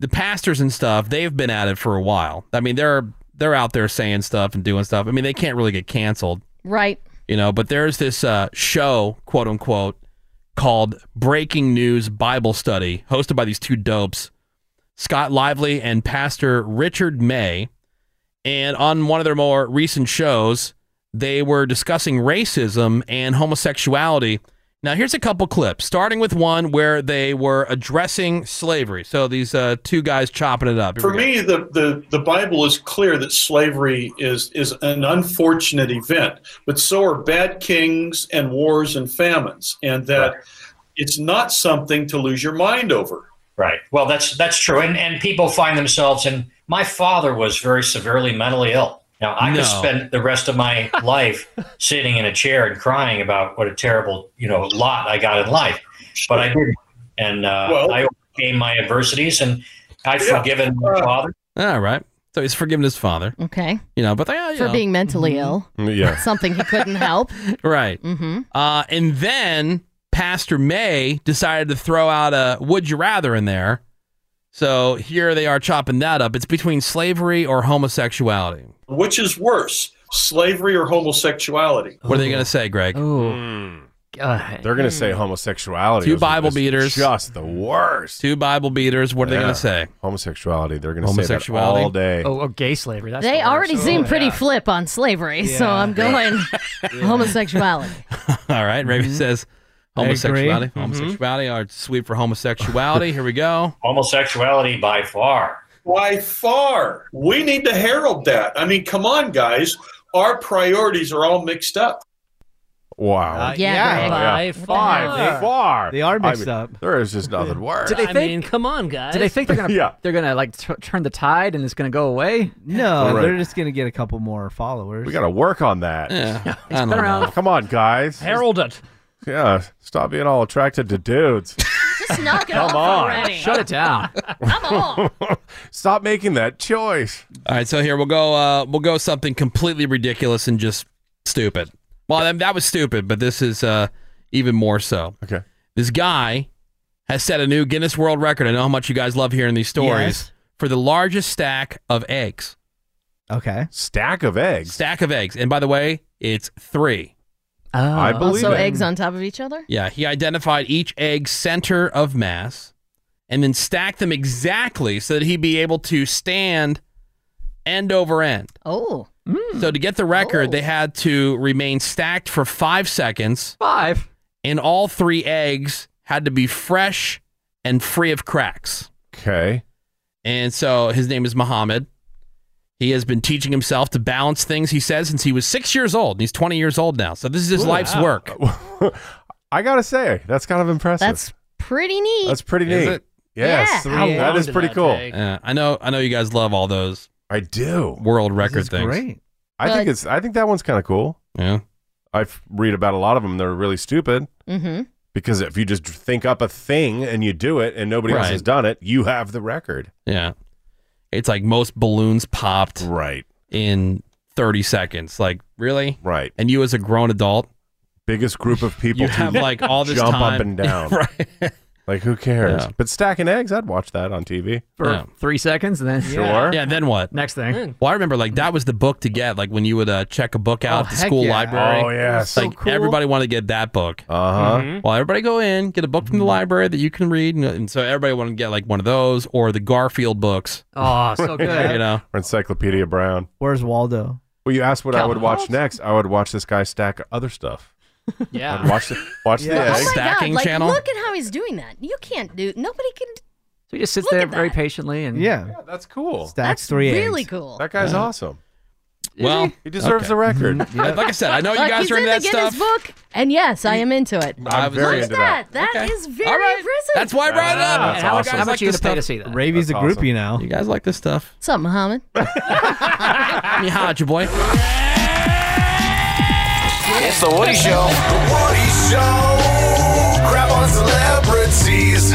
the pastors and stuff, they've been at it for a while. I mean, they're they're out there saying stuff and doing stuff. I mean, they can't really get canceled, Right. you know. But there's this uh, show, quote unquote, called Breaking News Bible Study, hosted by these two dopes Scott Lively and Pastor Richard May. And on one of their more recent shows, they were discussing racism and homosexuality. Now, here's a couple clips, starting with one where they were addressing slavery. So these uh, two guys chopping it up. Here For we go. me, the, the, the Bible is clear that slavery is, is an unfortunate event, but so are bad kings and wars and famines, and that it's not something to lose your mind over. Right. Well, that's that's true, and and people find themselves. And my father was very severely mentally ill. Now I No. could spend the rest [LAUGHS] of my life sitting in a chair and crying about what a terrible you know lot I got in life, but I didn't, and uh, Well- I overcame my adversities, and I've Yeah. forgiven my father. All right. So he's forgiven his father. Okay. You know, but they, uh, you For know. being mentally Mm-hmm. ill. Yeah. Something he [LAUGHS] couldn't help. Right. Mm-hmm. Uh, and then Pastor May decided to throw out a would you rather in there. So here they are chopping that up. It's between slavery or homosexuality. Which is worse, slavery or homosexuality? What are they going to say, Greg? Hmm. They're going to say homosexuality. Two is- Bible is beaters. Just [LAUGHS] the worst. Two Bible beaters. What are they Yeah. going to say? Homosexuality. They're going to say that Homosexuality. all day. Oh, or gay slavery. That's they already seem pretty Oh, yeah. flip on slavery, so Yeah. I'm going [LAUGHS] homosexuality. all right. Raven says Mm-hmm. I agree. homosexuality. Mhm. Mm-hmm. Homosexuality. Our sweep for homosexuality. here we go. Homosexuality by far. By far. We need to herald that. I mean, come on, guys. Our priorities are all mixed up. Wow. Uh, yeah, Yeah. by far. What the hell? far. They are I mixed mean, up. There is just nothing worse. Did they I think? mean, come on, guys. Do they think they're gonna [LAUGHS] [LAUGHS] Yeah. they're gonna like t- turn the tide and it's gonna go away? No, Right. Uh, they're just gonna get a couple more followers. We got to work on that. Yeah. [LAUGHS] It's been around. Come on, guys. Herald it. Yeah. Stop being all attracted to [LAUGHS] dudes. Just knock it Come off on. already. Shut it down. [LAUGHS] Stop making that choice. All right, so here we'll go. Uh, we'll go something completely ridiculous and just stupid. Well, that, that was stupid, but this is uh, even more so. Okay, this guy has set a new Guinness World Record. I know how much you guys love hearing these stories Yes. for the largest stack of eggs. Okay. Stack of eggs. Stack of eggs, and by the way, it's three. Oh, I Oh, also, eggs on top of each other. Yeah, he identified each egg's center of mass and then stacked them exactly so that he'd be able to stand end over end. Oh. mm. So to get the record, Oh. they had to remain stacked for five seconds. Five. And all three eggs had to be fresh and free of cracks. Okay. And so his name is Muhammad. He has been teaching himself to balance things, he says, since he was six years old. And he's 20 years old now. So this is his Ooh, life's wow. work. I got to say, that's kind of impressive. That's pretty neat. That's pretty neat. Yes, Yeah. three. that is pretty cool. Yeah, I know. I know you guys love all those. I do world record things. I But- think it's. I think that one's kind of cool. Yeah, I f- read about a lot of them. They're really stupid Mm-hmm. because if you just think up a thing and you do it, and nobody else Right. has done it, you have the record. Yeah, it's like most balloons popped right in 30 seconds. Like really, right? And you as a grown adult, biggest group of people you to have like all this jump time. up [LAUGHS] and down. right? Like who cares? Yeah. But stacking eggs, I'd watch that on TV. For three seconds and then Sure. Yeah. Then what? Next thing. Well, I remember like that was the book to get. Like when you would uh, check a book out Oh, at the heck school yeah. library. Oh, yes. So Like cool. everybody wanted to get that book. Uh Uh-huh. Mhm. Well, everybody go in, get a book from the library that you can read, and, and so everybody wanted to get like one of those or the Garfield books. Oh, [LAUGHS] you know. Or Encyclopedia Brown. Where's Waldo? Well, you asked what I would watch next. I would watch this guy stack other stuff. [LAUGHS] Yeah. I'd watch the watch Oh the my eggs. God, like, Look at how he's doing that. You can't do. Nobody can. So he just sits there very patiently and Yeah. that's cool. Stacks three really eggs. cool. That guy's awesome. Well, He deserves the record. Mhm. Yeah. Like I said, I know you Mm, Look, guys he's are into in that the Guinness stuff. book, and yes, I am into it. I was very What's into that? that. That is very impressive. That's why I brought it up. That's awesome. How much you this gonna pay to stuff? see that? Ravi's That's a groupie awesome. now. You guys like this stuff? What's up, Muhammad? You hot, your boy. It's the Woody Show. The Woody Show. Crap on celebrities.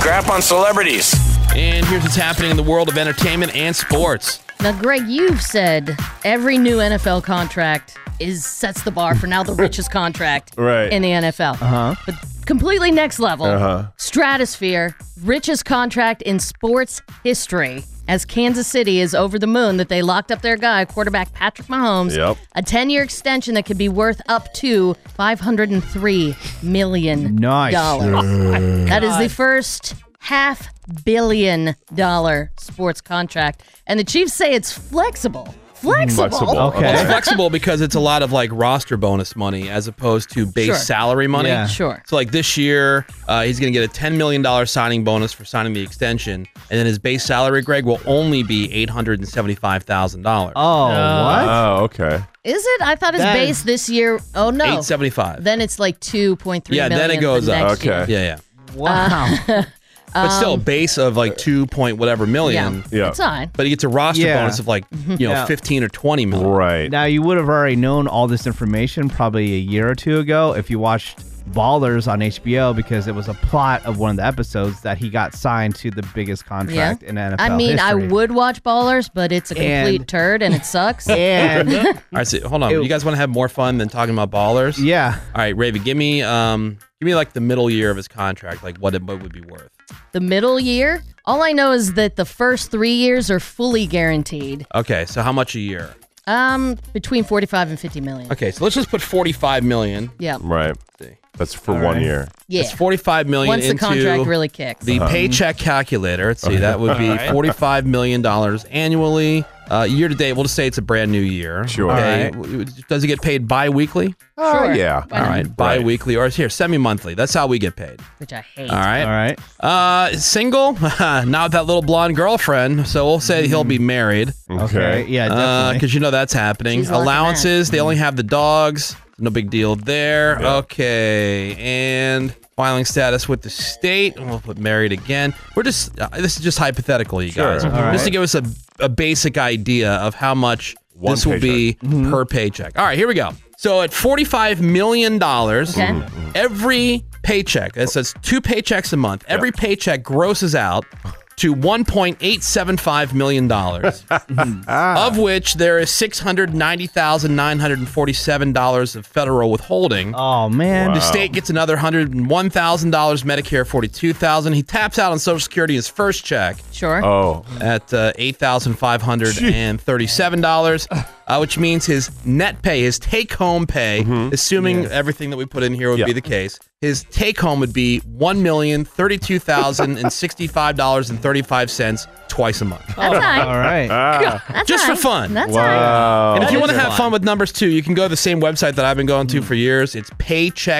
Crap on celebrities. And here's what's happening in the world of entertainment and sports. Now, Greg, you've said every new NFL contract is sets the bar for now the richest contract Right. in the NFL. Uh-huh. But completely next level. Uh-huh. Stratosphere, richest contract in sports history. As Kansas City is over the moon that they locked up their guy, quarterback Patrick Mahomes, Yep. a 10 year extension that could be worth up to $503 million. Nice. That is the first half billion dollar sports contract, and the Chiefs say it's flexible. Flexible. Well, it's flexible because it's a lot of like roster bonus money as opposed to base Sure. salary money. Yeah. Sure. So like this year, uh, he's going to get a ten million dollars signing bonus for signing the extension, and then his base salary, Greg, will only be eight hundred and seventy-five thousand dollars. Oh, Oh, okay. Is it? I thought his That base is- this year. Oh no, Eight seventy-five. Then it's like two point three. Yeah, then it goes up. Yeah, yeah. Wow. [LAUGHS] But still, Um, a base of like two point whatever million. Yeah. Yeah. It's fine. But he gets a roster Yeah. bonus of like Mm-hmm. you know Yeah. fifteen or twenty million. Right. Now you would have already known all this information probably a year or two ago if you watched Ballers on HBO because it was a plot of one of the episodes that he got signed to the biggest contract in NFL I mean, I history. would watch Ballers, but it's a complete And- turd and [LAUGHS] it sucks. [LAUGHS] All right, so hold on. Ew. You guys want to have more fun than talking about ballers? Yeah. All right, Ravi, give me um, give me like the middle year of his contract, like what it what would be worth. the middle year, all I know is that the first three years are fully guaranteed. Okay, so how much a year? Um, between forty-five and fifty million. Okay, so let's just put forty-five million. Yeah. Right. That's for one year. Yeah. It's forty-five million. Once the into contract really kicks. The Uh-huh. paycheck calculator. Let's see, that would be Alright. forty-five million dollars annually. Uh, year to date, we'll just say it's a brand new year. Sure. Okay. Alright. w- w- Does it get paid bi-weekly? Oh, Sure. yeah. Why All not? right. Bi-weekly or here semi-monthly. That's how we get paid. Which I hate. All right. All right. Uh, single? [LAUGHS] Not with that little blonde girlfriend. So we'll say he'll be married. Okay. Yeah, definitely. Because you know that's happening. She's locking Allowances. They only have the dogs. No big deal there. Okay. And filing status with the state. We'll put married again. We're just, uh, this is just hypothetical, you Sure. guys. All Mm-hmm. right. Just to give us a, a basic idea of how much One this will be Mm-hmm. per paycheck. All right, here we go. So at forty-five million dollars, Okay. every paycheck that says two paychecks a month, every paycheck grosses out to one point eight seven five million [LAUGHS] dollars, of which there is six hundred ninety thousand nine hundred and forty-seven dollars of federal withholding. Oh man, The state gets another hundred and one thousand dollars, Medicare forty-two thousand. He taps out on Social Security his first check. Sure. Oh. At uh, eight thousand five hundred and thirty-seven dollars, uh, which means his net pay, his take-home pay, assuming everything that we put in here would be the case, his take-home would be one million thirty-two thousand and sixty-five dollars and thirty-five cents twice a month. That's all right. All right. Just for all right. fun. That's all right. Wow. And if you That want to is have fun. fun with numbers too, you can go to the same website that I've been going Hmm. to for years. It's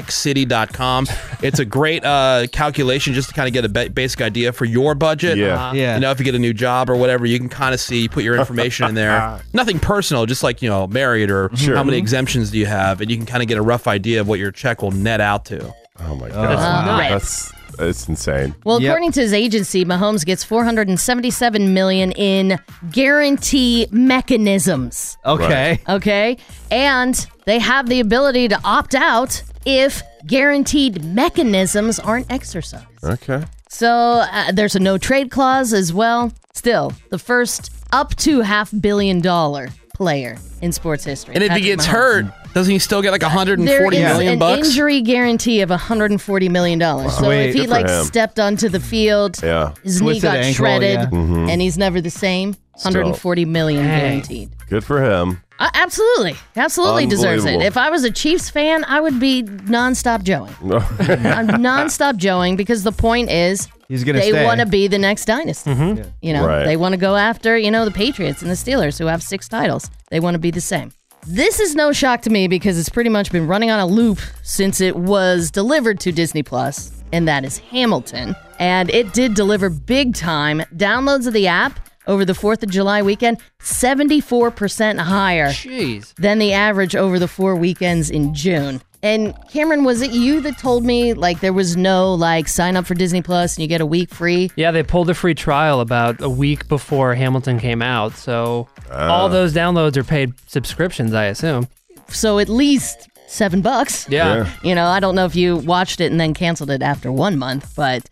paycheckcity.com. It's a great uh, calculation just to kind of get a ba- basic idea for your budget. Yeah. Uh-huh. Yeah. You know, if you get a new job or whatever, you can kind of see, put your information [LAUGHS] in [LAUGHS] there. Nothing personal, just like, you know, married or Sure. how Mm-hmm. many exemptions do you have. And you can kind of get a rough idea of what your check will net out to. Oh, my God. That's, Wow. that's, that's insane. Well, according to his agency, Mahomes gets 477 million in guarantee mechanisms. Okay. Okay. And they have the ability to opt out if guaranteed mechanisms aren't exercised. Okay. So uh, there's a no trade clause as well. Still, the first up to half billion dollar player in sports history. And if he Patrick gets Mahomes. hurt, doesn't he still get like 140 There is million an bucks? injury guarantee of 140 million dollars. So Sweet. if he Good for like him. stepped onto the field, Yeah. his knee Twisted got ankle, shredded, yeah. Mhm. and he's never the same. 140 million Dang. guaranteed. Good for him. Uh, absolutely, absolutely deserves it. Unbelievable. If I was a Chiefs fan, I would be nonstop joeing. [LAUGHS] [LAUGHS] I'm nonstop joeing because the point is He's gonna they stay. want to be the next dynasty. Mm-hmm. You know, Right. they want to go after, you know, the Patriots and the Steelers who have six titles. They want to be the same. This is no shock to me because it's pretty much been running on a loop since it was delivered to Disney Plus, and that is Hamilton. And it did deliver big time. Downloads of the app over the 4th of July weekend 74% higher Jeez. than the average over the four weekends in June. And Cameron, was it you that told me like there was no like sign up for Disney Plus and you get a week free? Yeah, they pulled the free trial about a week before Hamilton came out, so Ah. all those downloads are paid subscriptions, I assume. So at least seven bucks. Yeah. Yeah. You know, I don't know if you watched it and then canceled it after one month, but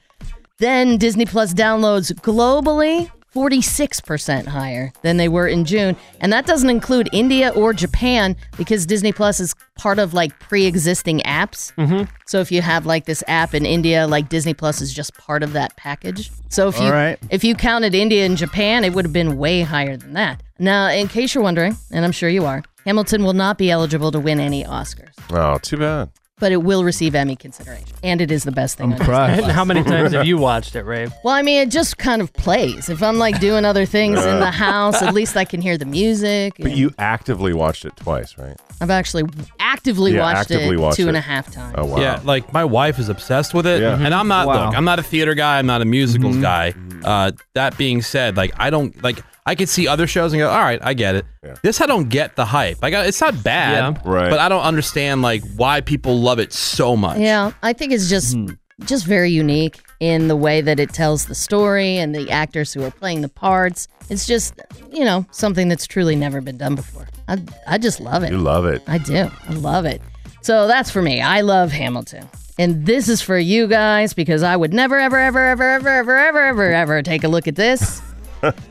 then Disney Plus downloads globally 46% higher than they were in June. And that doesn't include India or Japan because Disney Plus is part of like pre existing apps. Mm-hmm. So if you have like this app in India, like Disney Plus is just part of that package. So if you All right. if you counted India and Japan, it would have been way higher than that. Now, in case you're wondering, and I'm sure you are, Hamilton will not be eligible to win any Oscars. Oh, too bad. but it will receive Emmy consideration, and it is the best thing. on Disney Plus. How many times have you watched it, Ray? [LAUGHS] Well, I mean, it just kind of plays. If I'm like doing other things in the house, at least I can hear the music. But you actively watched it twice, right? I've actually actively Yeah, watched actively it watched two and it. a half times. Oh wow. Yeah, like my wife is obsessed with it, Yeah. and I'm not. Wow. Look, I'm not a theater guy. I'm not a musicals guy. Uh, that being said, like I don't like. I could see other shows and go, all right, I get it. This I don't get the hype. Like I- it's not bad, Yeah. Right. But I don't understand like why people love it so much. Yeah, I think it's just just very unique in the way that it tells the story and the actors who are playing the parts. It's just you know something that's truly never been done before. I I just love it. You love it. I do. I love it. So that's for me. I love Hamilton. And this is for you guys because I would never, ever, ever, ever, ever, ever, ever, ever, ever take a look at [LAUGHS] this.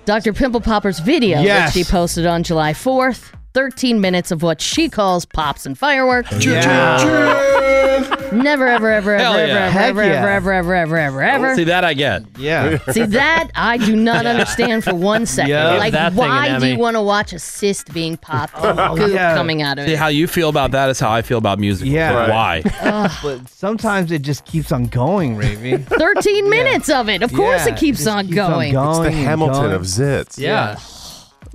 Dr. Pimple Popper's video, Yes. which she posted on July 4th, 13 minutes of what she calls pops and fireworks. Never, ever, ever, ever, Hell ever, yeah. ever, Heck ever, yeah. ever, ever, ever, ever, ever, ever. See that I get. [LAUGHS] Yeah. See that I do not understand for one second. Yeah. like, That thing why in do you Emmy. want to watch a cyst being popped Oh, and goop coming out of See it? how you feel about that is how I feel about music. Yeah. Right. Why? but sometimes it just keeps on going, Ravy. 13 minutes of it. Of course, Yeah, it keeps on going. It's the Hamilton of zits. Yeah.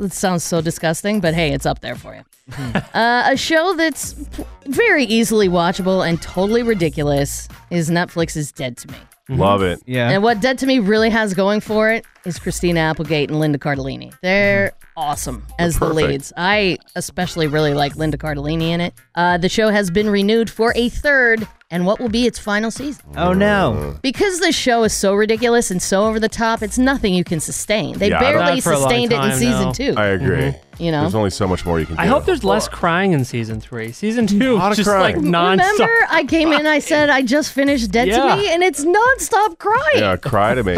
It sounds so disgusting, but hey, it's up there for you. [LAUGHS] uh, a show that's p- very easily watchable and totally ridiculous is Netflix's Dead to Me. Love it. And what Dead to Me really has going for it is Christina Applegate and Linda Cardellini. They're awesome as the perfect. leads. I especially really like Linda Cardellini in it. Uh, the show has been renewed for a third and what will be its final season. Oh no. Uh. Because this show is so ridiculous and so over the top, it's nothing you can sustain. They Yeah, I don't- barely sustained it in season two. Mm-hmm. I agree. You know? there's [LAUGHS] only so much more you can do. I hope there's less crying in season three. Season two lot of was just crying. like nonstop. Remember, I came in, I said I just finished Dead Yeah. to Me, and it's nonstop crying. Yeah, cry [LAUGHS] to me.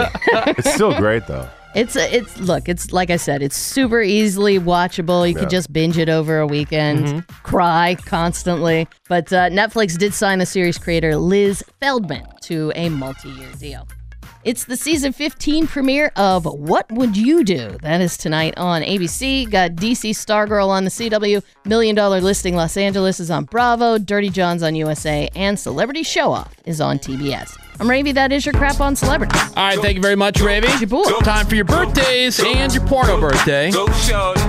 it's still great though. It's it's look, it's like I said, it's super easily watchable. You Yeah. could just binge it over a weekend, cry constantly. But uh, Netflix did sign the series creator Liz Feldman to a multi-year deal. It's the season 15 premiere of What Would You Do? That is tonight on ABC. Got DC Stargirl on the CW, Million Dollar Listing Los Angeles is on Bravo, Dirty Johns on USA, and Celebrity Show Off is on TBS. I'm Ravy, that is your crap on celebrities. All right, thank you very much, Ravy. Time for your birthdays and your porno birthday. Go shorty,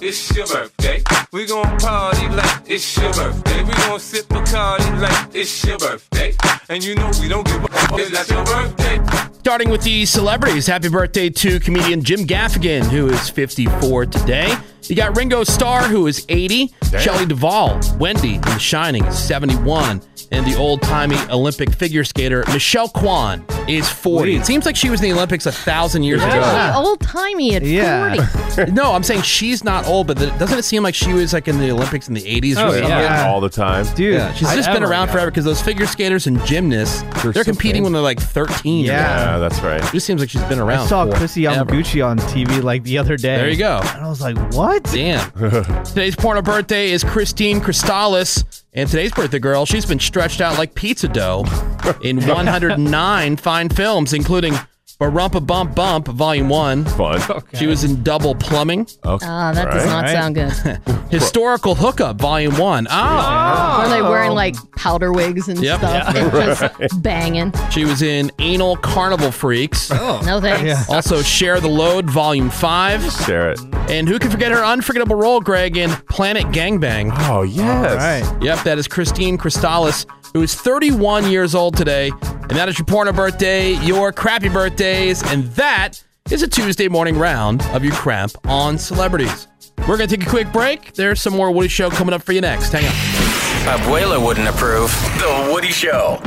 it's your birthday. We gon' party like it's your birthday. We gon' sip a like it's your birthday. And you know we don't give a fuck. It's not your birthday. Starting with the celebrities, happy birthday to comedian Jim Gaffigan, who is 54 today. You got Ringo Starr, who is 80. Shelley Duvall, Wendy in The Shining, is 71. And the old timey Olympic figure skater Michelle Kwan is 40. It seems like she was in the Olympics a thousand years ago. Old timey at [LAUGHS] 40. no, I'm saying she's not old, but the, doesn't it seem like she was like in the Olympics in the 80s or Oh, something? yeah. All the time. Dude, she's just been forever. around forever because those figure skaters and gymnasts, they're, so competing when they're like 13. Yeah. Yeah, that's right. It just seems like she's been [LAUGHS] around. I saw forever. Chrissy Yamaguchi on TV like the other day. There you go. And I was like, what? Damn. [LAUGHS] today's porno birthday is Christine Cristalis, and today's birthday girl, she's been stretched out like pizza dough in [LAUGHS] 109 fine films, including Barumpa Bump Bump, Volume 1. Fun. She was in Double Plumbing. Okay. Ah, that does not [LAUGHS] sound good. Historical Hookup, Volume 1. Oh. Are they wearing like powder wigs and Yep. stuff? Yeah. and [LAUGHS] just Right. banging. She was in Anal Carnival Freaks. Oh. No thanks. Also, Share the Load, Volume 5. Share it. And who can forget her unforgettable role, Greg, in Planet Gangbang? Oh, yes. All right. Yep, that is Christine Cristalis, who is 31 years old today. And that is your porno birthday, your crappy birthdays, and that is a Tuesday morning round of your cramp on celebrities. We're going to take a quick break. There's some more Woody Show coming up for you next. Hang on. Abuela wouldn't approve. The Woody Show.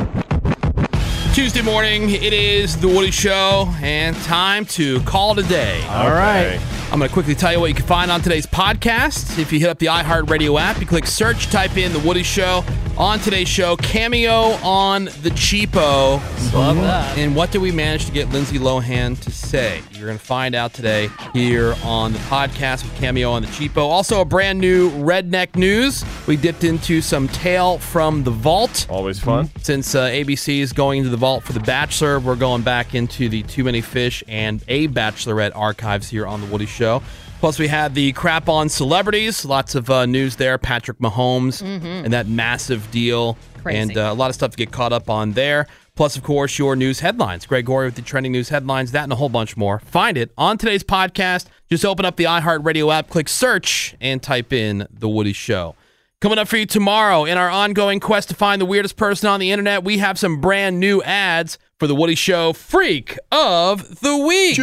Tuesday morning, it is The Woody Show, and time to call today. All right. I'm going to quickly tell you what you can find on today's podcast. If you hit up the iHeartRadio app, you click search, type in The Woody Show. On today's show, cameo on The Cheapo. Love that. And what did we manage to get Lindsay Lohan to say? You're going to find out today here on the podcast with Cameo on The Cheapo. Also, a brand new Redneck News. We dipped into some tail from the vault. Always fun. Since uh, ABC is going into the vault for The Bachelor, we're going back into the Too Many Fish and A Bachelorette archives here on The Woody Show. Plus, we had the crap on celebrities. Lots of uh, news there. Patrick Mahomes Mhm. and that massive deal. Crazy. And uh, a lot of stuff to get caught up on there. Plus, of course, your news headlines. Greg Gorey with the trending news headlines, that and a whole bunch more. Find it on today's podcast. Just open up the iHeartRadio app, click search, and type in The Woody Show. Coming up for you tomorrow in our ongoing quest to find the weirdest person on the internet, we have some brand new ads for The Woody Show Freak of the Week.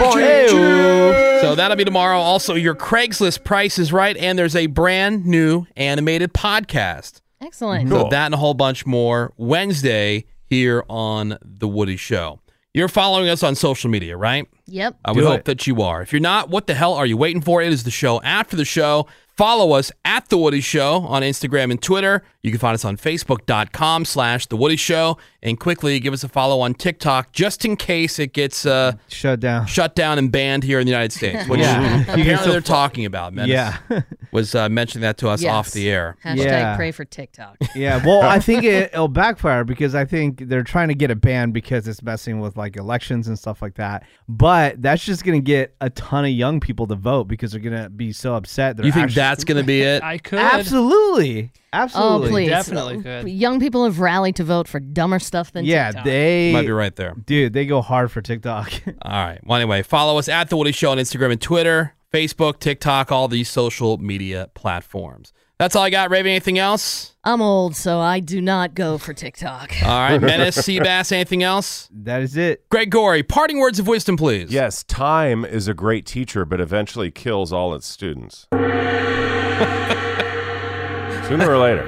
So that'll be tomorrow. Also, your Craigslist price is right, and there's a brand new animated podcast. Excellent. So that and a whole bunch more Wednesday here on The Woody Show. You're following us on social media, right? Yep. I would hope that you are. If you're not, what the hell are you waiting for? It is the show after the show. Follow us at The Woody Show on Instagram and Twitter. You can find us on Facebook.com slash The Woody Show. And quickly give us a follow on TikTok just in case it gets uh, shut down. Shut down and banned here in the United States, which [LAUGHS] Yeah. You can apparently still they're fo- talking about. Menace Yeah. was uh, mentioning that to us Yes. off the air. Hashtag Yeah. pray for TikTok. Yeah, well, I [LAUGHS] think it, it'll backfire because I think they're trying to get it banned because it's messing with like elections and stuff like that. But that's just going to get a ton of young people to vote because they're going to be so upset. they're You think actually- that's going to be [LAUGHS] it? I could. Absolutely. [LAUGHS] Absolutely. Oh, please. Definitely Uh, could. Young people have rallied to vote for dumber stuff than Yeah, TikTok. they Might be right there. Dude, they go hard for TikTok. [LAUGHS] All right. Well, anyway, follow us at The Woody Show on Instagram and Twitter, Facebook, TikTok, all these social media platforms. That's all I got. Raven, anything else? I'm old, so I do not go for TikTok. All right. Menace, Seabass, anything else? That is it. Greg Gorey, parting words of wisdom, please. Yes, time is a great teacher, but eventually kills all its [LAUGHS] students. Sooner or later.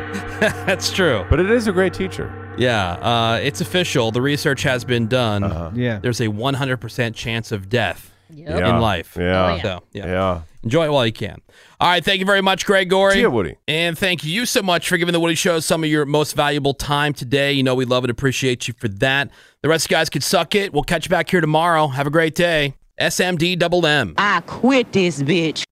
That's true. But it is a great teacher. Yeah. Uh, it's official. The research has been done. Uh-huh. Yeah. There's a 100% chance of death Yep. Yeah. in life. Yeah. Oh, yeah. So, yeah. Yeah. Enjoy it while you can. All right. Thank you very much, Greg Gorey. See ya, Woody. And thank you so much for giving the Woody Show some of your most valuable time today. You know, we love and appreciate you for that. The rest of you guys could suck it. We'll catch you back here tomorrow. Have a great day. SMD double M. I quit this bitch.